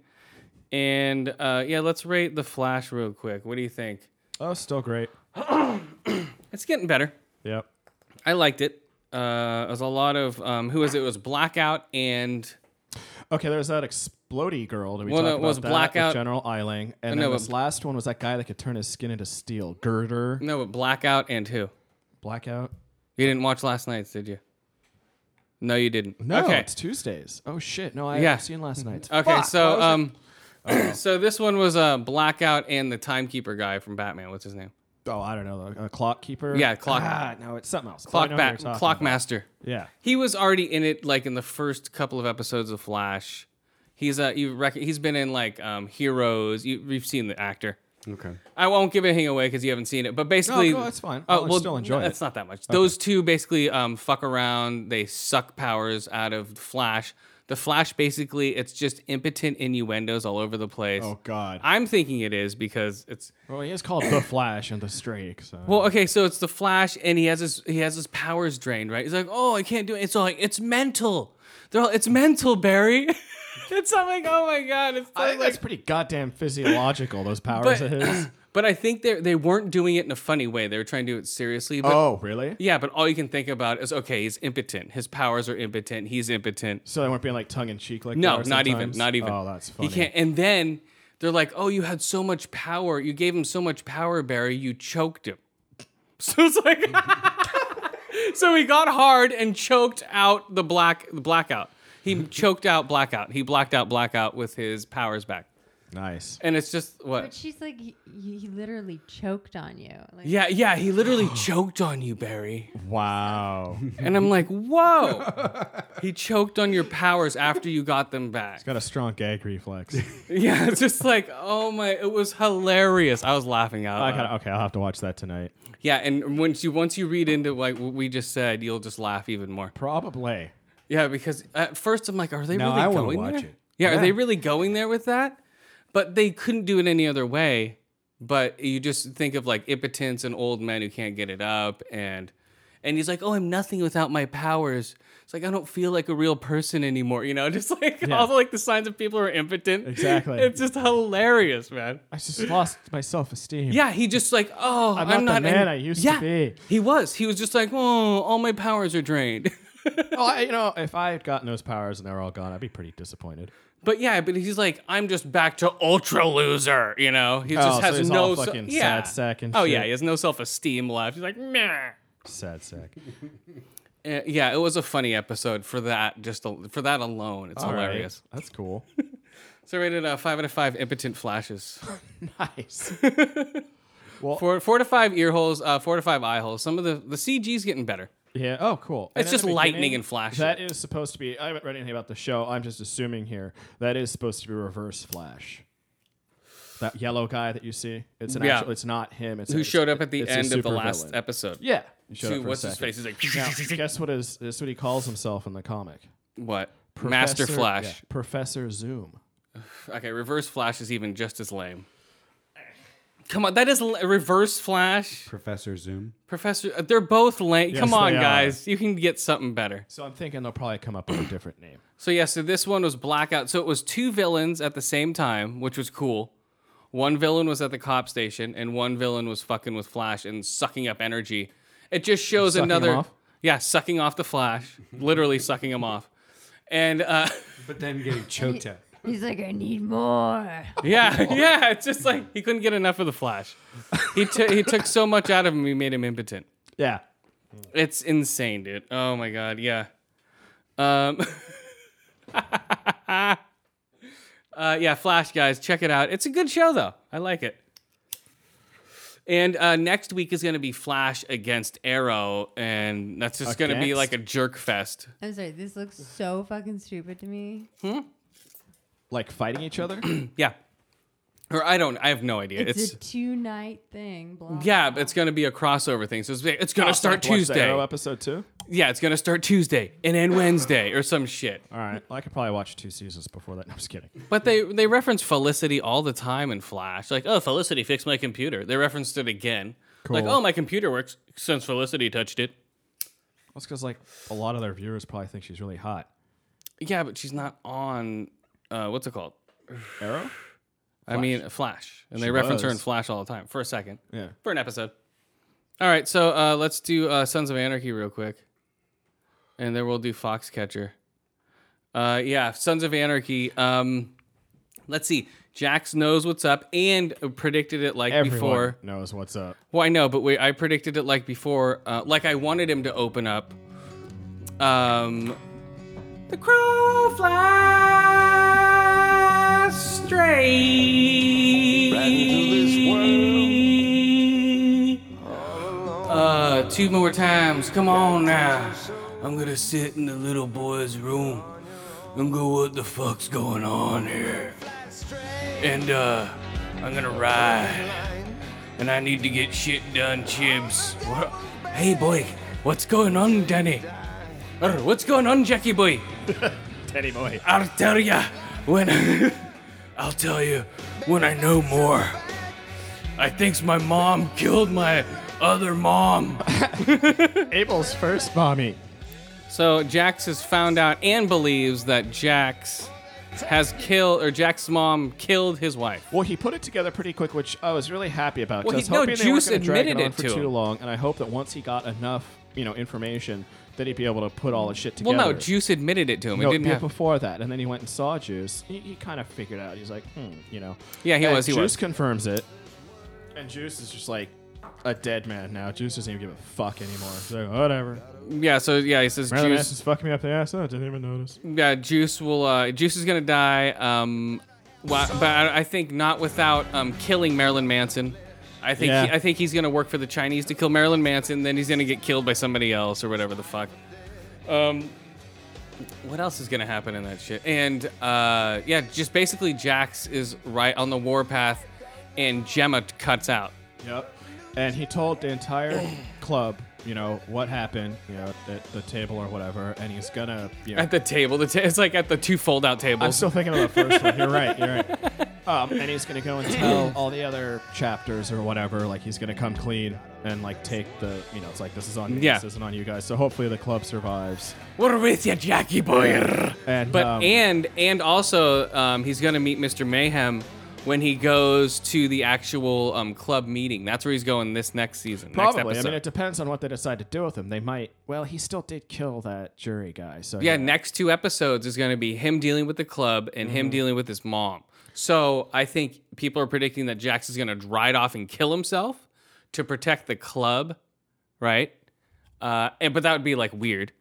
And uh, yeah, let's rate the Flash real quick. What do you think? Oh, still great. It's getting better. Yep. I liked it. Uh, it was a lot of um, who was it? It was Blackout and Okay, there was that explodey girl. Did we Well, talk no, it about was that Blackout- with General Eiling? And no, then but- this last one was that guy that could turn his skin into steel. Girder. no, but Blackout and who? Blackout. You didn't watch last night's, did you? No, you didn't. No, Okay. it's Tuesdays. Oh shit! No, I Yeah. haven't seen last night's. Okay. So um, Oh. so this one was uh, Blackout and the timekeeper guy from Batman. What's his name? Oh, I don't know. A clock keeper. Mm-hmm. Yeah, clock- Ah, no, it's something else. I Clock know Bat, what you're talking about. Clockmaster. Yeah. He was already in it like in the first couple of episodes of Flash. He's uh, you rec- he's been in like um, Heroes. You, you've seen the actor. Okay. I won't give anything away because you haven't seen it. But basically, No, no, it's fine. Oh, I'll well, still enjoy no, it. It's not that much. Those two basically um, fuck around. They suck powers out of Flash. The Flash basically, it's just impotent innuendos all over the place. Oh God. I'm thinking it is because it's well, he is called the Flash and the Streak. So. well, okay. So it's the Flash, and he has his he has his powers drained, right? He's like, oh, I can't do it. It's all like it's mental. They're all it's mental, Barry. it's not like oh my god, it's I like think that's pretty goddamn physiological. Those powers But- of his. But I think they they weren't doing it in a funny way. They were trying to do it seriously. But oh, really? Yeah, but all you can think about is okay, he's impotent. His powers are impotent. He's impotent. So they weren't being like tongue in cheek like. they No, are not even. sometimes? Not even. Oh, that's funny. He can't. And then They're like, "Oh, you had so much power. You gave him so much power, Barry. You choked him." So it's like, so he got hard and choked out the black the blackout. He choked out blackout. He blacked out blackout with his powers back. Nice. And it's just But what? she's like, he, he literally choked on you. Like, Yeah, yeah. He literally choked on you, Barry. Wow. And I'm like, whoa. he choked on your powers after you got them back. Got a strong gag reflex. Yeah, it's just like, oh my, it was hilarious. I was laughing out. I loud. gotta, okay, I'll have to watch that tonight. Yeah, and once you once you read into like what we just said, you'll just laugh even more. Probably. Yeah, because at first I'm like, are they Now really I wanna going watch there? it. Yeah, are they really going there with that? But they couldn't do it any other way. But you just think of like impotence and old men who can't get it up, and and he's like, oh, I'm nothing without my powers. It's like I don't feel like a real person anymore. You know, just like all the, like the signs of people who are impotent. Exactly. It's just hilarious, man. I just lost my self esteem. Yeah, he just like, oh, I'm I'm, not the an- man I used to yeah, be. He was. He was just like, oh, all my powers are drained. Oh, I, you know, if I had gotten those powers and they were all gone, I'd be pretty disappointed. but yeah, but he's like, I'm just back to ultra loser. You know, he Oh, just so has he's no all se- fucking yeah. sad sack and oh shit. yeah, he has no self esteem left. He's like, meh. Sad sack. Uh, yeah, it was a funny episode for that. Just al- for that alone, it's All right. hilarious. That's cool. So rated uh, five out of five impotent flashes. nice. Four, four to five ear holes. Uh, four to five eye holes. Some of the the CG's getting better. Yeah. Oh, cool. It's in just the lightning beginning, and flash. That is supposed to be. I haven't read anything about the show. I'm just assuming here that is supposed to be Reverse Flash. That yellow guy that you see. It's an Yeah. actual. It's not him. It's Who it's- showed up at the it's a end of the supervillain. last episode? Yeah. he showed To up for a what's his second. face? He's like, Now, guess what is this? is What he calls himself in the comic? what? Master Professor- Flash. yeah, Professor Zoom. Okay, Reverse Flash is even just as lame. Come on, that is l- Reverse Flash, Professor Zoom. Professor. uh, They're both lame. Yes, Come on, they are. guys, you can get something better. So I'm thinking they'll probably come up with a different name. So yeah, so this one was Blackout. So it was two villains at the same time, which was cool. One villain was at the cop station, and one villain was fucking with Flash and sucking up energy. It just shows Sucking him another, off? yeah, sucking off the Flash, literally sucking him off, and uh, But then getting choked out. He's like, I need more. Yeah, yeah. It's just like he couldn't get enough of the Flash. He t- he took so much out of him, he made him impotent. Yeah. It's insane, dude. Oh my god, yeah. Um. uh, yeah, Flash guys, check it out. It's a good show though. I like it. And uh, next week is going to be Flash against Arrow, and that's just going to be Against? like a jerk fest. I'm sorry, this looks so fucking stupid to me. Like fighting each other. Yeah. Or I don't. I have no idea. It's, It's, a two night thing. Blah. yeah, but it's going to be a crossover thing. So it's, it's going to start Watch the Tuesday. Arrow episode two. Yeah, it's gonna start Tuesday and end Wednesday or some shit. All right. Well, I could probably watch two seasons before that. No, I'm just kidding. But they they reference Felicity all the time in Flash. Like, oh, Felicity fixed my computer. They referenced it again. Like, Cool. oh, my computer works since Felicity touched it. That's because like a lot of their viewers probably think she's really hot. Yeah, but she's not on. Uh, what's it called? Arrow. I mean, Flash. And they She reference her was. in Flash all the time for a second, Yeah. for an episode. All right, so uh, let's do uh, Sons of Anarchy real quick, and then we'll do Foxcatcher. Uh, yeah, Sons of Anarchy. Um, let's see. Jax knows what's up and predicted it like Everyone before. knows what's up. Well, I know, but we, I predicted it like before. Uh, like I wanted him to open up. Um, the crow flies straight. Uh, two more times. Come on now. I'm gonna sit in the little boy's room and go, what the fuck's going on here? And uh, I'm gonna ride and I need to get shit done, Chibs. What? Hey, boy, what's going on, Danny? Or what's going on, Jackie boy? Teddy boy. I'll tell ya when I'll tell you when I know more. I thinks my mom killed my other mom. Abel's first mommy. So Jax has found out and believes that Jax has killed or Jax's mom killed his wife. Well, he put it together pretty quick, which I was really happy about. Well, 'cause he- no, I was hoping they weren't Juice gonna drag admitted on it for to too him. long, and I hope that once he got enough you know information that he'd be able to put all the shit Well, together. no, Juice admitted it to him. No, it didn't be- have. before that, and then he went and saw Juice. He, he kind of figured out. He's like, hmm, you know. Yeah, he And was, he Juice was. confirms it, and Juice is just like a dead man now. Juice doesn't even give a fuck anymore. He's like, whatever. Yeah, so yeah, he says Marilyn Juice. Manson's fucking me up the ass. Oh, didn't even notice. Yeah, Juice will. Uh, Juice is gonna die. Um, wha- but I, I think not without um, killing Marilyn Manson. I think Yeah. he, I think he's gonna work for the Chinese to kill Marilyn Manson. Then he's gonna get killed by somebody else or whatever the fuck. Um, what else is gonna happen in that shit? And uh, yeah, just basically Jax is right on the warpath, and Gemma cuts out. Yep. And he told the entire club, you know, what happened, you know, at the table or whatever, and he's gonna, you know, At the table, the ta- it's like at the two fold-out tables. I'm still thinking about the first one. You're right. You're right. Um, and he's gonna go and tell all the other chapters or whatever. Like he's gonna come clean and like take the, you know, it's like this is on me. Yeah. This isn't on you guys. So hopefully the club survives. We're with you, Jackie Boyer. And But um, and and also, um, he's gonna meet Mr. Mayhem when he goes to the actual um, club meeting. That's where he's going this next season. Next probably, I episode. mean, it depends on what they decide to do with him. They might. Well, he still did kill that jury guy. So yeah, next two episodes is gonna be him dealing with the club and Mm-hmm. him dealing with his mom. So I think people are predicting that Jax is gonna ride off and kill himself to protect the club, right? Uh, and but that would be like weird.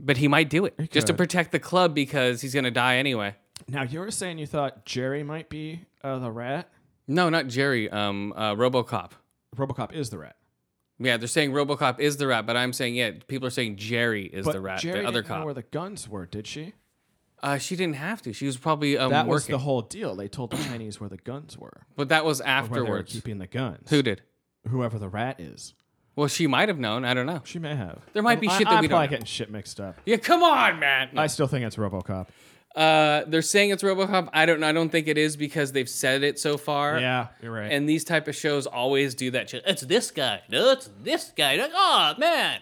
But he might do it just to could. protect the club because he's gonna die anyway. Now you were saying you thought Jerry might be uh, the rat. No, not Jerry. Um, uh, RoboCop. RoboCop is the rat. Yeah, they're saying RoboCop is the rat, but I'm saying yeah, people are saying Jerry is but the rat, Jerry the other didn't know cop. where the guns were, did she? uh, she didn't have to. She was probably um, that was working. the whole deal. They told the Chinese where the guns were. but that was or where they were afterwards. keeping the guns. Who did? Whoever the rat is. Well, she might have known. I don't know. She may have. There might be I- shit that I'm we don't probably know. getting shit mixed up. Yeah, come on, man. I still think it's RoboCop. Uh, they're saying it's RoboCop. I don't. know. I don't think it is because they've said it so far. Yeah, you're right. And these type of shows always do that shit. It's this guy. No, it's this guy. Like, oh man.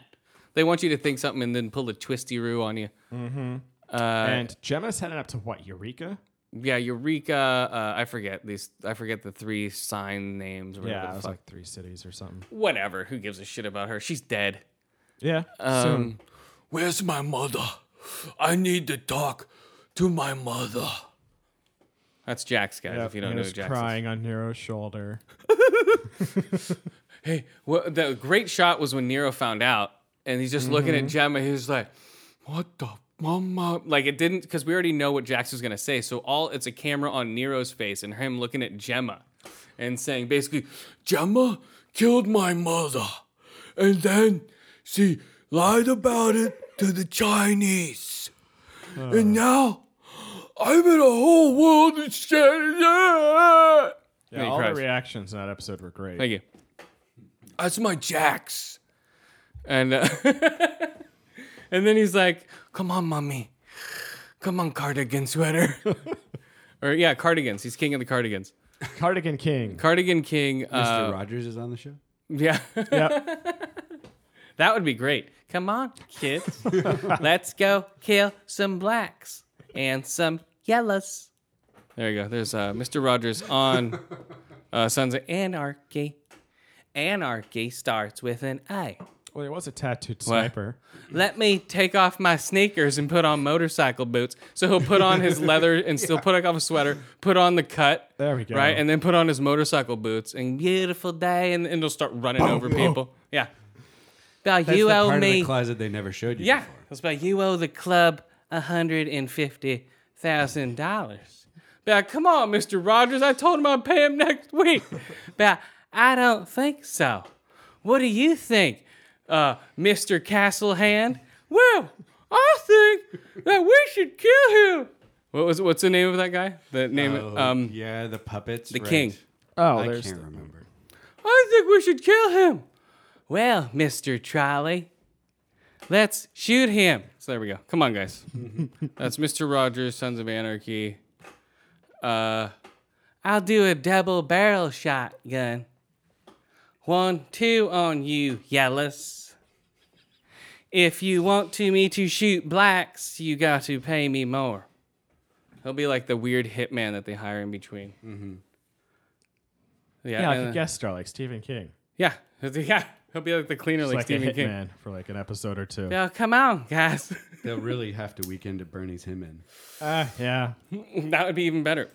They want you to think something and then pull the twisty roo on you. Mm-hmm. Uh, and Gemma's heading up to what? Eureka. Yeah, Eureka. Uh, I forget these. I forget the three sign names. Or whatever Yeah, the it was fuck. like three cities or something. whatever. Who gives a shit about her? She's dead. Yeah. Um, Where's my mother? I need to talk to my mother. That's Jax, guys. if you don't know who just Jax, crying on Nero's shoulder. is. hey, well, the great shot was when Nero found out, and he's just looking at Mhm. Gemma. He's like, "What the mama?" Like it didn't because we already know what Jax was gonna say. So all it's a camera on Nero's face and him looking at Gemma, and saying basically, Gemma killed my mother, and then she lied about it to the Chinese. And now I'm in a whole world of shit. Yeah. Yeah, all the reactions in that episode were great. "Thank you." That's my Jax. And uh, and then he's like, "Come on, mommy, come on, cardigan sweater." or yeah, cardigans. He's king of the cardigans. Cardigan King. Cardigan King. Mr. uh, Rogers is on the show. Yeah. that would be great. Come on, kids. Let's go kill some blacks and some yellows. There you go. There's uh, Mr. Rogers on uh, Sons of Anarchy. Anarchy starts with an A. Well, there was a tattooed sniper. Let me take off my sneakers and put on motorcycle boots. So he'll put on his leather and still put off a sweater, put on the cut. There we go. Right? And then put on his motorcycle boots and beautiful day. And, and he'll start running over people. Yeah. Now That's you the owe part of me. the closet they never showed you. yeah. It's about you owe the club $150,000. But come on, Mr. Rogers. I told him I'd pay him next week. but I don't think so. What do you think, uh, Mr. Castlehan? Well, I think that we should kill him. What was what's the name of that guy? The name Oh, um yeah, the puppets. the right. king. Oh, I there's can't the- remember. I think we should kill him. Well, Mr. Trolley, let's shoot him. So there we go. Come on, guys. That's Mr. Rogers, Sons of Anarchy. Uh, I'll do a double barrel shotgun. One, two on you, yellows. If you want to me to shoot blacks, you got to pay me more. He'll be like the weird hitman that they hire in between. Mm-hmm. Yeah, like a guest star, like Stephen King. Yeah, yeah. He'll be like the cleaner, Just like, like a Stephen King. hitman for like an episode or two. Yeah, come on, guys. They'll really have to weekend at Bernie's him in. Uh, yeah. that would be even better.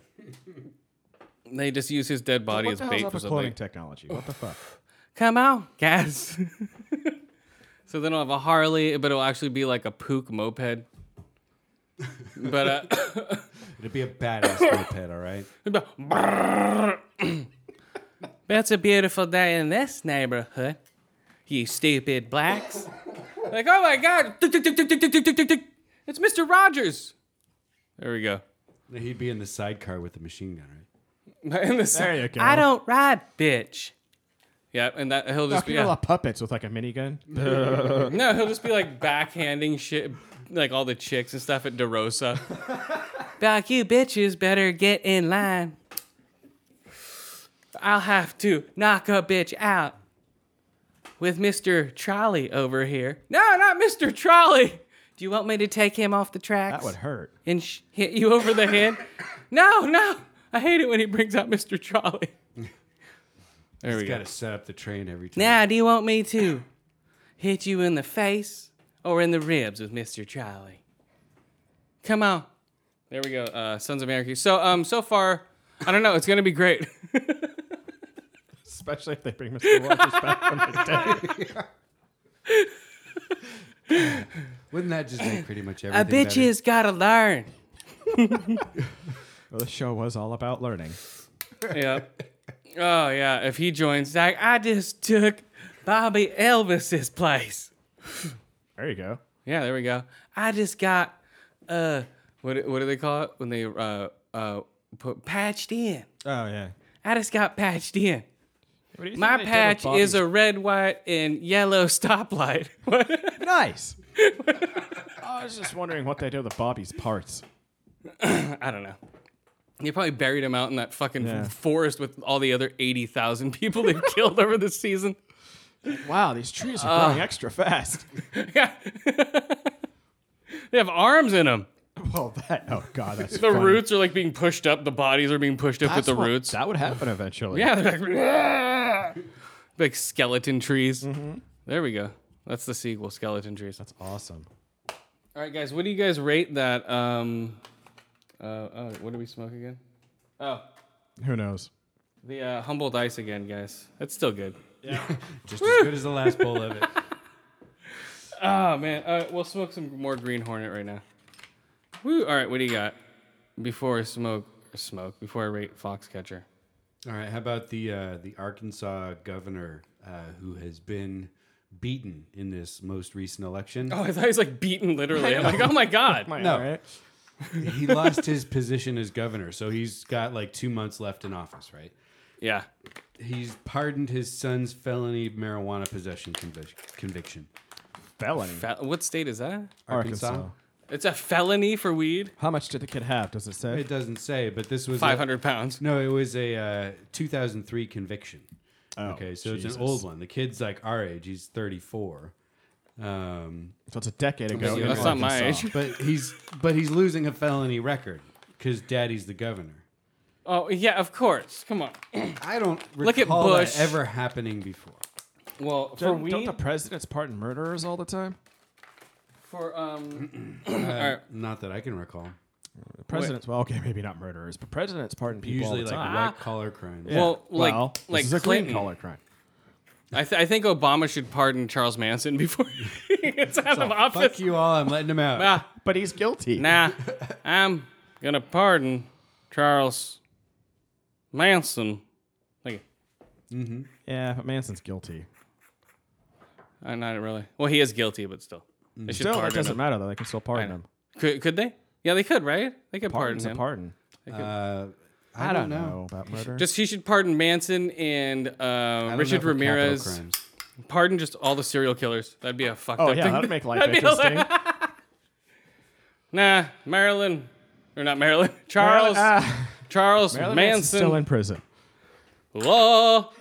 They just use his dead body what as the bait hell's up for with something. cloning technology? What the fuck? Come on, guys. so then I'll have a Harley, but it'll actually be like a Pook moped. But uh, it'd be a badass moped, all right? uh, That's a beautiful day in this neighborhood. You stupid blacks. like, oh my god. Tick, tick, tick, tick, tick, tick, tick, tick, tick, tick. It's Mr. Rogers. There we go. He'd be in the sidecar with the machine gun, right? In the There you go. I don't ride, bitch. Yeah, and that he'll How just can be you allow yeah. puppets with like a minigun? no, he'll just be like backhanding shit, like all the chicks and stuff at DeRosa. Back you bitches better get in line. I'll have to knock a bitch out with Mr. Trolley over here. No, not Mr. Trolley. Do you want me to take him off the tracks? That would hurt. And sh- hit you over the head? no, no. I hate it when he brings out Mr. Trolley. There we He's go. got to set up the train every time. Now, do you want me to hit you in the face or in the ribs with Mr. Charlie? Come on. There we go. Uh, Sons of Anarchy. So, um, so far, I don't know. It's gonna be great. Especially if they bring Mr. Rogers back from the dead. Wouldn't that just make pretty much A everything bitch better? has gotta learn. Well, the show was all about learning. yep. Oh yeah. If he joins, Zach, I just took Bobby Elvis's place. There you go. Yeah, there we go. I just got uh, what what do they call it when they uh uh put patched in? Oh yeah. I just got patched in. What do you think My they did with patch is Bobby's- a red, white, and yellow stoplight. nice. I was just wondering what they did with Bobby's parts. I don't know. They probably buried him out in that fucking Yeah. forest with all the other 80,000 people they've killed over the season. Wow, these trees are growing Uh. extra fast. Yeah. they have arms in them. Well, that oh god, that's The funny. roots are like being pushed up. The bodies are being pushed up with That's the what- roots. That would happen eventually. Yeah, they're like, like skeleton trees. There we go. That's the sequel, Skeleton Trees. That's awesome. All right, guys, what do you guys rate that? Um, uh, oh, what did we smoke again? Oh, Who knows? the uh, Humboldt Ice again, guys. That's still good. Yeah, Just as good as the last bowl of it. Oh man, uh, we'll smoke some more Green Hornet right now. Woo! All right, what do you got? Before I smoke, smoke before I rate Foxcatcher. All right. How about the uh, the Arkansas governor uh, who has been beaten in this most recent election? Oh, I thought he was like beaten literally. I I'm know. like, oh my god. no. he lost his position as governor, so he's got like two months left in office, right? Yeah. He's pardoned his son's felony marijuana possession convic- conviction. Felony. Fe- what state is that? Arkansas. It's a felony for weed. How much did the kid have? Does it say? It doesn't say, but this was a- 500 pounds. No, it was a uh, 2003 conviction. Oh, okay, so it's Jesus. an old one. The kid's like our age. He's 34. Um, so it's a decade I'm ago thinking in that's not my Arkansas. age. But he's but he's losing a felony record because daddy's the governor. Oh yeah, of course. Come on. I don't look at Recall that Bush. ever happening before. Well, for Don't, don't weed, the presidents pardon murderers all the time? for um, Uh, all right. Not that I can recall. The presidents, well, okay, maybe not murderers, but presidents pardon people Usually all the like time. white collar crimes. Yeah. Well, like- Well, this like is a Clinton. green collar crime. I, th- I think Obama should pardon Charles Manson before he gets out of Fuck office. you all! I'm letting him out. Nah, But he's guilty. nah, I'm gonna pardon Charles Manson. Like, Yeah, but Manson's guilty. uh, not really. Well, he is guilty, but still, they should Still, it pardon doesn't him. matter though. They can still pardon him. Could, could they? Yeah, they could, right? They could Pardon's pardon him. a pardon. They could. Uh, I, I don't don't know. know about murder. Just he should pardon Manson and I uh, don't know Richard for capital Ramirez. crimes. Pardon just all the serial killers. That'd be a fucked Oh up yeah, thing. that'd make life That'd be interesting. hilarious. nah, Marilyn, or not Marilyn, Charles, ah. Charles Marilyn Manson's Manson. still in prison. Law.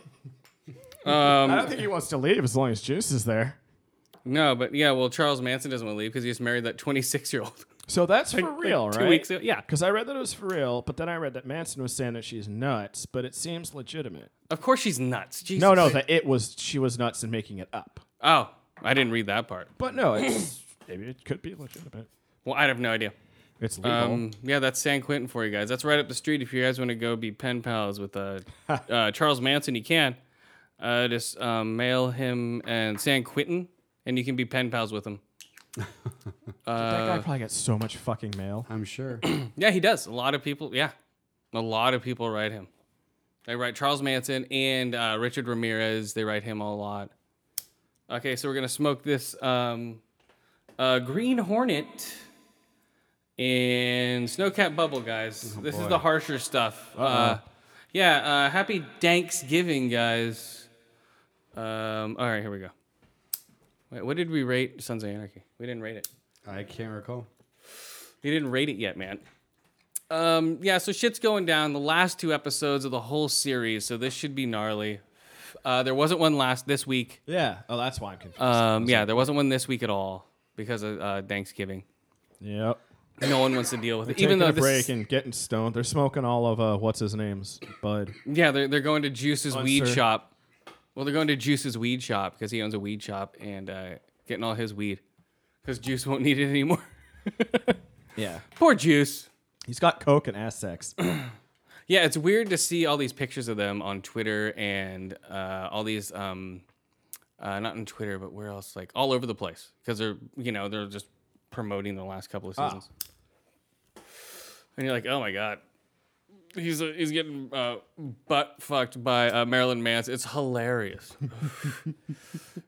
I Um, don't think he wants to leave as long as Juice is there. no, but yeah, well, Charles Manson doesn't want to leave because he just married that 26 year old. So that's Like- for like real, two right? weeks ago- yeah. Because I read that it was for real, but then I read that Manson was saying that she's nuts, but it seems legitimate. Of course she's nuts. Jesus. No, no, that it was she was nuts and making it up. Oh, I didn't read that part. But no, it's maybe it could be legitimate. Well, I have no idea. It's Um, legal. yeah, that's San Quentin for you guys. That's right up the street. If you guys want to go be pen pals with uh, uh, Charles Manson, you can. Uh, just um, mail him and San Quentin, and you can be pen pals with him. that guy Uh, probably gets so much fucking mail. I'm sure. yeah, he does. A lot of people. Yeah, a lot of people write him. They write Charles Manson and uh, Richard Ramirez. They write him a lot. Okay, so we're gonna smoke this um, uh, Green Hornet and Snowcat Bubble, guys. this is boy. the harsher stuff. Uh, yeah. Uh, happy Thanksgiving, guys. Um, all right, here we go. Wait, what did we rate Sons of Anarchy? We didn't rate it. I can't recall. You didn't rate it yet, man. Um, yeah, so shit's going down. The last two episodes of the whole series, so this should be gnarly. Uh, there wasn't one last this week. Yeah. Oh, that's why I'm confused. Um, yeah, there wasn't one this week at all because of uh, Thanksgiving. Yep. No one wants to deal with They're it. taking Even though a this break is- and getting stoned, they're smoking all of uh, what's his name's bud. Yeah, they're, they're going to Juice's On, weed sir. shop. Well, they're going to Juice's weed shop because he owns a weed shop and uh, getting all his weed because Juice won't need it anymore. Yeah. Poor Juice. He's got coke and ass sex. Oh, Yeah, it's weird to see all these pictures of them on Twitter and uh, all these, um, uh, not on Twitter, but where else? Like all over the place because they're, you know, they're just promoting the last couple of Ah. seasons. And you're like, oh my god, he's uh he's getting uh, butt fucked by uh, Marilyn Manson. It's hilarious.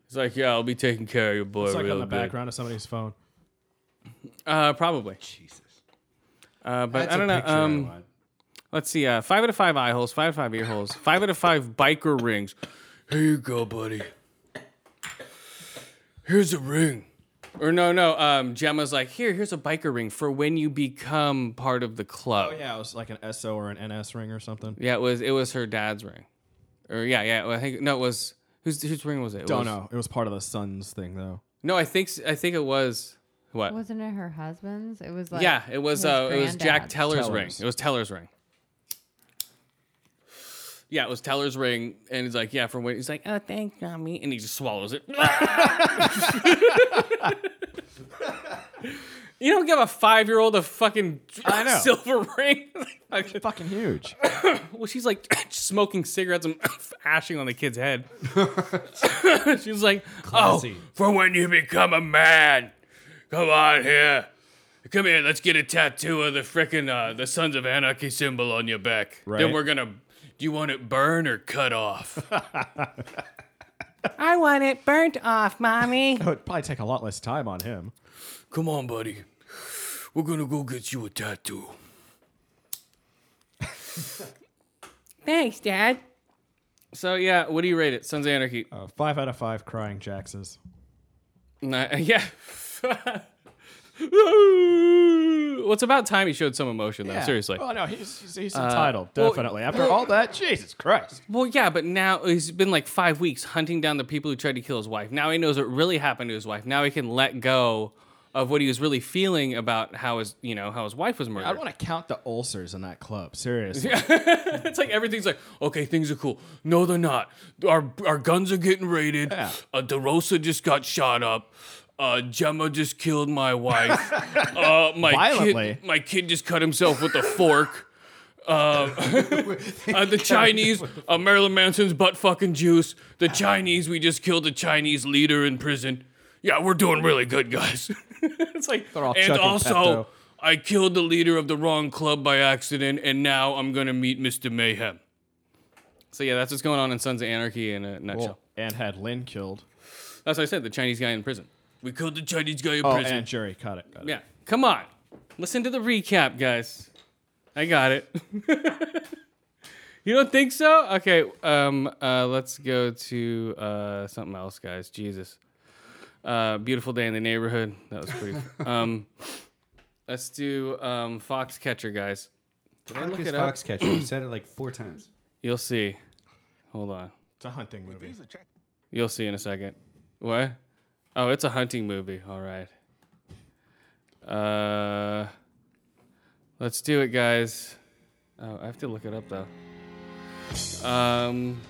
He's like, yeah, I'll be taking care of your boy. it's like real on the good." background of somebody's phone. Uh, probably. Jesus. Uh, but That's I a don't know. picture I Um, want. let's see. Uh, five out of five eye holes. Five out of five ear holes. Five out of five biker rings. Here you go, buddy. Here's a ring. Or no, no. Um, Gemma's like, here, here's a biker ring for when you become part of the club. Oh yeah, it was like an SO or an NS ring or something. Yeah, it was. It was her dad's ring. Or yeah, yeah. I think no, it was whose whose ring was it? It Don't was- know. It was part of the Suns thing though. No, I think s- I think it was what? Wasn't it her husband's? It was like yeah, it was. his Uh, it was Jack granddad's. Teller's, ring. Teller's. It was Teller's ring. Yeah, it was Teller's ring, and he's like, "Yeah, for when he's like, oh, thank mommy," and he just swallows it. you don't give a five-year-old a fucking I know. silver ring. it's fucking huge. well, she's like smoking cigarettes and ashing on the kid's head. she's like, Classy. "Oh, for when you become a man, come on here." Come here, let's get a tattoo of the frickin' uh, the Sons of Anarchy symbol on your back. Then Right. we're gonna. Do you want it burn or cut off? I want it burnt off, mommy. It would probably take a lot less time on him. Come on, buddy. We're gonna go get you a tattoo. Thanks, Dad. so yeah, what do you rate it? Sons of Anarchy. Uh, five out of five crying Jaxes. Nah, yeah. well, it's about time he showed some emotion, though. Yeah. Seriously. Oh no, he's he's, he's Uh, entitled, well- definitely. After all that, Jesus Christ. Well, yeah, but now it's been like five weeks hunting down the people who tried to kill his wife. Now he knows what really happened to his wife. Now he can let go of what he was really feeling about how his, you know, how his wife was murdered. I want to count the ulcers in that club. Seriously. it's like everything's like, oh, Okay, things are cool. No, they're not. Our our guns are getting raided. Yeah. Uh, DeRosa just got shot up. Uh, Gemma just killed my wife. uh, my Violently. Kid, my kid just cut himself with a fork. Uh, uh, the Chinese, uh, Marilyn Manson's butt fucking juice. The Chinese, we just killed the Chinese leader in prison. Yeah, we're doing really good, guys. it's like they're all and chugging also, Pepto. I killed the leader of the wrong club by accident, and now I'm gonna meet Mr. Mayhem. so yeah, that's what's going on in Sons of Anarchy in a nutshell. Well, and had Lynn killed. That's what I said. The Chinese guy in prison. We killed the Chinese guy in Oh, prison. and Jerry caught it. Yeah, come on, listen to the recap, guys. I got it. you don't think so? Okay. Um. Uh. Let's go to uh something else, guys. Jesus. Uh. Beautiful day in the neighborhood. That was pretty. um. Let's do um Foxcatcher, guys. Did I Fuck look is it up? Foxcatcher. you said it like four times. You'll see. Hold on. It's a hunting movie. You'll see in a second. What? Oh, it's a hunting movie. All right. Uh, let's do it, guys. Oh, I have to look it up though. Um,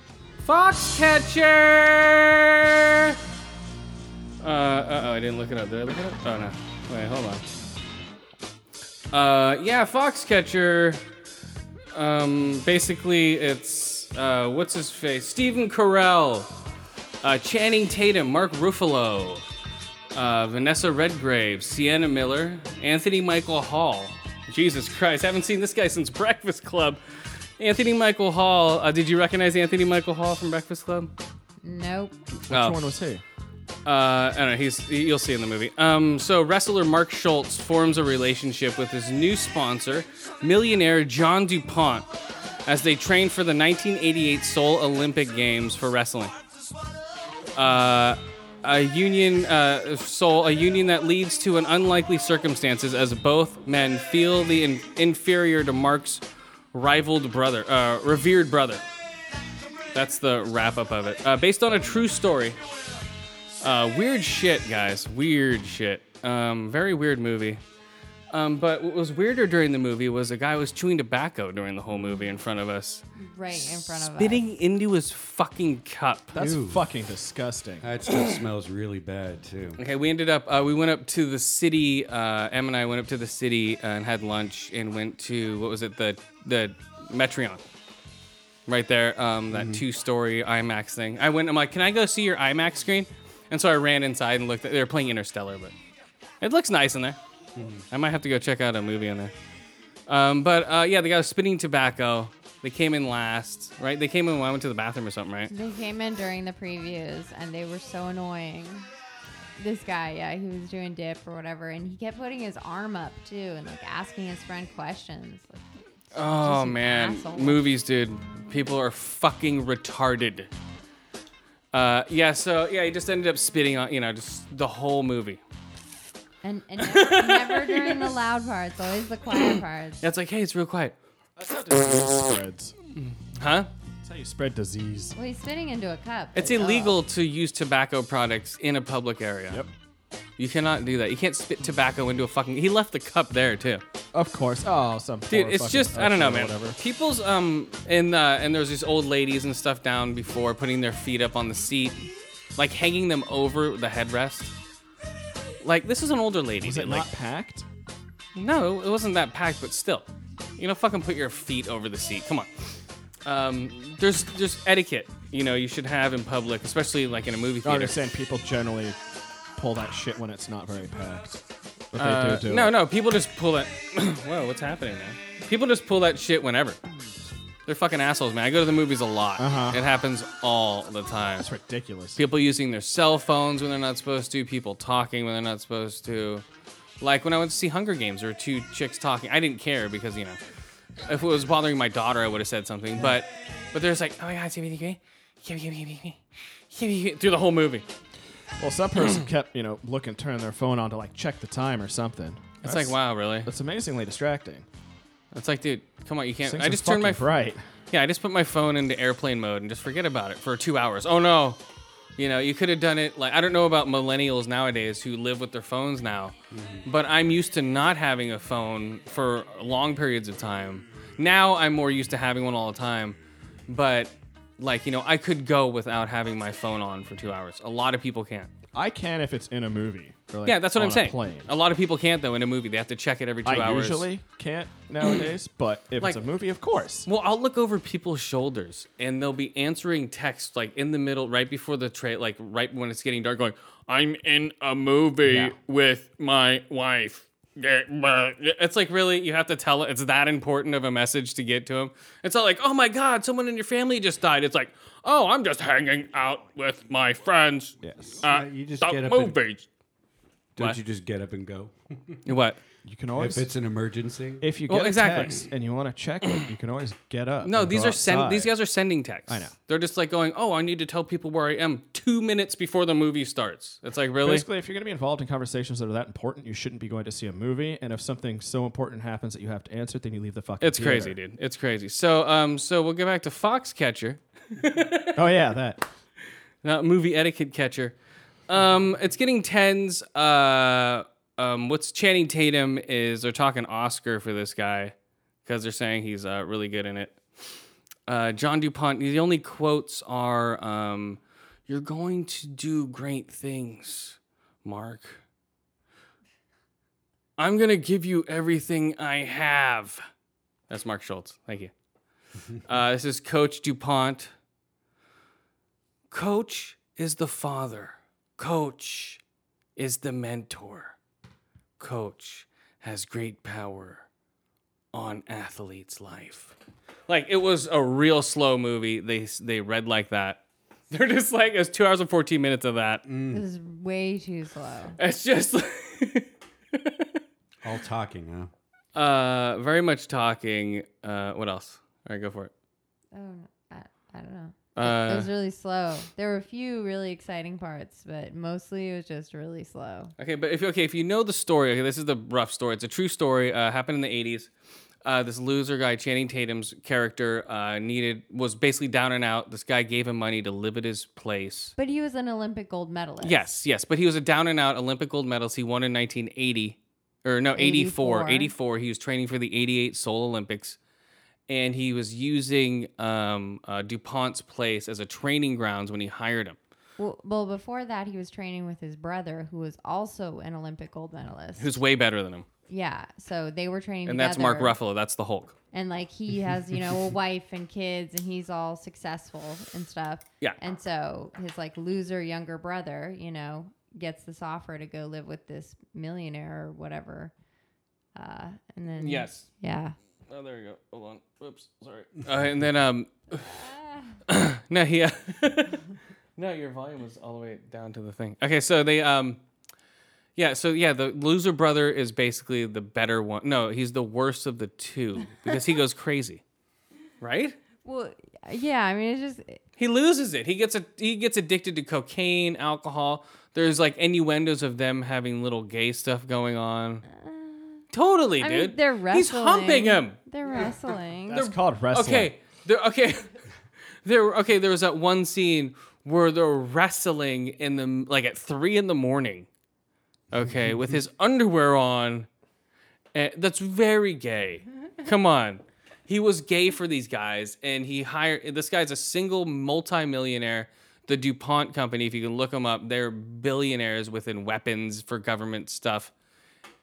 Foxcatcher. Uh, uh-oh, I didn't look it up. Did I look it up? Oh no. Wait, hold on. Uh, yeah, Foxcatcher. Um, basically, it's uh, what's his face? Stephen Carell, uh, Channing Tatum, Mark Ruffalo, uh, Vanessa Redgrave, Sienna Miller, Anthony Michael Hall. Jesus Christ, haven't seen this guy since Breakfast Club. Anthony Michael Hall. Uh, did you recognize Anthony Michael Hall from Breakfast Club? Nope. Which Oh. one was he? Uh, I don't know. He's he- you'll see in the movie. Um, so wrestler Mark Schultz forms a relationship with his new sponsor, millionaire John DuPont, as they train for the 1988 Seoul Olympic Games for wrestling. Uh, a union, uh, Seoul, a union that leads to an unlikely circumstances as both men feel the in- inferior to Mark's rivaled brother, uh, revered brother. That's the wrap up of it. Uh, based on a true story. Uh, weird shit, guys. Weird shit. Um, very weird movie. Um, but what was weirder during the movie was a guy was chewing tobacco during the whole movie in front of us, Right in front of us. spitting into his fucking cup. That's fucking disgusting. That stuff smells really bad too. Okay, we ended up. Uh, we went up to the city. Uh, Em and I went up to the city uh, and had lunch, and went to what was it? The the Metreon, right there. Um, that two-story IMAX thing. I went. I'm like, can I go see your IMAX screen? And so I ran inside and looked. They were playing Interstellar, but it looks nice in there. I might have to go check out a movie on there. Um, but uh, yeah, they got spitting tobacco. They came in last, right? They came in when I went to the bathroom or something, right? They came in during the previews and they were so annoying. This guy, yeah, he was doing dip or whatever, and he kept putting his arm up too and like asking his friend questions. Like, Oh an man, asshole. movies, dude. People are fucking retarded. Uh, yeah. So yeah, he just ended up spitting on you know just the whole movie. and and never, never during the loud parts, always the quiet parts. Yeah, it's like, hey, it's real quiet. Spreads. Huh? That's how you spread disease. Well, he's spitting into a cup. It's but- illegal to use tobacco products in a public area. Yep. You cannot do that. You can't spit tobacco into a fucking. He left the cup there too. Of course. Oh, some Dude, poor it's fucking just I don't know, usher or man. People's um and uh, and there's these old ladies and stuff down before putting their feet up on the seat, like hanging them over the headrest. Like this is an older lady. Was it dude, like, not packed? No, it wasn't that packed, but still, you know, fucking put your feet over the seat. Come on. Um, there's there's etiquette, you know, you should have in public, especially like in a movie I theater. understand people generally pull that shit when it's not very packed. But Uh, they do do no, it. no, people just pull that. Whoa, what's happening, man? People just pull that shit whenever. They're fucking assholes, man. I go to the movies a lot. Uh-huh. It happens all the time. That's ridiculous. People using their cell phones when they're not supposed to. People talking when they're not supposed to. Like when I went to see Hunger Games, there were two chicks talking. I didn't care because you know, if it was bothering my daughter, I would have said something. But but there's like, oh my god, through the whole movie. Well, some person kept, you know, looking, turning their phone on to like check the time or something. It's like, wow, really? That's amazingly distracting. It's like, dude, come on, you can't. Things I are just turned my fucking bright. Yeah, I just put my phone into airplane mode and just forget about it for two hours. Oh no, you know, you could have done it. Like I don't know about millennials nowadays who live with their phones now, Mm-hmm. but I'm used to not having a phone for long periods of time. Now I'm more used to having one all the time, but like you know, I could go without having my phone on for two hours. A lot of people can't. I can if it's in a movie. or, like, yeah, that's what on I'm a saying. plane. A lot of people can't though in a movie. They have to check it every two I hours. usually can't nowadays, but if Like- it's a movie, of course. Well, I'll look over people's shoulders and they'll be answering text like in the middle, right before the trail, like right when it's getting dark, going, I'm in a movie Yeah. with my wife. Yeah, blah. It's like really, you have to tell it. It's that important of a message to get to him. It's not like, oh my God, someone in your family just died. It's like, oh, I'm just hanging out with my friends. Yes. Uh, you just the get up and- movies. Don't What? you just get up and go? What? You can always. if it's an emergency. if you get Well, a exactly. text and you want to check it, you can always get up. No, and these go are send. These outside. guys are sending texts. I know. They're just like going, "Oh, I need to tell people where I am two minutes before the movie starts." It's like really. Basically, if you're going to be involved in conversations that are that important, you shouldn't be going to see a movie. And if something so important happens that you have to answer, it, then you leave the fucking. It's crazy, theater. dude. It's crazy. So, um, so we'll get back to Foxcatcher, Oh yeah, that. not movie etiquette catcher. Um, it's getting tens. Uh, um, what's Channing Tatum is they're talking Oscar for this guy because they're saying he's uh, really good in it. Uh, John DuPont, the only quotes are, um, You're going to do great things, Mark. I'm going to give you everything I have. That's Mark Schultz. Thank you. Uh, this is Coach DuPont. Coach is the father, coach is the mentor. Coach has great power on athlete's life. Like it was a real slow movie. They they read like that. They're just like it's two hours and fourteen minutes of that. This is way too slow. It's just All talking, huh? uh, very much talking. Uh, what else? All right, go for it. Oh, no, I, I don't know. Uh, it was really slow. There were a few really exciting parts, but mostly it was just really slow. Okay, but if okay, if you know the story, okay, this is the rough story. It's a true story. Uh, happened in the '80s. Uh, this loser guy, Channing Tatum's character, uh, needed was basically down and out. This guy gave him money to live at his place. But he was an Olympic gold medalist. Yes, yes, but he was a down and out Olympic gold medalist. He won in 1980 or no, 84, 84. 84. He was training for the 88 Seoul Olympics and he was using um, uh, DuPont's place as a training grounds when he hired him. Well, well, before that, he was training with his brother, who was also an Olympic gold medalist. Who's way better than him. yeah, so they were training. And that's Mark together. Ruffalo, that's the Hulk. and like he has you know a wife and kids and he's all successful and stuff Yeah. and so his like loser younger brother you know gets this offer to go live with this millionaire or whatever uh and then Yes. yeah Oh, there you go. Hold on. Whoops. Sorry. Uh, and then um No, he uh, No, your volume was all the way down to the thing. Okay, so they um yeah, so yeah, the loser brother is basically the better one. No, he's the worst of the two because he goes crazy. Right? well yeah i mean it's just He loses it. He gets a he gets addicted to cocaine, alcohol. There's like innuendos of them having little gay stuff going on. Totally, Uh, i dude. mean they're wrestling He's humping him. they're wrestling That's called wrestling. Okay. There, okay. there. Okay. There was that one scene where they're wrestling in the like at three in the morning. Okay, with his underwear on. And that's very gay. Come on. He was gay for these guys, and he hired this guy's a single multimillionaire. The DuPont company, if you can look them up, they're billionaires within weapons for government stuff.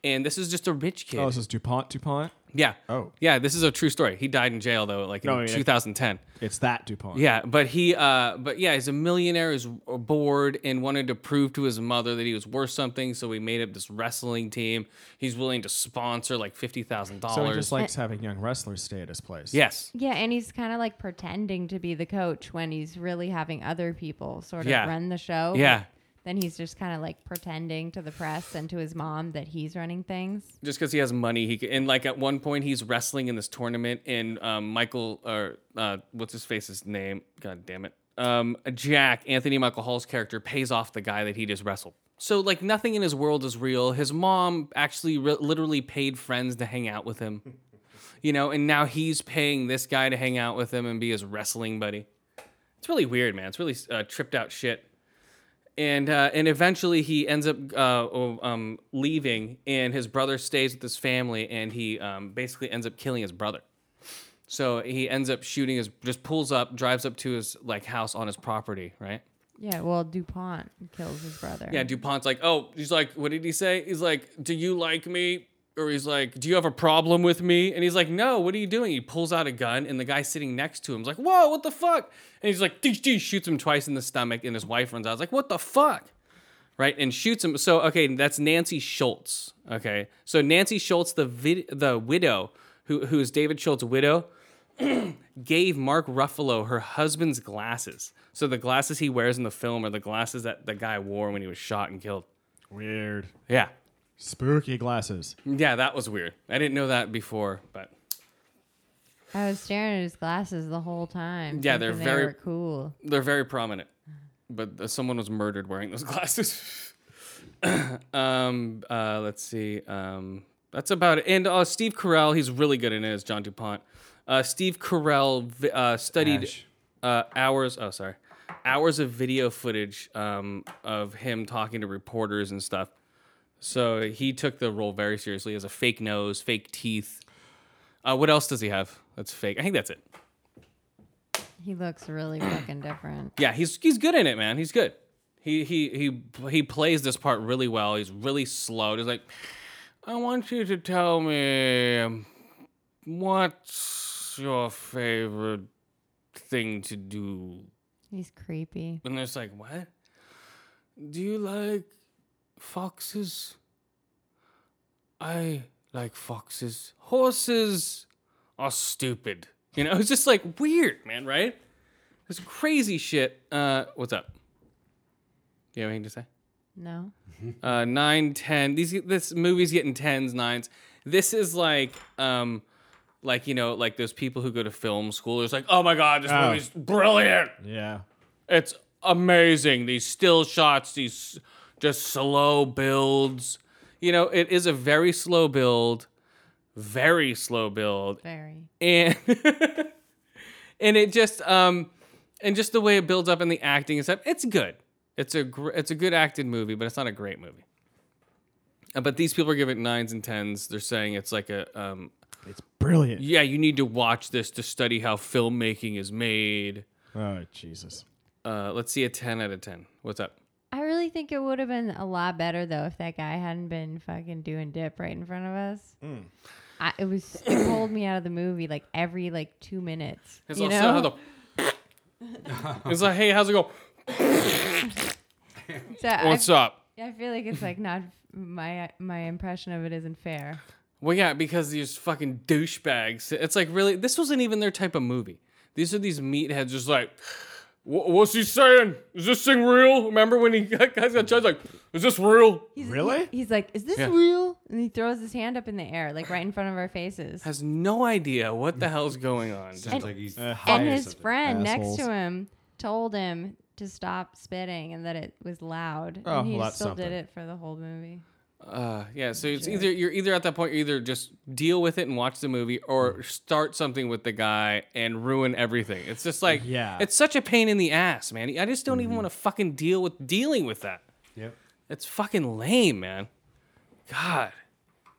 And this is just a rich kid. Oh, this is DuPont. DuPont. Yeah. Oh. Yeah, this is a true story. He died in jail though, like No, I in mean, it- 2010. It's that DuPont. Yeah, but he, uh, but yeah, he's a millionaire, is bored and wanted to prove to his mother that he was worth something. So he made up this wrestling team. He's willing to sponsor like fifty thousand So he dollars. just likes having young wrestlers stay at his place. yes, yeah and he's kind of like pretending to be the coach when he's really having other people sort of Yeah. run the show Yeah. then he's just kind of like pretending to the press and to his mom that he's running things just because he has money, he can, and like at one point he's wrestling in this tournament, and um, Michael or uh, what's his face's name? God damn it, um, Jack Anthony Michael Hall's character pays off the guy that he just wrestled. So like nothing in his world is real. His mom actually re- literally paid friends to hang out with him, you know, and now he's paying this guy to hang out with him and be his wrestling buddy. It's really weird, man. It's really uh, tripped out shit and uh, and eventually he ends up uh, oh, um, leaving, and his brother stays with his family, and he um, basically ends up killing his brother. So he ends up shooting his, just pulls up, drives up to his like house on his property, right? Yeah, well, DuPont kills his brother. Yeah, DuPont's like, oh, he's like, what did he say? He's like, do you like me? Or he's like, do you have a problem with me? And he's like, no, what are you doing? He pulls out a gun, and the guy sitting next to him's like, whoa, what the fuck? And he's like, "Deesh, deesh," shoots him twice in the stomach, and his wife runs out. I was like, what the fuck? Right? And shoots him. So, okay, that's Nancy Schultz. Okay. So, Nancy Schultz, the, vid- the widow, who, who is David Schultz's widow, gave Mark Ruffalo her husband's glasses. So the glasses he wears in the film are the glasses that the guy wore when he was shot and killed. Weird. Yeah. Spooky glasses. Yeah, that was weird. I didn't know that before, but I was staring at his glasses the whole time. Yeah, they're thinking very- were cool. they're very prominent. But uh, someone was murdered wearing those glasses. um, uh, let's see. Um, that's about it. And uh, Steve Carell, he's really good in it as John DuPont. Uh, Steve Carell vi- uh, studied Ash. uh, hours. Oh, sorry, hours of video footage um, of him talking to reporters and stuff. So he took the role very seriously. He has a fake nose, fake teeth. Uh, what else does he have? That's fake. I think that's it. He looks really fucking different. Yeah, he's he's good in it, man. He's good. He he he he plays this part really well. He's really slow. He's like, I want you to tell me um, what's your favorite thing to do. He's creepy. And it's like, what? Do you like foxes? I like foxes. Horses are stupid. You know, it's just like weird, man, right? It's crazy shit. Uh, what's up? You have anything to say? No. Uh, nine, ten. These this movie's getting tens, nines. This is like, um, like you know, like those people who go to film school. It's like, oh my god, this Oh. movie's brilliant. Yeah. It's amazing. These still shots, these just slow builds. You know, it is a very slow build, very slow build. Very. And and it just um and just the way it builds up and the acting and stuff. It's good. It's a gr- it's a good acted movie, but it's not a great movie. Uh, But these people are giving it nines and tens. They're saying it's like a um it's brilliant. Yeah, you need to watch this to study how filmmaking is made. Oh Jesus. Uh, let's see a 10 out of 10. What's up? I really think it would have been a lot better though if that guy hadn't been fucking doing dip right in front of us. Mm. I, it was it pulled me out of the movie like every like two minutes. It's you also know? how the. it's like, hey, how's it going? So I- What's up? I feel like it's like not my my impression of it isn't fair. Well, yeah, because these fucking douchebags. It's like, really? This wasn't even their type of movie. These are these meatheads just like, "Wha- what's he saying? Is this thing real? Remember when he got, guys got judged, like, is this real? He- he's like, "Is this Yeah. real?" And he throws his hand up in the air, like right in front of our faces. Has no idea what the hell's going on. Sounds And- like he's and his friend next to him told him to stop spitting and that it was loud. Oh, and he well, that's still did something. it for the whole movie. Uh, yeah, so it's either you're either at that point, you're either just deal with it and watch the movie, or start something with the guy and ruin everything. It's just like, Yeah. Mm-hmm. it's such a pain in the ass, man. I just don't even want to fucking deal with dealing with that. Yep. It's fucking lame, man. God,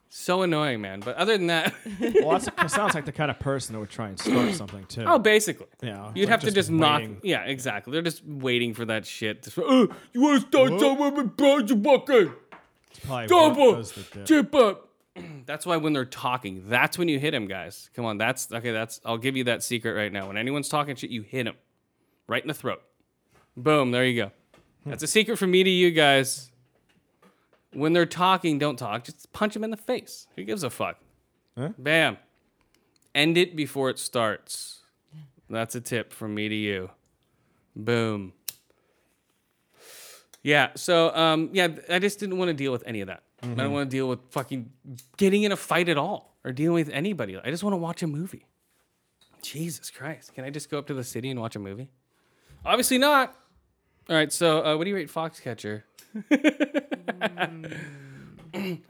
so annoying, man. But other than that, Well, that's, that sounds like the kind of person that would try and start something too. oh, basically, Yeah, you'd like have to just just knock. waiting. Yeah, exactly. They're just waiting for that shit. Just, "Uh, you want to start somewhere with Brad Bucket? Probably what Double does the dip. chip up. That's why when they're talking, that's when you hit them, guys. Come on, that's okay. That's I'll give you that secret right now. When anyone's talking shit, you hit them right in the throat. Boom, there you go. Hmm. That's a secret from me to you guys. When they're talking, don't talk. Just punch them in the face. Who gives a fuck? Huh? Bam. End it before it starts. That's a tip from me to you. Boom. Yeah. So, um, yeah, th- I just didn't want to deal with any of that. I don't want to deal with fucking getting in a fight at all or dealing with anybody. I just want to watch a movie. Jesus Christ. Can I just go up to the city and watch a movie? Obviously not. All right. So, uh, what do you rate Foxcatcher? Foxcatcher.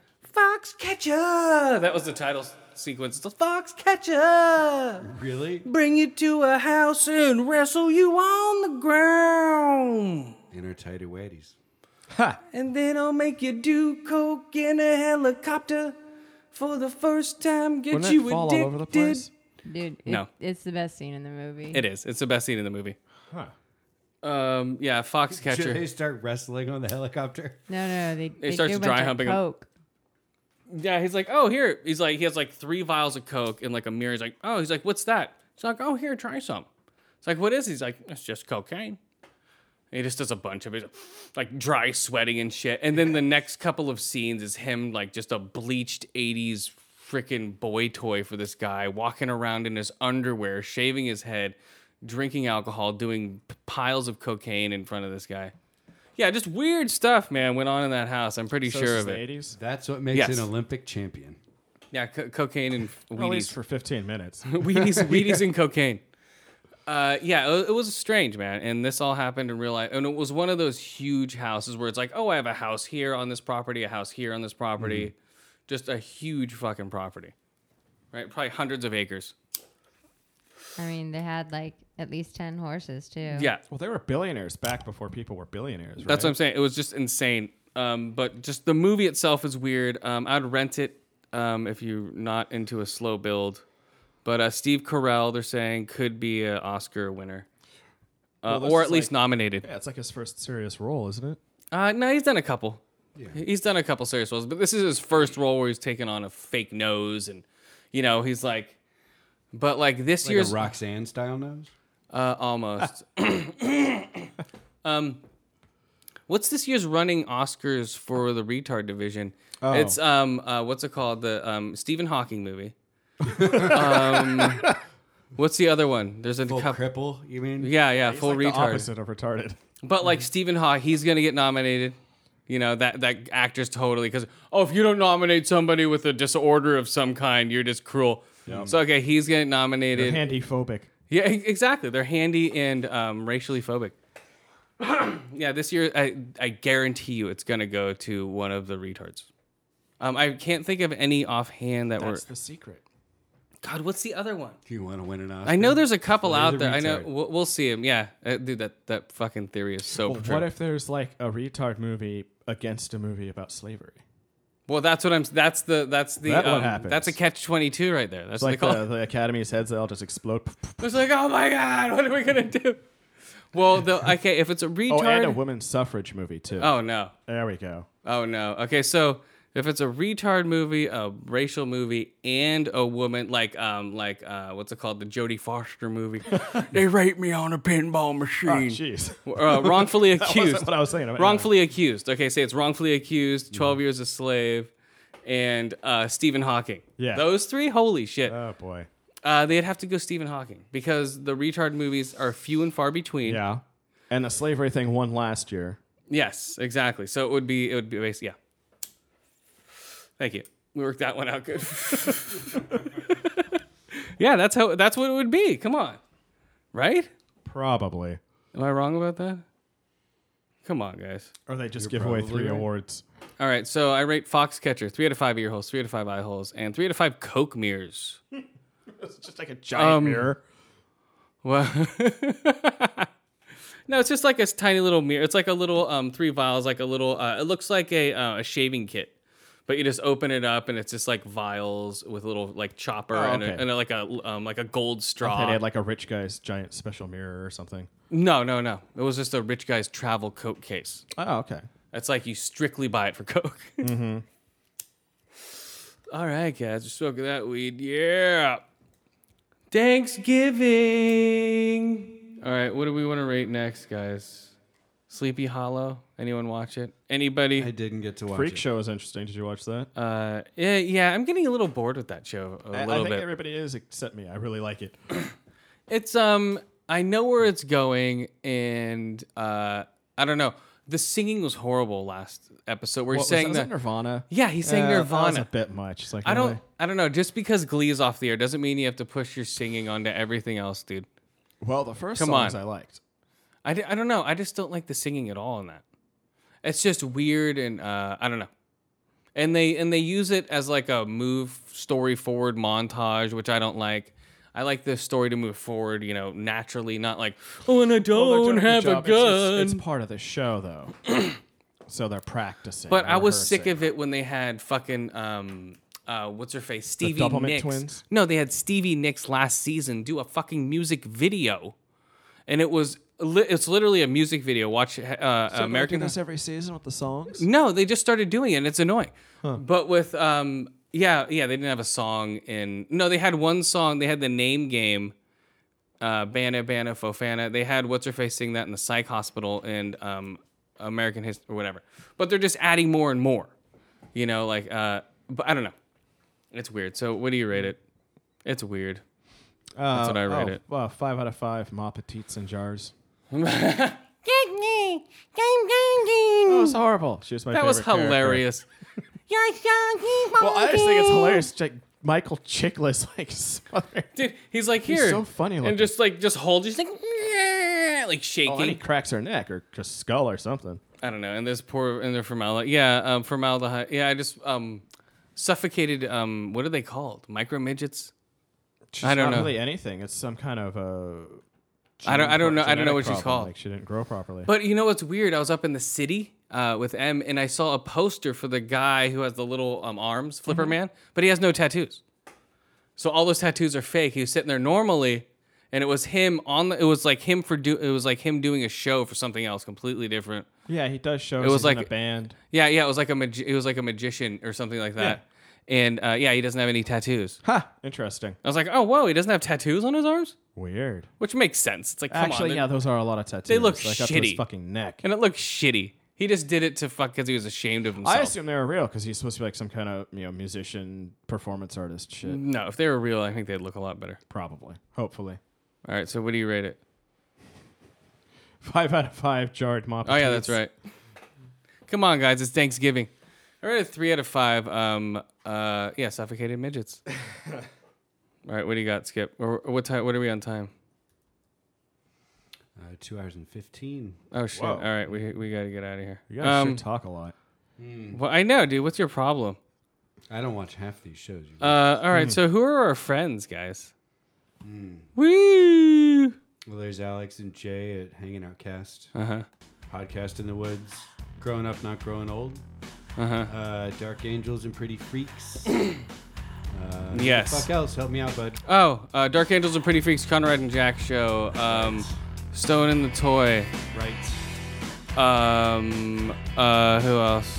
That was the title s- sequence. It's the Foxcatcher. Really? Bring you to a house and wrestle you on the ground. Inner tighty whities. And then I'll make you do coke in a helicopter for the first time. Get Wouldn't it you fall all addicted. over the place? Dude, it- No. it's the best scene in the movie. It is. It's the best scene in the movie. Huh. Um. Yeah. Foxcatcher. Should they start wrestling on the helicopter? No, no, they. He they starts do a dry bunch of humping him. coke. Yeah, he's like, oh, here. He's like, he has like three vials of Coke and like a mirror. He's like, oh, he's like, what's that? It's like, oh, here, try some. It's like, what is? it?" He's like, it's just cocaine. And he just does a bunch of it, like dry sweating and shit. And then the next couple of scenes is him like just a bleached '80s freaking boy toy for this guy, walking around in his underwear, shaving his head, drinking alcohol, doing p- piles of cocaine in front of this guy. Yeah, just weird stuff, man, went on in that house. I'm pretty So this sure is of the it. 80s? That's what makes Yes. an Olympic champion. Yeah, co- cocaine and At Wheaties. least for 15 minutes. Wheaties, Wheaties and cocaine. Uh, yeah, it, it was strange, man. And this all happened in real life. And it was one of those huge houses where it's like, oh, I have a house here on this property, a house here on this property. Mm-hmm. Just a huge fucking property, right? Probably hundreds of acres. I mean, they had like at least ten horses too. Yeah. Well, they were billionaires back before people were billionaires. Right? That's what I'm saying. It was just insane. Um, but just the movie itself is weird. Um, I'd rent it um, if you're not into a slow build. But uh, Steve Carell, they're saying, could be an Oscar winner, uh, Well, this or is at least like- nominated. Yeah, it's like his first serious role, isn't it? Uh, no, he's done a couple. He's done a couple serious roles, but this is his first role where he's taken on a fake nose, and you know he's like, but like this Like a year's Roxanne style nose. uh, almost. um, what's this year's running Oscars for the retard division? Oh. It's um, uh, what's it called? The um, Stephen Hawking movie. um, what's the other one? There's a Full couple. cripple, you mean? Yeah, yeah, He's full like the retard. opposite of retarded. But like Stephen Haw, he's gonna get nominated. You know that that actor's totally because oh, if you don't nominate somebody with a disorder of some kind, you're just cruel. So okay, he's getting They're nominated. handy phobic. Yeah, e- exactly. They're handy and um, racially phobic. yeah, this year I, I guarantee you it's gonna go to one of the retards. Um, I can't think of any offhand that That's were. the secret. God, what's the other one? Do you want to win an Oscar? I know there's a couple Play out the there. I know retard. we'll, we'll see him. Yeah, uh, dude, that that fucking theory is so. Well, true. what if there's like a retard movie against a movie about slavery? Well, that's what I'm. That's the. That's the. That what um, happens. That's a catch twenty two right there. That's It's like what they the, call. it. the Academy's heads, they all just explode. It's like, oh my god, what are we gonna do? Well, the okay, if it's a retard. Oh, and a women's suffrage movie, too. Oh, no. There we go. Oh no. Okay, so if it's a retard movie, a racial movie, and a woman like um like uh what's it called the Jodie Foster movie, they raped me on a pinball machine. Oh, jeez. Uh, wrongfully That accused. wasn't what I was thinking about. Wrongfully accused. Okay, say it's wrongfully accused. Twelve years a slave, and uh, Stephen Hawking. Yeah. those three. Holy shit. Oh boy. Uh, they'd have to go Stephen Hawking because the retard movies are few and far between. Yeah. And the slavery thing won last year. Yes, exactly. So it would be it would be basically yeah. Thank you. We worked that one out good. yeah, that's how that's what it would be. Come on. Right? Probably. Am I wrong about that? Come on, guys. Or they just give away three awards. All right, so I rate Foxcatcher three out of five ear holes, three out of five eye holes, and three out of five Coke mirrors. It's just like a giant Um, mirror. Well, no, it's just like a tiny little mirror. It's like a little um, three vials, like a little. Uh, it looks like a uh, a shaving kit, but you just open it up and it's just like vials with a little like chopper Oh, and, a, okay. and a, like a um, like a gold I thought straw. They had like a rich guy's giant special mirror or something. no, no, no. It was just a rich guy's travel coke case. Oh, okay. It's like you strictly buy it for coke. Mm-hmm. All right, guys, we're smoking that weed. Yeah. Thanksgiving. All right, what do we want to rate next, guys? Sleepy Hollow. Anyone watch it? Anybody? I didn't get to watch Freak it. Show is interesting. Did you watch that? Uh, yeah, yeah, I'm getting a little bored with that show a I- I, little think bit. everybody is except me. I really like it. It's um, I know where it's going, and uh, I don't know. The singing was horrible last episode. We're What was that? saying Was that, that Nirvana? Yeah, he's saying Yeah, that was Nirvana. a bit much. It's like, I don't, really? I don't know. Just because Glee is off the air doesn't mean you have to push your singing onto everything else, dude. Well, the first Come songs on. I liked. I, d- I don't know. I just don't like the singing at all in that. It's just weird and uh, I don't know. And they and they use it as like a move story forward montage, which I don't like. I like the story to move forward, you know, naturally, not like oh, and I Well, they're don't doing have good a job. It's- gun. It's, it's part of the show, though. so they're practicing. but I they're was sick rehearsing. of it when they had fucking um, uh, what's her face, Stevie Doublemint Nicks. twins? No, they had Stevie Nicks last season do a fucking music video, and it was li- it's literally a music video. Watch uh, So they American do this every season with the songs. No, they just started doing it. and It's annoying. Huh. But with um, yeah, yeah, they didn't have a song in. No, they had one song. They had the name game. Uh, Bana Bana Fofana. They had what's her face sing that in the psych hospital and um, American history or whatever. But they're just adding more and more. You know, like uh, but I don't know. It's weird. So what do you Hmm. rate it? It's weird. That's what I rate it. Uh, oh, Well, five out of five. Ma petites and jars. Get me. Game, game, That Oh, game. was horrible. She was my that was favorite character. hilarious. You're so Well, I just think it's hilarious. Like Michael Chiklis, like smothering- Dude, he's like He's here. so funny looking. And just like just hold. He's like "Yeah," like shaking. oh, and he cracks her neck or just skull or something. I don't know. And this poor and their formaldehyde. Yeah, um, formaldehyde. Yeah, I just um, suffocated. Um, what are they called? Micro midgets. She's I don't not know. really anything. It's some kind of a. I don't- I don't know- I don't know what she's genetic problem, called. Like she didn't grow properly. But you know what's weird? I was up in the city. uh, with M, and I saw a poster for the guy who has the little um, arms, Mm-hmm. Flipper Man, but he has no tattoos. So all those tattoos are fake. He was sitting there normally, and it was him on. The, it was like him for do. It was like him doing a show for something else, completely different. Yeah, he does shows. It was He's like in a band. Yeah, yeah. It was like a. Magi- it was like a magician or something like that. And uh, yeah, he doesn't have any tattoos. Ha! Interesting. I was like, oh whoa, he doesn't have tattoos on his arms, Weird. which makes sense. It's like come Actually, on, yeah, those are a lot of tattoos. They look like shitty. Up to his fucking neck. and it looked shitty. He just did it to fuck because he was ashamed of himself. I assume they were real because he's supposed to be like some kind of you know musician, performance artist shit. No, if they were real, I think they'd look a lot better. Probably. Hopefully. All right, so what do you rate it? Five out of five jarred mop. Oh yeah, that's right. Come on, guys, it's Thanksgiving. I rated three out of five. Um, uh, yeah, suffocated midgets. All right, what do you got, Skip? Or or what time? What are we on time? Uh, two hours and fifteen. Oh shit! All right, we we gotta get out of here. Um, You gotta shit talk a lot. Well, I know, dude. What's your problem? I don't watch half these shows. You Uh, all right, so who are our friends, guys? Woo! Well, there's Alex and Jay at Hanging Out Cast. Uh-huh. Podcast in the Woods. Growing Up, Not Growing Old. Uh-huh. Uh, Dark Angels and Pretty Freaks. uh, Yes. Fuck else. Help me out, bud. Oh, uh, Dark Angels and Pretty Freaks, Conrad and Jack show. Um, Stone and the Toy. Right. Um, uh, who else?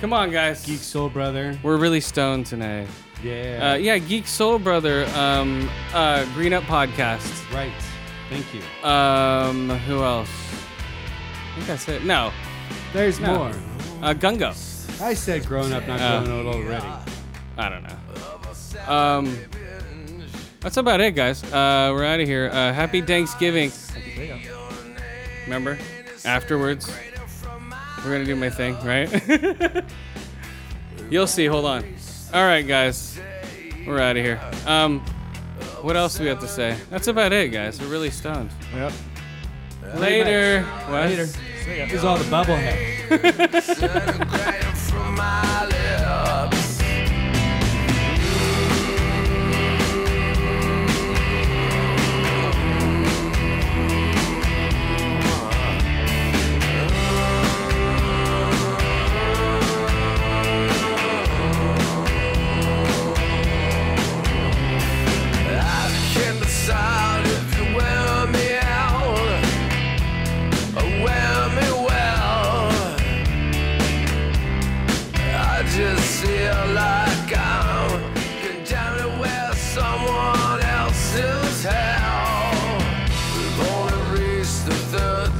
Come on, guys. Geek Soul Brother. We're really stoned tonight. Yeah. Uh, yeah, Geek Soul Brother. Um, uh, Green Up Podcast. Right. Thank you. Um, who else? I think that's it. No. There's No. more. Uh, Gungo. I said Growing Up, Not Uh, Growing Old already. I don't know. Um, that's about it, guys. Uh, we're out of here. Uh, happy Thanksgiving. Remember, afterwards, we're gonna do my thing, right? You'll see. Hold on. All right, guys, we're out of here. Um, what else do we have to say? That's about it, guys. We're really stoned. Yep. Later. What? Later. This is all the bubblehead. from my lips. I can't decide if you wear me out or wear me well. I just feel like I'm condemned to wear someone else's hell. We've only reached the third.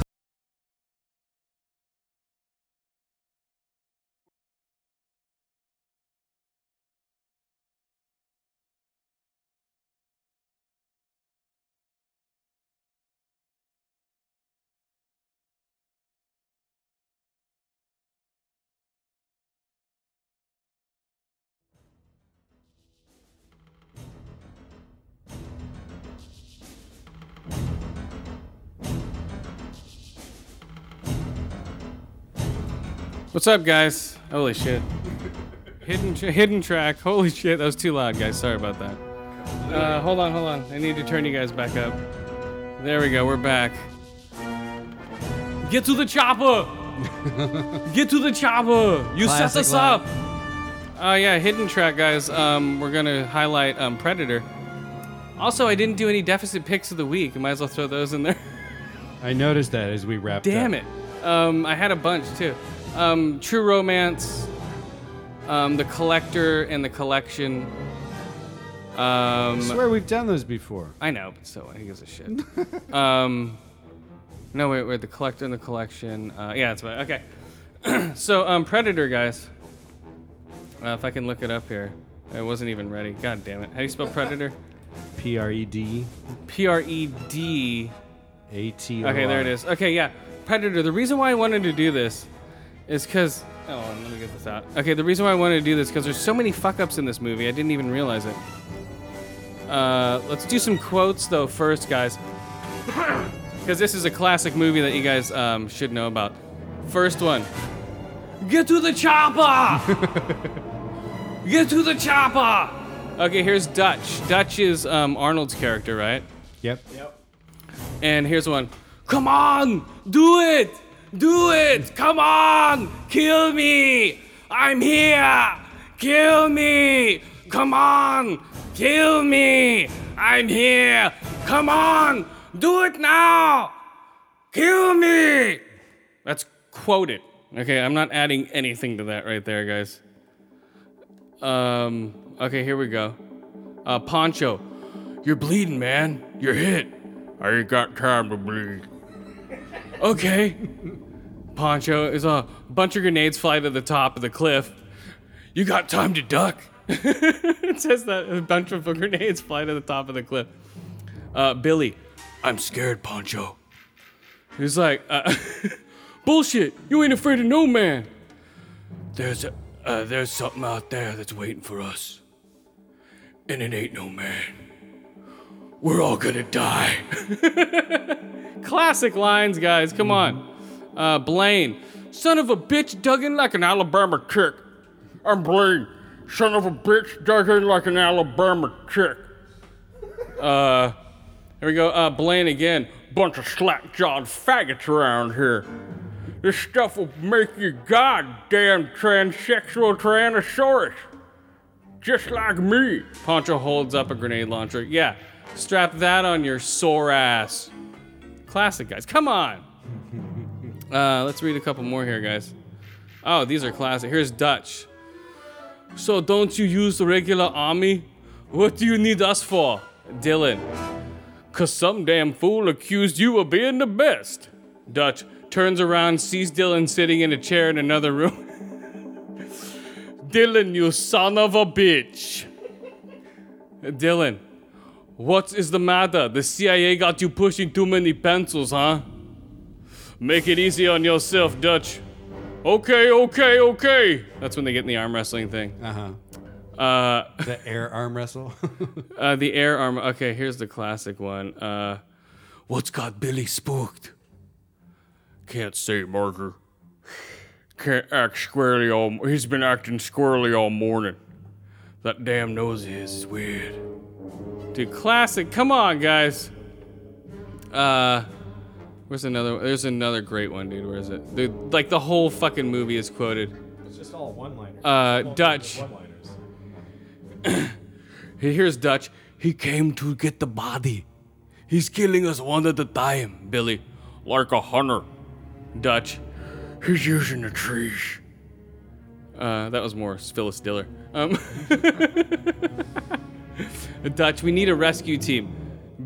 What's up, guys? Holy shit. hidden, tr hidden track. Holy shit, that was too loud, guys. Sorry about that. Uh, hold on, hold on. I need to turn you guys back up. There we go. We're back. Get to the chopper. Get to the chopper. You set Classic us line. up. Oh yeah, hidden track, guys. Um, we're gonna highlight um, Predator. Also, I didn't do any deficit picks of the week. I might as well throw those in there. I noticed that as we wrapped Damn up. it. Um, I had a bunch too. Um, True Romance, um, The Collector, and The Collection. Um, I swear we've done those before. I know, but so what? Who gives a shit? um, no, wait, wait. The collector and the collection. Uh, yeah, that's right. Okay. so, um, Predator, guys. Uh, if I can look it up here. I wasn't even ready. God damn it. How do you spell Predator? P R E D P R E D A T O R. Okay, there it is. Okay, yeah. Predator. The reason why I wanted to do this is because. Oh, and let me get this out. Okay, the reason why I wanted to do this because there's so many fuck ups in this movie. I didn't even realize it. Uh, let's do some quotes though first, guys, because this is a classic movie that you guys um, should know about. First one. Get to the chopper! Get to the chopper! Okay, here's Dutch. Dutch is um, Arnold's character, right? Yep. And here's one. Come on, do it. Do it! Come on! Kill me! I'm here! Kill me! Come on! Kill me! I'm here! Come on! Do it now! Kill me! That's quoted. Okay, I'm not adding anything to that right there, guys. Um, okay, here we go. Uh, Poncho, you're bleeding, man. You're hit. I ain't got time to bleed. Okay. Poncho is a bunch of grenades fly to the top of the cliff. You got time to duck. it says that a bunch of grenades fly to the top of the cliff. Uh, Billy, I'm scared, Poncho. He's like, uh, bullshit. You ain't afraid of no man. There's a, uh, there's something out there that's waiting for us. And it ain't no man. We're all gonna die. Classic lines, guys. Come on. Uh, Blaine, son of a bitch, dug in like an Alabama chick. I'm Blaine, son of a bitch, dug in like an Alabama chick. Uh, here we go. Uh, Blaine again. Bunch of slack jawed faggots around here. This stuff will make you goddamn transsexual tyrannosaurus. Just like me. Poncho holds up a grenade launcher. Yeah, strap that on your sore ass. Classic, guys. Come on. Uh, let's read a couple more here, guys. Oh, these are classic. Here's Dutch. So don't you use the regular army? What do you need us for? Dylan. Cause some damn fool accused you of being the best. Dutch turns around, sees Dylan sitting in a chair in another room. Dylan, you son of a bitch. Dylan, what is the matter? The CIA got you pushing too many pencils, huh? Make it easy on yourself, Dutch. Okay, okay, okay. That's when they get in the arm wrestling thing. Uh-huh. Uh The air arm wrestle. uh, the air armor. Okay, here's the classic one. Uh, what's got Billy spooked? Can't say, Marker. Can't act squarely all. He's been acting squirrely all morning. That damn nose of his is weird. Dude, classic. Come on, guys. Uh, where's another? There's another great one, dude. Where is it? Dude, like the whole fucking movie is quoted. It's just all one-liners. Uh, It's all Dutch. one-liners. He- Here's Dutch. He came to get the body. He's killing us one at a time, Billy. Like a hunter. Dutch. He's using the trees. Uh, that was more Phyllis Diller. Um, Dutch, we need a rescue team.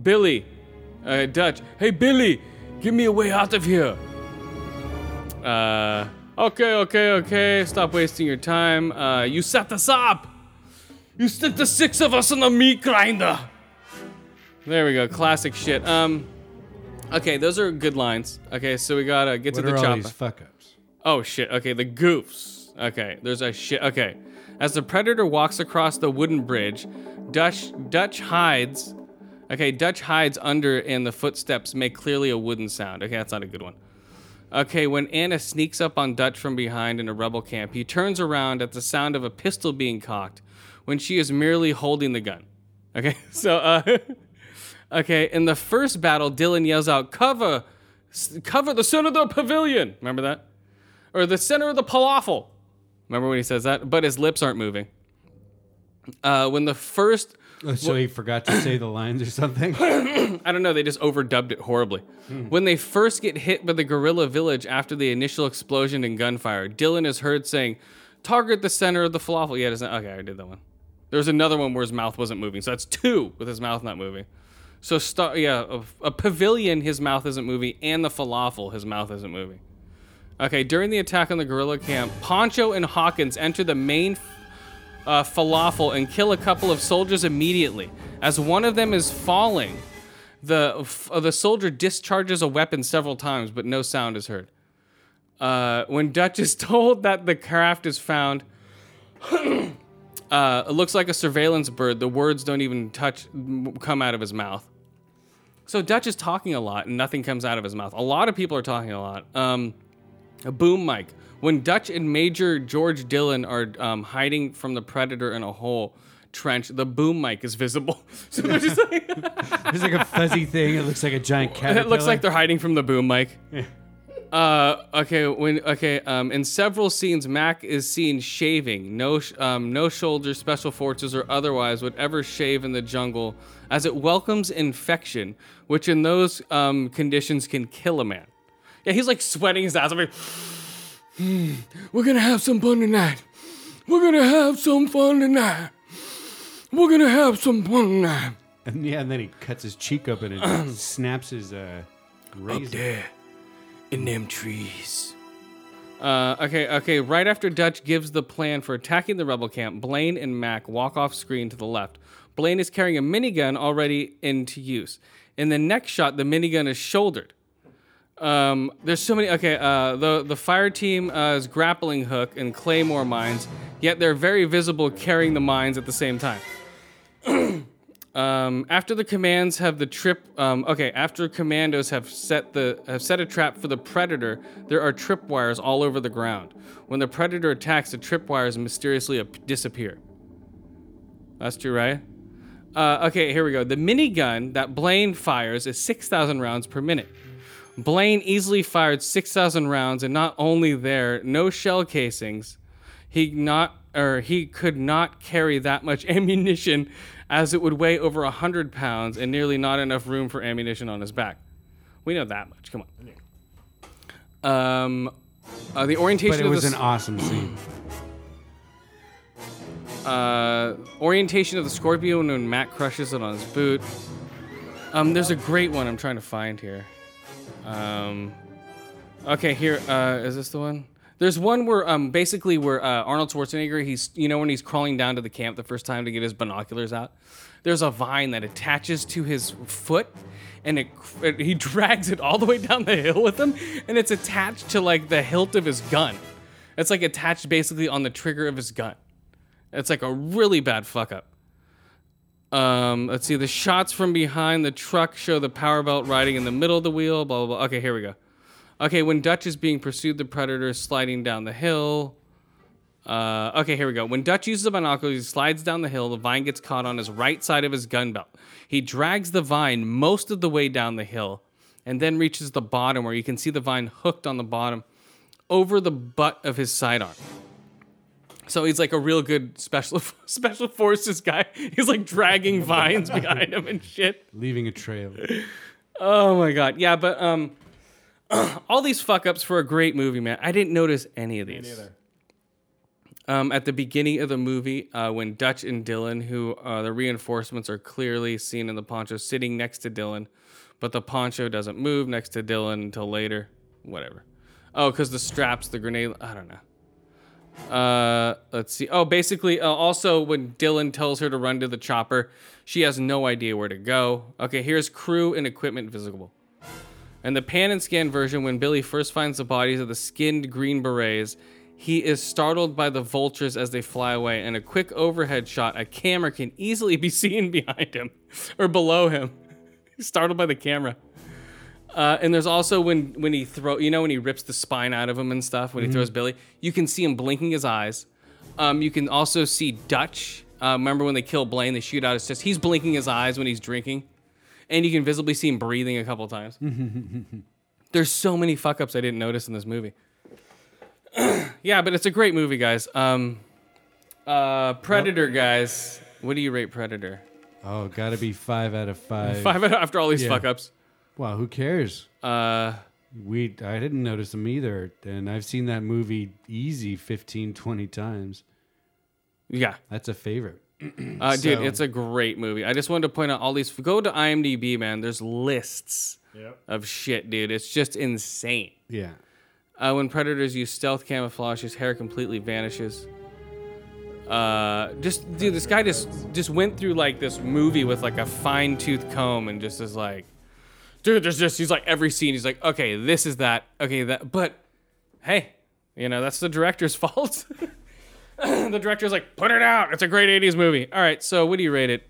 Billy, uh, Dutch, hey Billy, give me a way out of here. Uh, okay, okay, okay. Stop wasting your time. Uh, you set us up. You sent the six of us on the meat grinder. There we go. Classic shit. Um, okay, those are good lines. Okay, so we gotta get What to the are all chopper. these fuck ups? Oh shit. Okay, the goofs. Okay, there's a shit. Okay, as the predator walks across the wooden bridge, Dutch Dutch hides. Okay, Dutch hides under, and the footsteps make clearly a wooden sound. Okay, that's not a good one. Okay, when Anna sneaks up on Dutch from behind in a rebel camp, he turns around at the sound of a pistol being cocked when she is merely holding the gun. Okay, so, uh, okay, in the first battle, Dylan yells out, Cover! S- Cover the center of the pavilion! Remember that? Or the center of the falafel! Remember when he says that? But his lips aren't moving. Uh, when the first. Oh, So he forgot to say the lines or something. I don't know. They just overdubbed it horribly. When they first get hit by the guerrilla village after the initial explosion and gunfire, Dylan is heard saying, "Target the center of the falafel." Yeah, doesn't. Okay, I did that one. There was another one where his mouth wasn't moving, so that's two with his mouth not moving. So star, yeah, a, a pavilion, his mouth isn't moving, and the falafel, his mouth isn't moving. Okay, during the attack on the guerrilla camp, Poncho and Hawkins enter the main uh, falafel and kill a couple of soldiers immediately. As one of them is falling, the f- uh, the soldier discharges a weapon several times, but no sound is heard. Uh, when Dutch is told that the craft is found, uh, it looks like a surveillance bird. The words don't even touch m- come out of his mouth. So Dutch is talking a lot, and nothing comes out of his mouth. A lot of people are talking a lot. Um, a boom mic. When Dutch and Major George Dillon are um, hiding from the predator in a hole trench, the boom mic is visible. so they're just like, There's like a fuzzy thing. It looks like a giant caterpillar. it looks like they're hiding from the boom mic. Uh, okay, when okay, um, in several scenes, Mac is seen shaving. No, sh- um, no soldier, special forces, or otherwise would ever shave in the jungle, as it welcomes infection, which in those um, conditions can kill a man. Yeah, he's like sweating his ass off. like, Hmm. We're gonna have some fun tonight. We're gonna have some fun tonight. We're gonna have some fun tonight. And yeah, and then he cuts his cheek open and snaps his uh, Oh, razor. there in them trees. Uh, okay, okay. Right after Dutch gives the plan for attacking the rebel camp, Blaine and Mac walk off screen to the left. Blaine is carrying a minigun already into use. In the next shot, the minigun is shouldered. Um, there's so many. Okay, uh, the the fire team uh, is grappling hook and claymore mines, yet they're very visible carrying the mines at the same time. Um, after the commands have the trip, um, okay. After commandos have set the have set a trap for the predator, there are tripwires all over the ground. When the predator attacks, the tripwires mysteriously ap- disappear. That's true, right? Uh, okay, here we go. The minigun that Blaine fires is six thousand rounds per minute. Blaine easily fired six thousand rounds, and not only there, no shell casings. He not or he could not carry that much ammunition as it would weigh over 100 pounds and nearly not enough room for ammunition on his back. We know that much. Come on. Um, uh, the orientation But it of was the an s- awesome scene. uh, orientation of the scorpion when Matt crushes it on his boot. Um, there's a great one I'm trying to find here. Um, okay, here uh, is this the one? There's one where um, basically where uh, Arnold Schwarzenegger he's you know when he's crawling down to the camp the first time to get his binoculars out. There's a vine that attaches to his foot, and it, it he drags it all the way down the hill with him, and it's attached to like the hilt of his gun. It's like attached basically on the trigger of his gun. It's like a really bad fuck up. Um, let's see. The shots from behind the truck show the power belt riding in the middle of the wheel. Blah blah. blah. Okay, here we go. Okay, when Dutch is being pursued, the predator is sliding down the hill. Uh, okay, here we go. When Dutch uses the binoculars, he slides down the hill. The vine gets caught on his right side of his gun belt. He drags the vine most of the way down the hill and then reaches the bottom where you can see the vine hooked on the bottom over the butt of his sidearm. So he's like a real good special special forces guy. He's like dragging vines behind him and shit. Leaving a trail. Oh my god. Yeah, but um all these fuck ups for a great movie, man. I didn't notice any of these. neither. Um, at the beginning of the movie, uh, when Dutch and Dylan, who uh, the reinforcements are clearly seen in the poncho, sitting next to Dylan, but the poncho doesn't move next to Dylan until later. Whatever. Oh, because the straps, the grenade. I don't know. Uh, let's see. Oh, basically, uh, also when Dylan tells her to run to the chopper, she has no idea where to go. Okay, here's crew and equipment visible. And the pan and scan version, when Billy first finds the bodies of the skinned green berets, he is startled by the vultures as they fly away. And a quick overhead shot, a camera can easily be seen behind him or below him. He's startled by the camera. Uh, and there's also when when he throw you know when he rips the spine out of him and stuff when Mhm. he throws Billy, you can see him blinking his eyes. Um, you can also see Dutch. Uh, remember when they kill Blaine, they shoot out his chest. He's blinking his eyes when he's drinking, and you can visibly see him breathing a couple times. There's so many fuck ups I didn't notice in this movie. yeah, but it's a great movie, guys. Um, uh, Predator, guys. What do you rate Predator? Oh, gotta be five out of five. Five out- after all these Yeah. fuck-ups. Well, who cares? Uh, we I didn't notice them either, and I've seen that movie easy 15, 20 times. Yeah, that's a favorite. Uh, dude, So- it's a great movie. I just wanted to point out all these. Go to IMDb, man. There's lists Yep. of shit, dude. It's just insane. yeah. Uh, when predators use stealth camouflage, his hair completely vanishes. Uh, just dude, this guy just just went through like this movie with like a fine tooth comb and just is like, dude, there's just he's like every scene he's like, okay, this is that, okay that, but hey, you know that's the director's fault. the director's like, put it out. It's a great '80s movie. All right, so what do you rate it?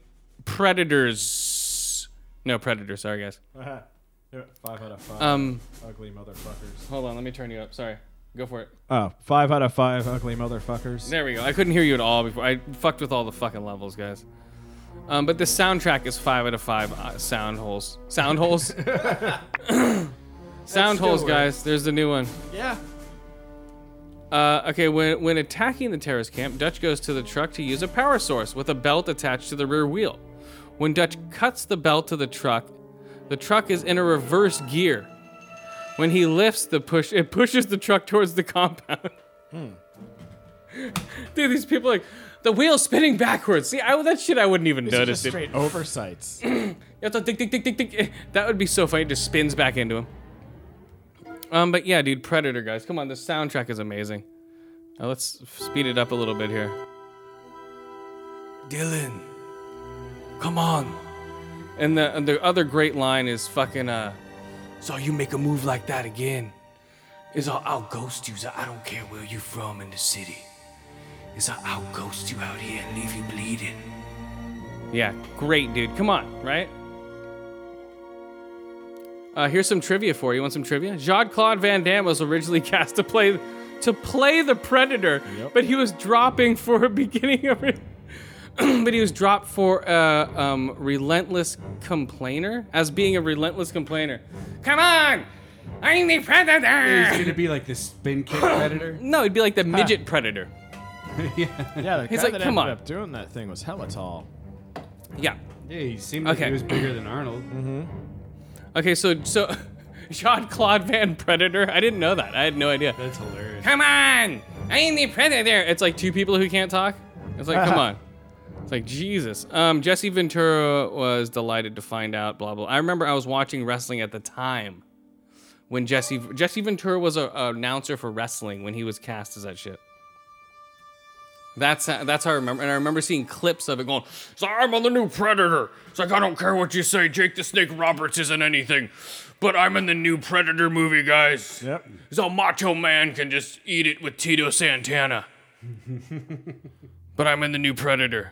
Predators. No, Predator. Sorry, guys. Five out of five. Um, ugly motherfuckers. Hold on, let me turn you up. Sorry, go for it. Oh, five out of five ugly motherfuckers. There we go. I couldn't hear you at all before. I fucked with all the fucking levels, guys. Um, but the soundtrack is five out of five uh, sound holes. Sound holes. Sound holes, newer. guys. There's the new one. Yeah. Uh, okay, when, when attacking the terrorist camp, Dutch goes to the truck to use a power source with a belt attached to the rear wheel. When Dutch cuts the belt to the truck, the truck is in a reverse gear. When he lifts the push, it pushes the truck towards the compound. Dude, these people are like the wheel spinning backwards. See, I, that shit I wouldn't even These are notice. just dude. straight oversights. You have to tick, tick, tick, tick, tick. Eh, That would be so funny. It just spins back into him. Um, but yeah, dude, Predator guys, come on. The soundtrack is amazing. Now let's speed it up a little bit here. Dylan, come on. And the and the other great line is fucking uh, So you make a move like that again, is I'll, I'll ghost you. So I don't care where you from in the city. Is I'll, I'll ghost you out here and leave you bleeding. yeah, great dude. Come on, right? Uh, here's some trivia for you. You want some trivia? Jean Claude Van Damme was originally cast to play to play the Predator, but he was dropping for a beginning of it. but he was dropped for uh, um, relentless complainer as being a relentless complainer. Come on, I'm the Is Predator. it gonna be like the spin kick predator? No, it'd be like the midget Predator. yeah. Yeah, the He's guy like, that "Come on." ended up doing that thing was hella tall. Yeah. Yeah, he seemed like Okay. he was bigger than Arnold. Mm-hmm. Okay, so so Jean Claude Van Predator. I didn't know that. I had no idea. That's hilarious. Come on, I'm the Predator. It's like two people who can't talk. It's like come on. It's like Jesus. Um, Jesse Ventura was delighted to find out. Blah blah. I remember I was watching wrestling at the time when Jesse Jesse Ventura was a, a announcer for wrestling when he was cast as that shit. That's that's how I remember, and I remember seeing clips of it going. So I'm on the new Predator. It's like I don't care what you say. Jake the Snake Roberts isn't anything, but I'm in the new Predator movie, guys. Yep. So Macho Man can just eat it with Tito Santana. But I'm in the new Predator.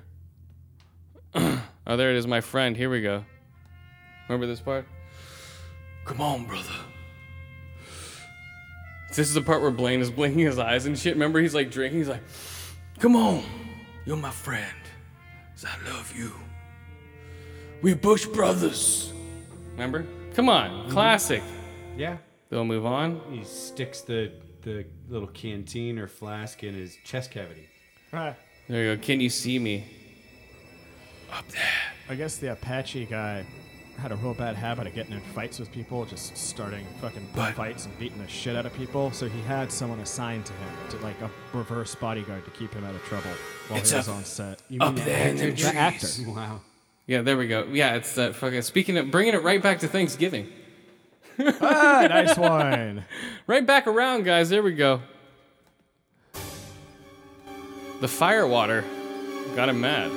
oh, there it is, my friend. Here we go. Remember this part? Come on, brother. This is the part where Blaine is blinking his eyes and shit. Remember, he's like drinking. He's like, Come on. You're my friend. 'cause I love you. We Bush brothers. remember? Come on, classic. Yeah. They'll move on. He sticks the the little canteen or flask in his chest cavity. There you go. Can you see me? I guess the Apache guy had a real bad habit of getting in fights with people, just starting fucking fights and beating the shit out of people. So he had someone assigned to him, to like a reverse bodyguard to keep him out of trouble while It's he was up- on set. up there in them the actor? trees. Wow. Yeah, there we go. Yeah, it's that fucking. Speaking of bringing it right back to Thanksgiving. ah, nice one. Right back around, guys. There we go. The fire water got him mad.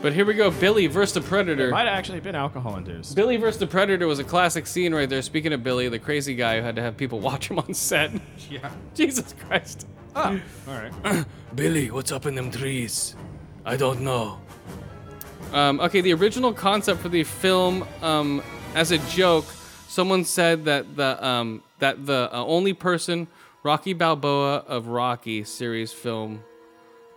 but here we go. Billy versus the Predator. Might have actually been alcohol induced. Billy versus the Predator was a classic scene right there. Speaking of Billy, the crazy guy who had to have people watch him on set. Yeah. Jesus Christ. Ah, all right. Billy, what's up in them trees? I don't know. Um, okay, the original concept for the film, um, as a joke, someone said that the um, that the uh, only person Rocky Balboa of Rocky series film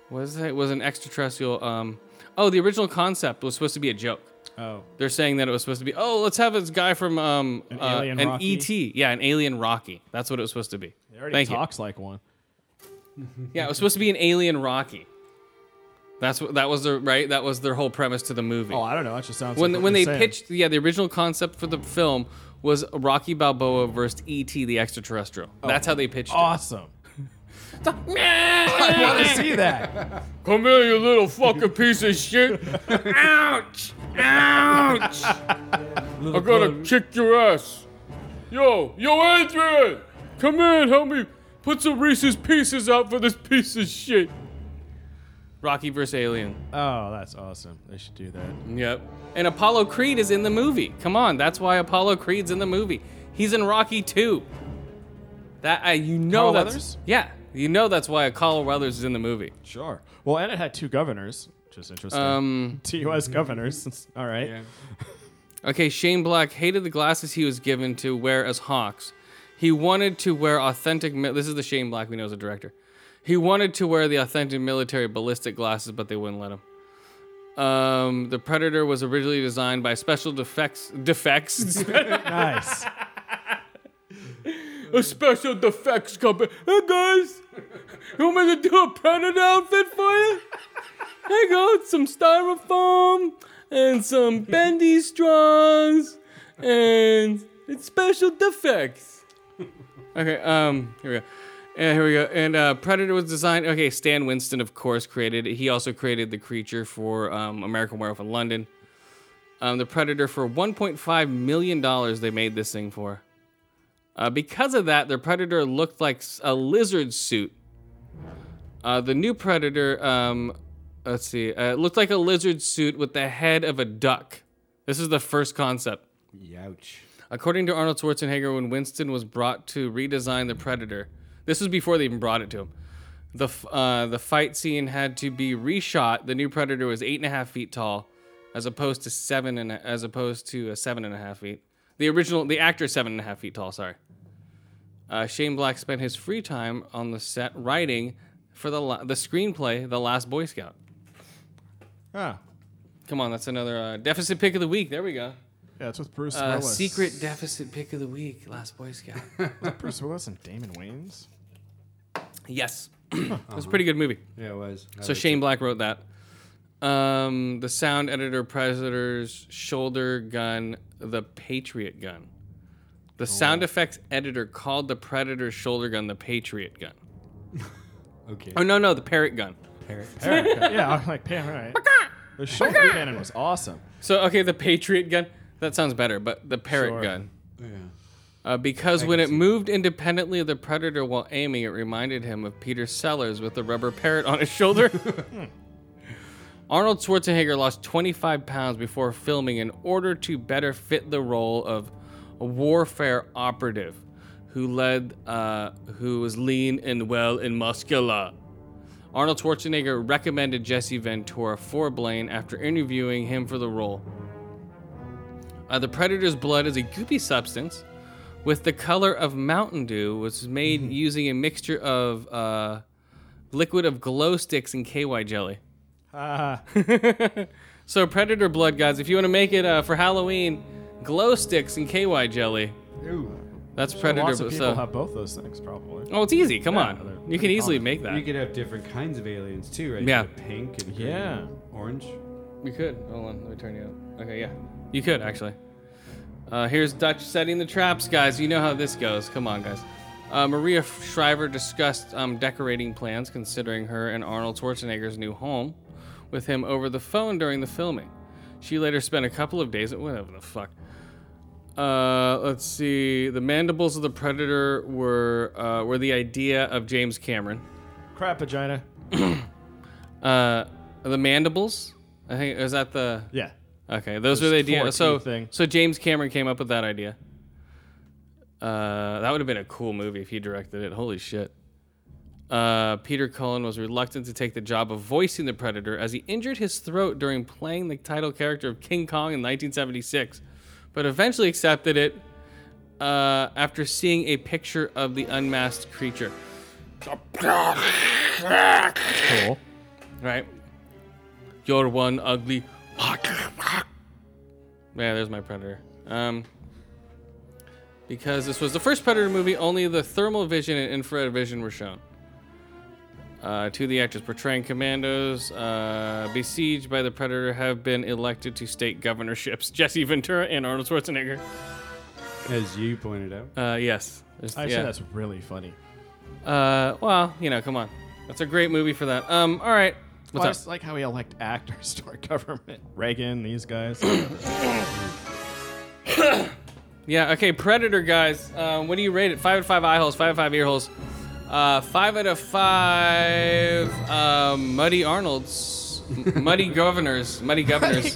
was it was an extraterrestrial. Um, oh, the original concept was supposed to be a joke. Oh. They're saying that it was supposed to be. Oh, let's have this guy from um, An uh, alien an Rocky? ET. Yeah, an alien Rocky. That's what it was supposed to be. He already Thank you. talks like one. Yeah, it was supposed to be an alien Rocky. That's what that was their right. That was their whole premise to the movie. Oh, I don't know. That just sounds when like what when they you're saying. pitched, yeah, the original concept for the film was Rocky Balboa versus E.T. the extraterrestrial. That's how they pitched Oh. Awesome. I want to see that. Come here, you little fucking piece of shit. Ouch! Ouch! I'm gonna kick your ass. Yo, yo, Adrian! Come in, help me put some Reese's pieces out for this piece of shit. it. Rocky versus Alien. Oh, that's awesome. They should do that. Yep. And Apollo Creed is in the movie. Come on, that's why Apollo Creed's in the movie. He's in Rocky 2. That I you know Carl that's Weathers? yeah, you know that's why Carl Weathers is in the movie. Sure. Well, and it had two governors, which is interesting. Um, two U.S. governors. All right. Okay, Shane Black hated the glasses he was given to wear as Hawks. He wanted to wear authentic. mi- This is the Shane Black we know as a director. He wanted to wear the authentic military ballistic glasses, but they wouldn't let him. Um, the Predator was originally designed by special defects defects nice. a special defects company. Hey guys, you want me to do a printed outfit for you? I got some styrofoam and some bendy straws and it's special defects. Okay, um, here we go. And here we go. And uh, Predator was designed. Okay, Stan Winston, of course, created. He also created the creature for um, American Werewolf in London. Um, the Predator for 1.5 million dollars they made this thing for. Uh, because of that, the Predator looked like s- a lizard suit. Uh, the new Predator, um, let's see, uh, it looked like a lizard suit with the head of a duck. This is the first concept. Youch. According to Arnold Schwarzenegger, when Winston was brought to redesign the Predator, this was before they even brought it to him. The f- uh, the fight scene had to be reshot. The new Predator was eight and a half feet tall, as opposed to seven and a- as opposed to a seven and a half feet. The original the actor is seven and a half feet tall. Sorry. Uh, Shane Black spent his free time on the set writing for the la- the screenplay The Last Boy Scout. Ah. Come on, that's another uh, deficit pick of the week. There we go. Yeah, it's with Bruce Uh, Willis. secret deficit pick of the week, Last Boy Scout. Bruce Willis and Damon Wayans. Yes. It was a pretty good movie. Yeah, it was. I So liked Shane Black wrote that. Um, the sound editor, Predator's shoulder gun, the Patriot gun. The sound effects editor called the Predator's shoulder gun the Patriot gun. Okay. Oh no no, the Parrot gun. Parrot. Parrot gun. Yeah, I'm like, "Damn, all right." The shoulder cannon was awesome. So okay, the Patriot gun. That sounds better, but the Parrot Sure. gun. Yeah. Uh, because when it moved independently of the Predator while aiming, it reminded him of Peter Sellers with the rubber parrot on his shoulder. Arnold Schwarzenegger lost 25 pounds before filming in order to better fit the role of a warfare operative who led, uh, who was lean and well and muscular. Arnold Schwarzenegger recommended Jesse Ventura for Blaine after interviewing him for the role. Uh, the predator's blood is a goopy substance with the color of Mountain Dew, which is made Mm-hmm. using a mixture of uh, liquid of glow sticks and KY jelly. Ah. So, predator blood, guys, if you want to make it uh, for Halloween, glow sticks and KY jelly. Ooh. That's So predator uh, Lots of blood. people So, have both those things, probably. oh, it's easy. Come Yeah, they're on. You pretty can easily common. make that. You could have different kinds of aliens too, right? You Yeah. could have Pink and green Yeah. and orange. We could. Hold on, let me turn you up. Okay, yeah. You could, actually. Uh, here's Dutch setting the traps, guys. You know how this goes. Come on, guys. Uh, Maria Shriver discussed um, decorating plans, considering her and Arnold Schwarzenegger's new home, with him over the phone during the filming. She later spent a couple of days at whatever the fuck. Uh, let's see. The mandibles of the predator were uh, were the idea of James Cameron. Crap vagina. Uh, the mandibles. I think is that the Yeah. Okay, those Those were the four idea. So teeth thing. so James Cameron came up with that idea. Uh, that would have been a cool movie if he directed it. Holy shit. Uh, Peter Cullen was reluctant to take the job of voicing the Predator as he injured his throat during playing the title character of King Kong in 1976, but eventually accepted it uh, after seeing a picture of the unmasked creature. Cool. Right? You're one ugly. Yeah, there's my Predator. Um, because this was the first Predator movie, only the thermal vision and infrared vision were shown. Uh, two of the actors portraying commandos uh, besieged by the Predator have been elected to state governorships Jesse Ventura and Arnold Schwarzenegger. As you pointed out. Uh, yes. There's- Actually, yeah. that's really funny. Uh, well, you know, come on. That's a great movie for that. Um, all right. What's Well, I up? just like how we elect actors to our government. Reagan, these guys. Yeah, okay, Predator guys. Um, what do you rate it? Five out of five eye holes, five out of five ear holes, uh, five out of five um, muddy Arnolds, M- muddy governors, muddy governors.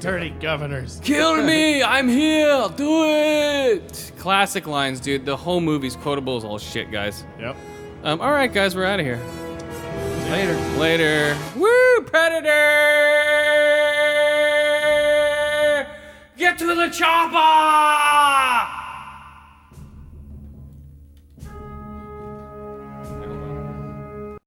Dirty governors. Kill me, I'm here, do it. Classic lines, dude. The whole movie's quotable as all shit, guys. Yep. Um, all right, guys, we're out of here. Later. Later. Woo, Predator! Get to the chopper!